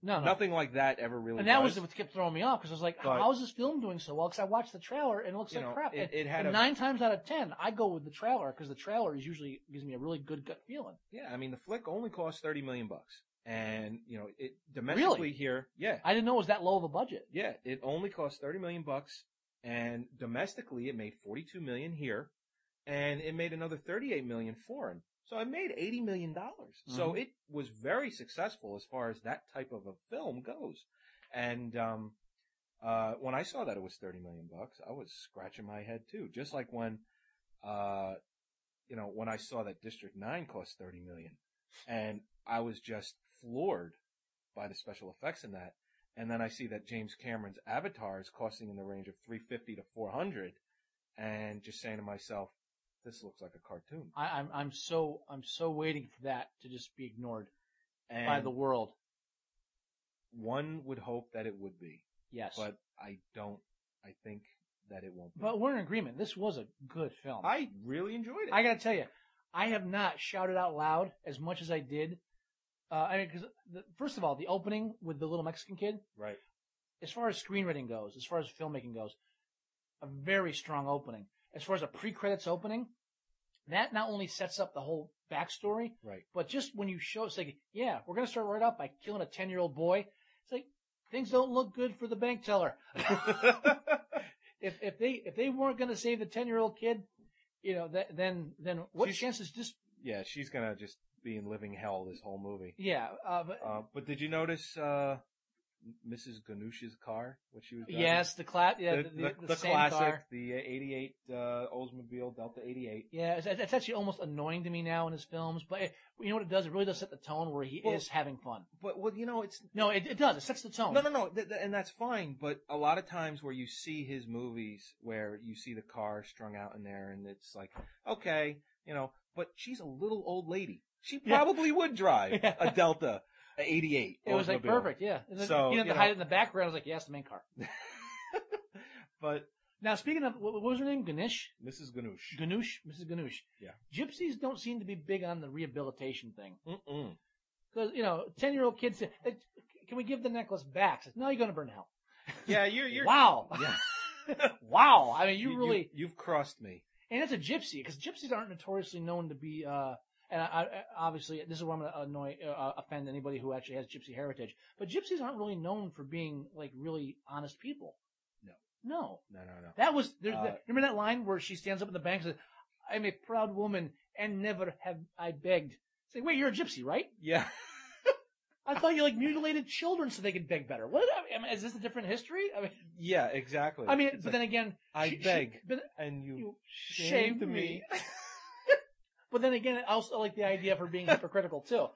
B: no, no.
C: Nothing like that ever really.
B: Uh-huh. and that was
C: does.
B: what kept throwing me off because I was like,
C: But-
B: "How is this film doing so well?" Because I watched the trailer and it looks
C: You
B: like
C: know,
B: crap.
C: it-
B: And-
C: it had
B: and
C: a-
B: nine times out of ten, I go with the trailer because the trailer is usually gives me a really good gut feeling.
C: yeah. I mean, the flick only cost thirty million bucks, and you know, it domestically
B: Really?
C: here, yeah,
B: I didn't know it was that low of a budget.
C: yeah, it only cost thirty million bucks, and domestically it made forty-two million here, and it made another thirty-eight million foreign. So it made eighty million dollars. So it was very successful as far as that type of a film goes, and um, uh, when I saw that it was thirty million bucks, I was scratching my head too. Just like when, uh, you know, when I saw that District Nine cost thirty million, and I was just floored by the special effects in that. And then I see that James Cameron's Avatar is costing in the range of three fifty to four hundred, and just saying to myself, this looks like a cartoon.
B: I, I'm I'm so I'm so waiting for that to just be ignored
C: And
B: by the world.
C: one would hope that it would be,
B: Yes, but,
C: but I don't. I think that it won't. Be.
B: we're in agreement. This was a good film.
C: I really enjoyed it.
B: I gotta tell you, I have not shouted out loud as much as I did Uh, I mean, because first of all, the opening with the little Mexican kid,
C: Right.
B: as far as screenwriting goes, as far as filmmaking goes, a very strong opening. As far as a pre-credits opening, that not only sets up the whole backstory, (laughs)
C: Right. (laughs)
B: but just when you show, it's like, yeah, we're gonna start right up by killing a ten-year-old boy. It's like things don't look good for the bank (laughs) teller. if if they if they weren't gonna save the ten-year-old kid, you know, that, then then what
C: She's-
B: chances? Just
C: yeah, she's gonna just be in living hell this whole movie.
B: yeah, uh, but-
C: Uh, but did you notice uh, Mrs. Ganoush's car? What she was driving?
B: yes, the class, yeah, the,
C: the,
B: the, the same
C: classic,
B: car.
C: the uh, '88 uh, Oldsmobile Delta '88.
B: Yeah, it's, it's actually almost annoying to me now in his films, but it, you know what it does? It really does set the tone where he
C: Well-
B: is having fun.
C: But well, you know, it's
B: No, it, it does. It sets the tone.
C: No, no, no, th- th- and that's fine. But a lot of times where you see his movies, where you see the car strung out in there, and it's like, okay, you know, but she's a little old lady. She
B: (laughs) Yeah.
C: probably would drive
B: (laughs) Yeah.
C: a Delta, a '88.
B: It was like
C: Oldsmobile.
B: perfect, yeah. And then,
C: So,
B: you
C: you
B: know, to
C: know-
B: hide it in the background. I was like, yeah, it's the main car.
C: But
B: Now, speaking of, what, what was her name? Ganesh?
C: Mrs. Ganoush.
B: Ganoush? Mrs. Ganoush.
C: Yeah.
B: Gypsies don't seem to be big on the rehabilitation thing.
C: Mm-mm.
B: Because, you know, 10 year old kids say, "Eh, can we give the necklace back? Says, no, you're going to burn in hell.
C: Yeah, you're you're
B: Wow.
C: (laughs) Yeah.
B: (laughs) wow. I mean, you, really.
C: you, have crossed me.
B: and it's a gypsy because gypsies aren't notoriously known to be. uh and I, I, obviously, this is where I'm going to annoy, uh, offend anybody who actually has gypsy heritage. But gypsies aren't really known for being like really honest people.
C: No.
B: no,
C: No, no, no.
B: that was there,
C: Uh,
B: there- remember that line where she stands up in the bank and says, "I'm a proud woman, and never have I begged." Say, wait, you're a gypsy, right?
C: Yeah.
B: I thought you like mutilated children so they could beg better. What I mean, is this a different history? I mean,
C: Yeah, exactly.
B: I mean,
C: It's
B: but
C: like,
B: then again,
C: I
B: she- she-
C: beg,
B: but
C: and you,
B: you
C: shamed, (laughs) me.
B: But then again, I also like the idea of her
C: (laughs)
B: being hypocritical too.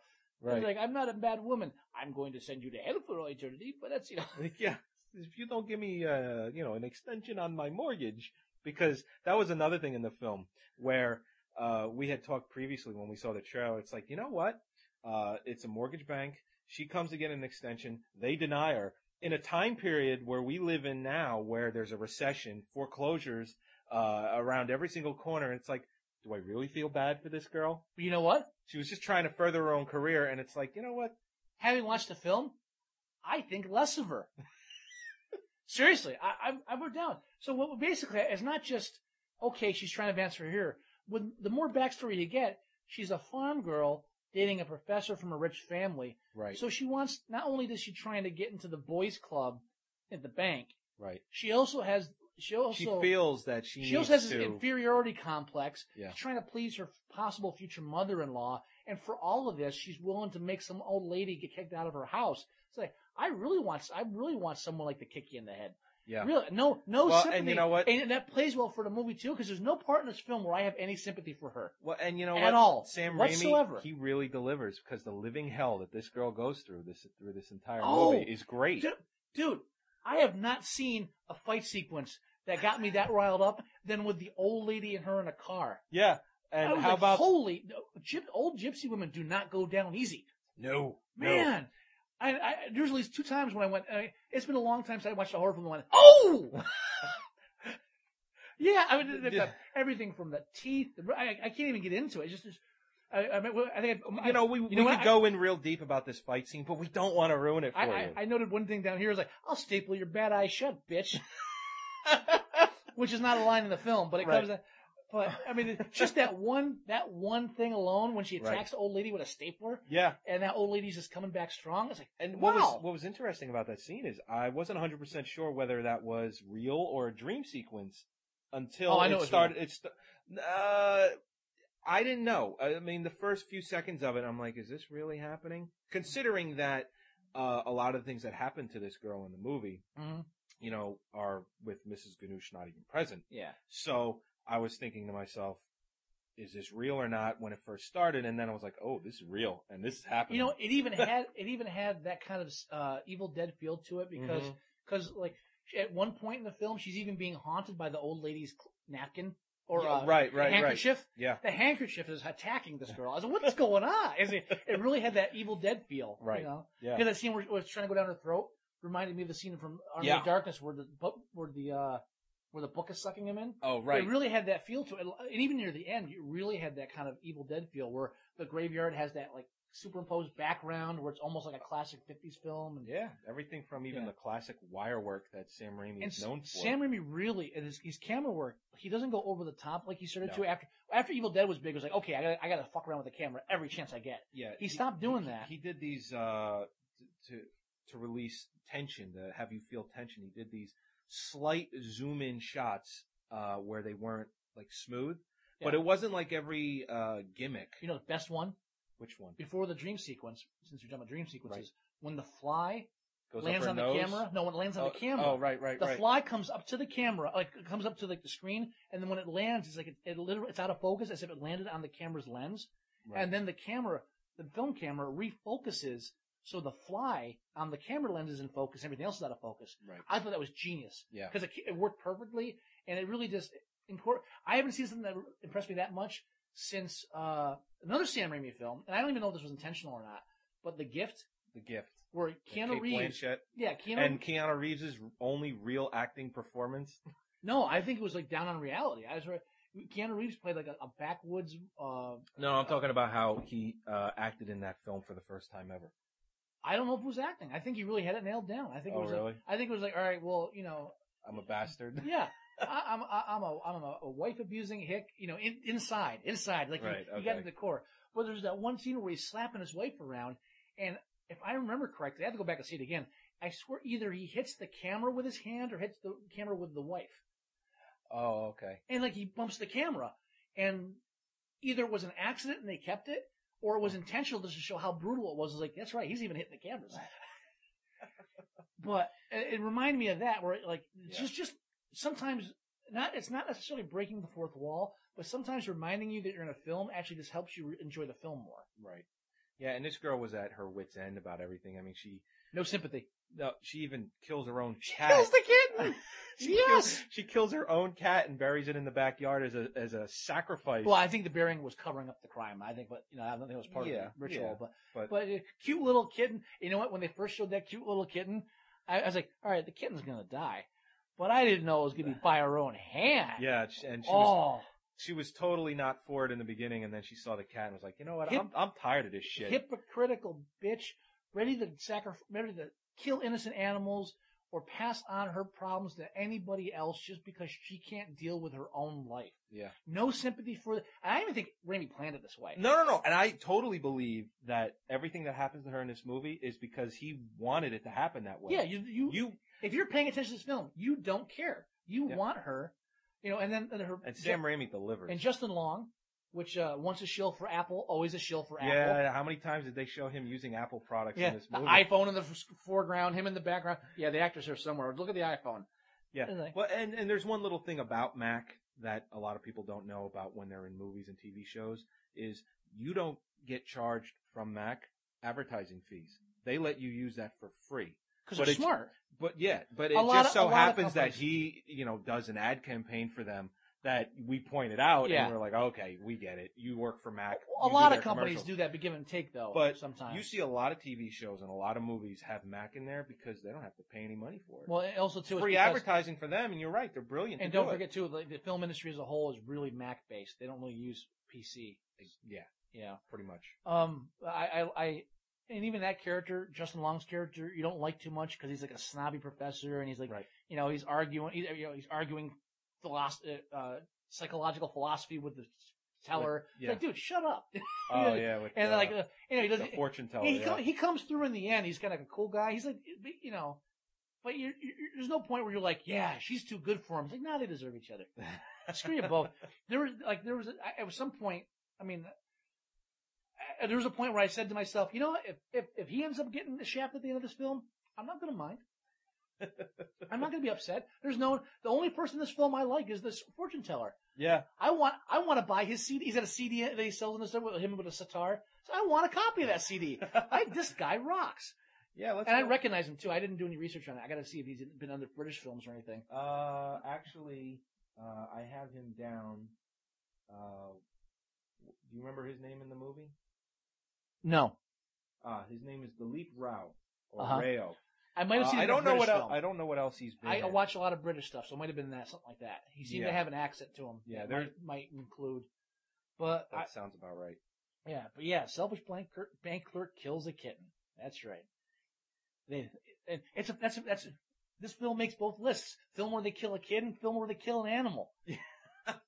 C: right.
B: Like, I'm not a bad woman. I'm going to send you to hell for all eternity, but that's, you know. (laughs)
C: Like, yeah, if you don't give me, uh, you know, an extension on my mortgage, because that was another thing in the film where, uh, we had talked previously when we saw the trailer. It's like, you know what? Uh, it's a mortgage bank. She comes to get an extension. They deny her in a time period where we live in now, where there's a recession, foreclosures, uh, around every single corner. It's like, do I really feel bad for this girl?
B: But you know what?
C: She was just trying to further her own career. And it's like, you know what?
B: Having watched the film, I think less of her. (laughs) Seriously, I, I'm, I'm we're down. So what, basically, it's not just, okay, she's trying to advance her here. With the more backstory you get, she's a farm girl dating a professor from a rich family.
C: Right.
B: So she wants, not only does she trying to get into the boys club at the bank,
C: right.
B: she also has, she also,
C: She feels that she,
B: She also
C: needs
B: has
C: to.
B: this inferiority complex.
C: Yeah.
B: She's trying to please her possible future mother-in-law, and for all of this, she's willing to make some old lady get kicked out of her house. It's like I really want, I really want someone like to kick you in the head.
C: yeah.
B: Really, no, no
C: Well, and
B: sympathy.
C: you know what?
B: And that plays well for the movie too, because there's no part in this film where I have any sympathy for her.
C: Well, and you know
B: At
C: what?
B: all.
C: Sam
B: Whatsoever.
C: Raimi, he really delivers because the living hell that this girl goes through this through this entire
B: Oh,
C: movie is great.
B: Dude, dude, I have not seen a fight sequence that got me that riled up than with the old lady and her in a car.
C: yeah,
B: I
C: and
B: was
C: how
B: like,
C: about
B: holy? Gyp- old gypsy women do not go down easy.
C: no, no.
B: Man, I, I there's at least two times when I went. I, it's been a long time since I watched a horror film. and Went, oh, (laughs) yeah. I mean, they've got everything from the teeth. The, I, I can't even get into it. It's just, it's- I, I, mean, well, I think I,
C: You know, we we
B: know what?
C: could go in real deep about this fight scene, but we don't want to ruin it for
B: I,
C: you.
B: I, I noted one thing down here is like, I'll staple your bad eye shut, bitch. (laughs) Which is not a line in the film, but it
C: Right.
B: comes. Out, but I mean, it's just that one that one thing alone when she
C: Right.
B: attacks the old lady with a stapler,
C: yeah,
B: and that old lady's just coming back strong. It's like,
C: and what
B: wow.
C: was what was interesting about that scene is I wasn't 100 percent sure whether that was real or a dream sequence until
B: Oh, I know it
C: it
B: was
C: started. It's uh, I didn't know. I mean, the first few seconds of it, I'm like, is this really happening? Considering that uh, a lot of the things that happened to this girl in the movie,
B: Mhm.
C: you know, are with Mrs. Ganoush not even present.
B: Yeah.
C: So I was thinking to myself. Is this real or not? When it first started, and then I was like, "Oh, this is real, and this is happening."
B: You know, it even had it even had that kind of uh, Evil Dead feel to it because
C: Mhm.
B: because like she- at one point in the film, she's even being haunted by the old lady's cl- napkin or
C: Yeah,
B: uh,
C: right, right, right.
B: handkerchief.
C: Yeah,
B: The handkerchief is attacking this girl. I was like, "What's going on?" It's- It, really had that Evil Dead feel,
C: Right.
B: You know,
C: yeah.
B: because that scene where it was trying to go down her throat reminded me of the scene from Army
C: Yeah.
B: of Darkness where the bu- where the uh, where the book is sucking him in.
C: Oh,
B: It really had that feel to it, and even near the end, you really had that kind of Evil Dead feel where the graveyard has that like superimposed background where it's almost like a classic 50s film. And,
C: Yeah, everything from even
B: Yeah.
C: the classic wire work that Sam Raimi
B: and
C: is known for.
B: Sam Raimi really, and his, his camera work, he doesn't go over the top like he started
C: No.
B: to after after Evil Dead was big. It was like, okay, I gotta, I gotta fuck around with the camera every chance I get.
C: yeah,
B: He stopped doing that.
C: He did these uh, t- to to release tension, to have you feel tension. He did these slight zoom in shots uh, where they weren't like smooth, but
B: Yeah.
C: it wasn't like every uh, gimmick.
B: You know, the best one
C: Which one
B: before the dream sequence, since you're talking about dream sequences, when the fly
C: goes
B: lands
C: her
B: on the
C: nose?
B: camera. No, when it lands on
C: oh,
B: the camera.
C: Oh, right, right,
B: The
C: right.
B: fly comes up to the camera, like it comes up to like the screen, and then when it lands, it's like it, it literally it's out of focus as if it landed on the camera's lens,
C: Right.
B: and then the camera, the film camera, refocuses so the fly on the camera lens is in focus, everything else is out of focus.
C: Right.
B: I thought that was genius
C: Yeah.
B: because it, it worked perfectly, and it really just incor- I haven't seen something that impressed me that much since uh, another Sam Raimi film, and I don't even know if this was intentional or not, but The Gift,
C: the gift.
B: where Keanu
C: Kate
B: Reeves,
C: Blanchett
B: yeah, Keanu
C: and Keanu Reeves' only real acting performance.
B: No, I think it was like down on reality. I was right. Keanu Reeves played like a, a backwoods. Uh,
C: No, I'm talking about how he uh, acted in that film for the first time ever.
B: I don't know if it was acting. I think he really had it nailed down. I think
C: Oh,
B: it was. Like,
C: really?
B: I think it was like, all right, well, you know,
C: I'm a bastard.
B: yeah, I, I'm I, I'm a I'm a, a wife abusing hick. You know, in, inside, inside, like
C: Right,
B: you, you got
C: okay.
B: to the core. But there's that one scene where he's slapping his wife around, and if I remember correctly, I have to go back and see it again. I swear, either he hits the camera with his hand or hits the camera with the wife.
C: Oh, okay.
B: and like he bumps the camera and either it was an accident and they kept it or it was intentional just to show how brutal it was. It's like, that's right. He's even hitting the cameras.
C: (laughs)
B: but it, it reminded me of that where it, like, it's
C: Yeah.
B: just, just sometimes not, it's not necessarily breaking the fourth wall, but sometimes reminding you that you're in a film actually just helps you re- enjoy the film more.
C: Right. Yeah, and this girl was at her wit's end about everything. I mean, she
B: No sympathy.
C: no, she even kills her own cat.
B: Kills the (laughs) kitten.
C: She
B: yes.
C: kills- she kills her own cat and buries it in the backyard as a as a sacrifice.
B: Well, I think the bearing was covering up the crime. I think, but you know, I don't think it was part
C: Yeah,
B: of the ritual.
C: yeah,
B: but but,
C: but-
B: uh, cute little kitten. You know what? When they first showed that cute little kitten, I, I was like, all right, the kitten's gonna die, but I didn't know it was gonna
C: (laughs)
B: be by her own hand.
C: yeah, sh- and she was
B: oh,
C: she was totally not for it in the beginning, and then she saw the cat and was like, you know what?
B: Hip-
C: I'm I'm tired of this shit.
B: hypocritical bitch, ready to sacrifice, ready to kill innocent animals or pass on her problems to anybody else just because she can't deal with her own life.
C: Yeah.
B: No sympathy for. I even think Raimi planned it this way.
C: No, no, no. And I totally believe that everything that happens to her in this movie is because he wanted it to happen that way.
B: Yeah, you you
C: you
B: if you're paying attention to this film, you don't care. You
C: Yeah.
B: want her, you know, and then and her
C: and Sam Raimi delivers.
B: and Justin Long, which uh, once a shill for Apple, always a shill for Apple.
C: yeah, how many times did they show him using Apple products
B: Yeah,
C: in this
B: the
C: movie?
B: iPhone in the f- foreground, him in the background. Yeah, the actors are somewhere. Look at the iPhone.
C: Yeah.
B: Isn't it?
C: Well, and, and there's one little thing about Mac that a lot of people don't know about when they're in movies and TV shows is you don't get charged from Mac advertising fees. They let you use that for free.
B: Because
C: But
B: they're
C: it-
B: smart.
C: But yeah, but
B: A
C: it
B: lot
C: just so
B: of- a lot of
C: happens that
B: companies-
C: he, you know, does an ad campaign for them that we pointed out
B: Yeah.
C: and we're like, okay, we get it. You work for Mac.
B: A
C: You do
B: lot
C: their
B: of companies
C: commercials.
B: do that, but give and take though.
C: But
B: sometimes
C: You see a lot of TV shows and a lot of movies have Mac in there because they don't have to pay any money for it.
B: well, and also too it's
C: free
B: because-
C: advertising for them, and you're right, they're brilliant.
B: And
C: to
B: don't
C: do it.
B: forget too, like, the film industry as a whole is really Mac based. They don't really use PC.
C: yeah,
B: Yeah.
C: pretty
B: (laughs)
C: much.
B: Um, I, I, I, and even that character, Justin Long's character, you don't like too much because he's like a snobby professor, and he's like,
C: Right.
B: you know, he's arguing, he, you know, he's arguing philosophy, uh, psychological philosophy with the teller.
C: yeah.
B: It's like, dude, shut up. (laughs)
C: Oh yeah, with
B: and
C: the,
B: like, uh, you know, he
C: the
B: doesn't.
C: fortune teller.
B: he,
C: yeah.
B: co- he comes through in the end. He's kind of a cool guy. He's like, you know, but you're, you there's no point where you're like, yeah, she's too good for him. It's like, nah, they deserve each other. Screw you both. There was like there was a, I- at some point. I mean, I, there was a point where I said to myself, you know, what? if if if he ends up getting the shaft at the end of this film, I'm not going to mind. I'm not going to be upset. There's no the only person in this film I like is this fortune teller.
C: yeah,
B: I want I want to buy his CD. He's got a CD that he sells in the store with him with a sitar. So I want a copy of that CD.
C: (laughs)
B: I, this guy rocks,
C: yeah. Let's.
B: and I
C: go.
B: recognize him too. I didn't do any research on it. I got to see if he's been under British films or anything.
C: Uh, actually, uh, I have him down. Uh, do you remember his name in the movie?
B: No,
C: Ah, his name is Dilip Rao or
B: Uh-huh.
C: Rao.
B: I might have
C: Uh,
B: seen.
C: I
B: him in a
C: don't know what
B: British
C: else.
B: film.
C: I don't know what else he's been.
B: I
C: in.
B: watch a lot of British stuff, so it might have been that something like that. He seemed to
C: Yeah.
B: have an accent to him.
C: Yeah,
B: that
C: there-
B: might, might include, but
C: That sounds about right.
B: Yeah, but yeah, selfish bank clerk, bank clerk kills a kitten. That's right. They, and it's a, that's a, that's a, this film makes both lists: film where they kill a kid and film where they kill an animal.
C: (laughs)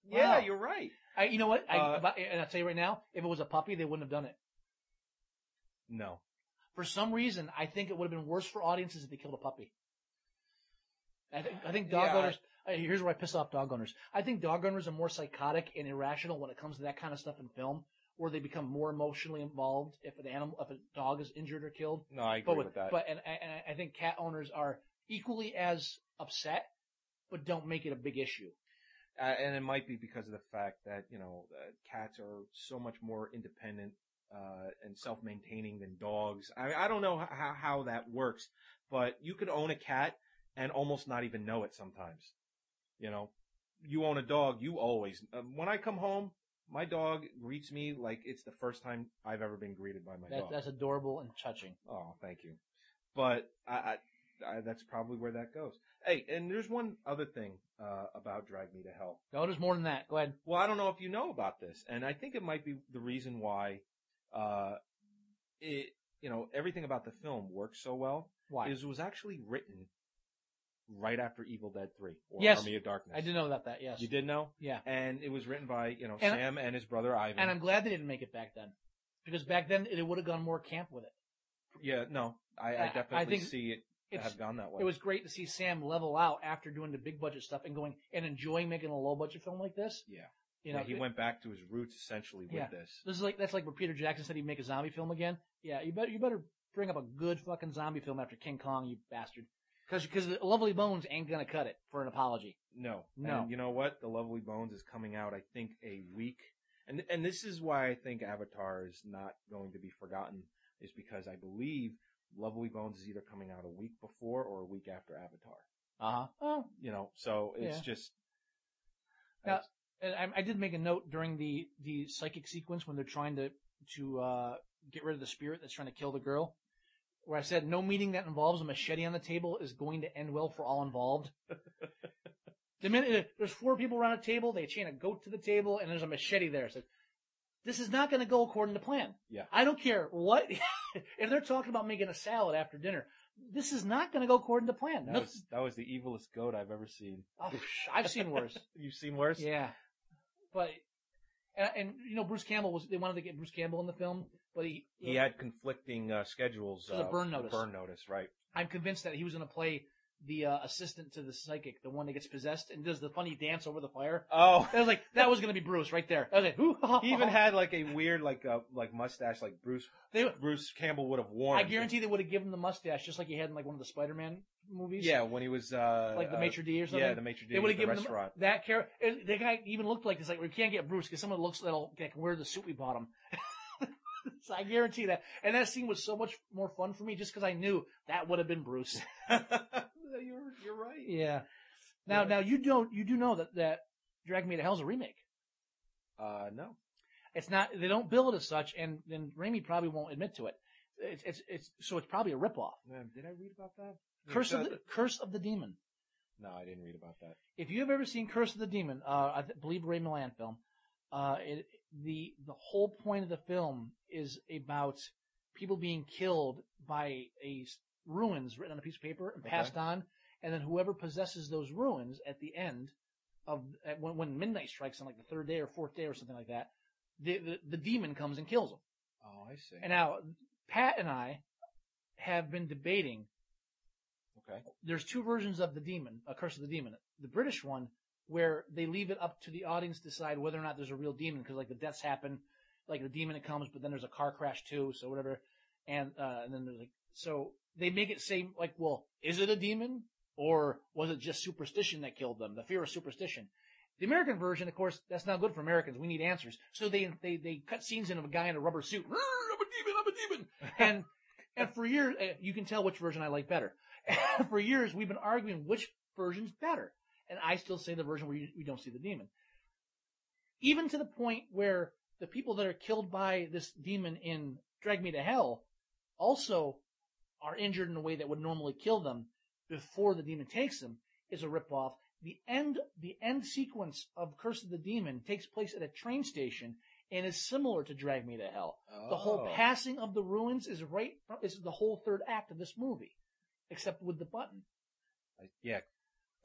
C: Yeah,
B: Wow.
C: you're right.
B: I, you know what? I,
C: Uh,
B: about- and I'll tell you right now, if it was a puppy, they wouldn't have done it.
C: No.
B: For some reason, I think it would have been worse for audiences if they killed a puppy. I think, I think dog
C: Yeah, I-
B: owners. uh, Here's where I piss off dog owners. I think dog owners are more psychotic and irrational when it comes to that kind of stuff in film, where they become more emotionally involved if an animal, if a dog is injured or killed.
C: No, I agree
B: But
C: with,
B: with,
C: that.
B: but and, I- and I- I think cat owners are equally as upset, but don't make it a big issue.
C: uh, and it might be because of the fact that you know uh, cats are so much more independent uh, and self-maintaining than dogs. I I don't know how how that works, but you could own a cat and almost not even know it sometimes. You know, you own a dog, you always. Uh, when I come home, my dog greets me like it's the first time I've ever been greeted by my
B: That,
C: dog.
B: that's adorable and touching.
C: Oh, thank you. But I, I, I that's probably where that goes. Hey, and there's one other thing uh, about Drag Me to Hell.
B: No, there's more than that. Go ahead.
C: Well, I don't know if you know about this, and I think it might be the reason why, uh, it you know everything about the film works so well
B: Why?
C: is it was actually written right after Evil Dead Three or
B: Yes.
C: Army of Darkness.
B: I did know about that. Yes.
C: You did know,
B: Yeah.
C: and it was written by you know
B: And I-
C: Sam and his brother Ivan.
B: And I'm glad they didn't make it back then, because back then it would have gone more camp with it.
C: yeah, no, I,
B: I-
C: I
B: I
C: definitely
B: think
C: see it
B: It's,
C: have gone that way.
B: it was great to see Sam level out after doing the big budget stuff and going and enjoying making a low budget film like this.
C: yeah.
B: You know,
C: yeah, he
B: it-
C: went back to his roots essentially with
B: Yeah.
C: this.
B: This is like that's like where Peter Jackson said he'd make a zombie film again. Yeah, you better you better bring up a good fucking zombie film after King Kong, you bastard. Because the Lovely Bones ain't gonna cut it for an apology.
C: No,
B: No.
C: And you know what? The Lovely Bones is coming out. I think a week, and and this is why I think Avatar is not going to be forgotten. Is because I believe Lovely Bones is either coming out a week before or a week after Avatar.
B: Uh
C: Uh-huh.
B: huh. Oh,
C: You know, so it's
B: Yeah.
C: just.
B: Now- and I, I did make a note during the the psychic sequence when they're trying to to uh, get rid of the spirit that's trying to kill the girl, where I said no meeting that involves a machete on the table is going to end well for all involved. the minute there's four people around a table, they chain a goat to the table, and there's a machete there. It's like this is not going to go according to plan.
C: Yeah.
B: I don't care what (laughs) if they're talking about making a salad after dinner. This is not going to go according to plan.
C: that
B: Noth-
C: was that was the evilest goat I've ever seen.
B: Oh, psh, I've seen worse.
C: You've seen worse.
B: Yeah, but and, and you know Bruce Campbell was they wanted to get Bruce Campbell in the film, but he, uh,
C: He had conflicting uh, schedules.
B: There's a
C: uh,
B: burn
C: the
B: notice.
C: Burn notice, right?
B: I'm convinced that he was going to play the uh, assistant to the psychic, the one that gets possessed and does the funny dance over the fire.
C: Oh, (laughs)
B: I was like, that was going to be Bruce right there. I was like, who? (laughs)
C: he even had like a weird like uh, like mustache like Bruce
B: They,
C: Bruce Campbell would have worn.
B: I guarantee they would have given him the mustache just like he had in like one of the Spider-Man movies.
C: Yeah, when he was uh,
B: Like the
C: uh,
B: Maitre D or something.
C: Yeah, the maitre d'
B: They would
C: at
B: have
C: the
B: given him
C: restaurant.
B: that character. The guy even looked like this. Like we can't get Bruce because someone looks that'll that can wear the suit we bought him. (laughs) so I guarantee that. And that scene was so much more fun for me just because I knew that would have been (laughs) Bruce.
C: (laughs) you're you're right.
B: yeah. Now,
C: Yeah.
B: now you don't you do know that that Drag Me to Hell's a remake.
C: Uh, no.
B: It's not they don't bill it as such, and then Raimi probably won't admit to it. It's it's, it's so it's probably a ripoff.
C: Man, did I read about that?
B: Curse
C: Yeah,
B: of
C: that-
B: the Curse of the Demon.
C: No, I didn't read about that.
B: if you have ever seen Curse of the Demon, uh, I th- believe Ray Milland film, uh, it, the the whole point of the film is about people being killed by a s- ruins written on a piece of paper and passed on, and then whoever possesses those ruins at the end of at, when, when midnight strikes on like the third day or fourth day or something like that, the the, the demon comes and kills them.
C: Oh, I see.
B: And now Pat and I have been debating
C: okay.
B: there's two versions of the demon, a curse of the demon. The British one, where they leave it up to the audience to decide whether or not there's a real demon, because like the deaths happen, like the demon it comes, but then there's a car crash too, so whatever, and uh, and then there's like so they make it seem like, well, is it a demon or was it just superstition that killed them? The fear of superstition. The American version, of course, that's not good for Americans. We need answers, so they they they cut scenes in of a guy in a rubber suit. (laughs) "Rrr, I'm a demon. I'm a demon. And and for years, uh, you can tell which version I like better. (laughs) for years, we've been arguing which version's better. And I still say the version where you, we don't see the demon. Even to the point where the people that are killed by this demon in Drag Me to Hell also are injured in a way that would normally kill them before the demon takes them is a ripoff. The end, the end sequence of Curse of the Demon takes place at a train station and is similar to Drag Me to Hell. The whole
C: Oh.
B: passing of the ruins is right is the whole third act of this movie, except with the button.
C: I- yeah.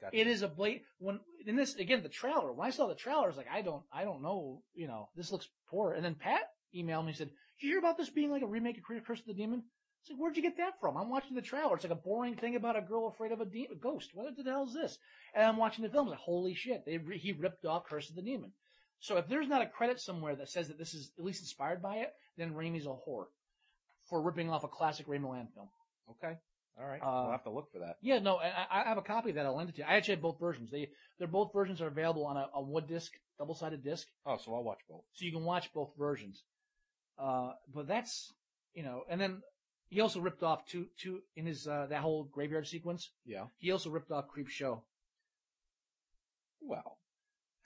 C: Gotcha.
B: It is a blade when in this again the trailer. When I saw the trailer, I was like, I don't, I don't know, you know, this looks poor. And then Pat emailed me and said, "Did you hear about this being like a remake of Cur- Curse of the Demon?" It's like, where'd you get that from? I'm watching the trailer. It's like a boring thing about a girl afraid of a, de- a ghost. What the hell is this? And I'm watching the film. It's like, holy shit, they re- he ripped off Curse of the Demon. So if there's not a credit somewhere that says that this is at least inspired by it, then Raimi's a whore for ripping off a classic Raimi Land film.
C: Okay. All right.
B: Uh,
C: we'll have to look for that.
B: Yeah, no, and I, I have a copy of that. I'll lend it to you. I actually have both versions. They, they're both versions are available on a, a wood disc, double sided disc,
C: Oh, so I'll watch both.
B: so you can watch both versions. Uh, but that's, you know, and then he also ripped off two, two in his, uh, that whole graveyard sequence.
C: Yeah.
B: He also ripped off Creep Show.
C: Well,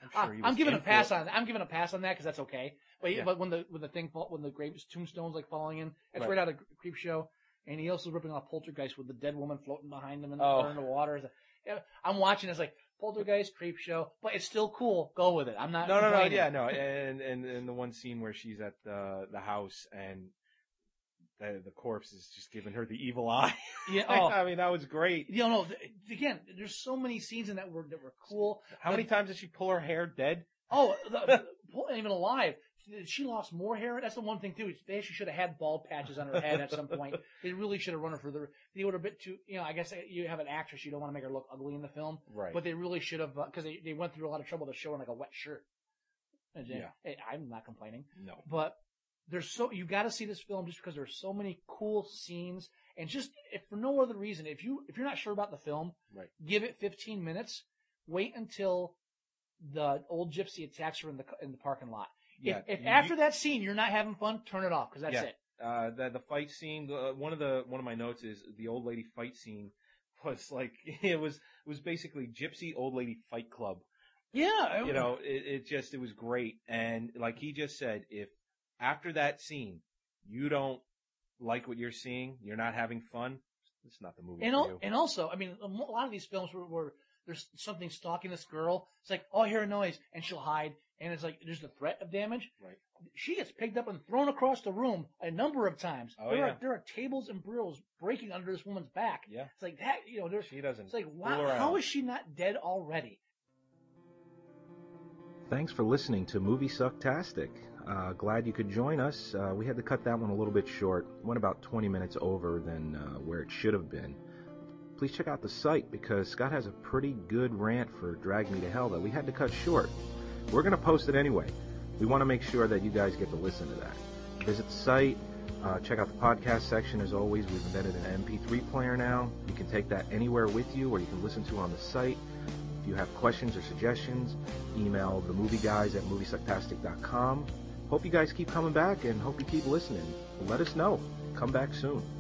C: I'm
B: Ah,
C: sure he was
B: I'm giving
C: in
B: a pass
C: for it.
B: on. I'm giving a pass on that because that's okay. But he-
C: Yeah.
B: but when the when the thing fall, when the grave tombstones like falling in, that's right,
C: Right.
B: out of Creep Show. And he also ripping off Poltergeist with the dead woman floating behind him in the,
C: Oh.
B: or in the water. It's- yeah, I'm watching. It's like Poltergeist, Creep Show, but it's still cool. Go with it. I'm not.
C: No, no, no.
B: complaining.
C: Yeah, no. And and and the one scene where she's at the the house and the the corpse is just giving her the evil eye. (laughs)
B: yeah. Oh,
C: I mean, that was great.
B: you know, no. th- Again, there's so many scenes in that were that were cool.
C: How many times did she pull her hair dead?
B: Oh, the, Pol- even alive. She lost more hair. That's the one thing too. They actually should have had bald patches on her head at some
C: (laughs)
B: point. They really should have run her for the. They would have been too. You know, I guess you have an actress. You don't want to make her look ugly in the film,
C: Right.
B: but they really should have because they, they went through a lot of trouble to show her in, like a wet shirt. And,
C: Yeah.
B: eh, I'm not complaining,
C: no.
B: but there's so you got to see this film just because there's so many cool scenes and just if for no other reason if you if you're not sure about the film,
C: Right.
B: give it 15 minutes. Wait until the old gypsy attacks her in the in the parking lot.
C: Yeah.
B: if if
C: you-
B: after that scene you're not having fun, turn it off because that's
C: Yeah.
B: it.
C: uh, the the fight scene. Uh, one of the one of my notes is the old lady fight scene (laughs) was like it was it was basically gypsy old lady fight club.
B: Yeah,
C: You know, it, it just it was great. And like he just said, if after that scene you don't like what you're seeing, you're not having fun. It's not the movie
B: And,
C: for
B: al-
C: you.
B: and also, I mean, a mo- a lot of these films where, where there's something stalking this girl. It's like, oh, I hear a noise, and she'll hide, and it's like there's the threat of damage.
C: Right.
B: She gets picked up and thrown across the room a number of times.
C: Oh,
B: there
C: yeah.
B: are there are tables and bureaus breaking under this woman's back.
C: Yeah.
B: It's like that, you know. There's
C: she doesn't.
B: it's like
C: fool
B: wow,
C: around.
B: how is she not dead already?
C: Thanks for listening to Movie Sucktastic. Uh, glad you could join us. Uh, we had to cut that one a little bit short. Went about 20 minutes over than uh, where it should have been. Please check out the site because Scott has a pretty good rant for Drag Me to Hell that we had to cut short. We're going to post it anyway. We want to make sure that you guys get to listen to that. Visit the site. Uh, check out the podcast section as always. We've invented an MP3 player now. You can take that anywhere with you or you can listen to it on the site. If you have questions or suggestions, email the movie guys at moviesucktastic.com. Hope you guys keep coming back and hope you keep listening. Let us know. Come back soon.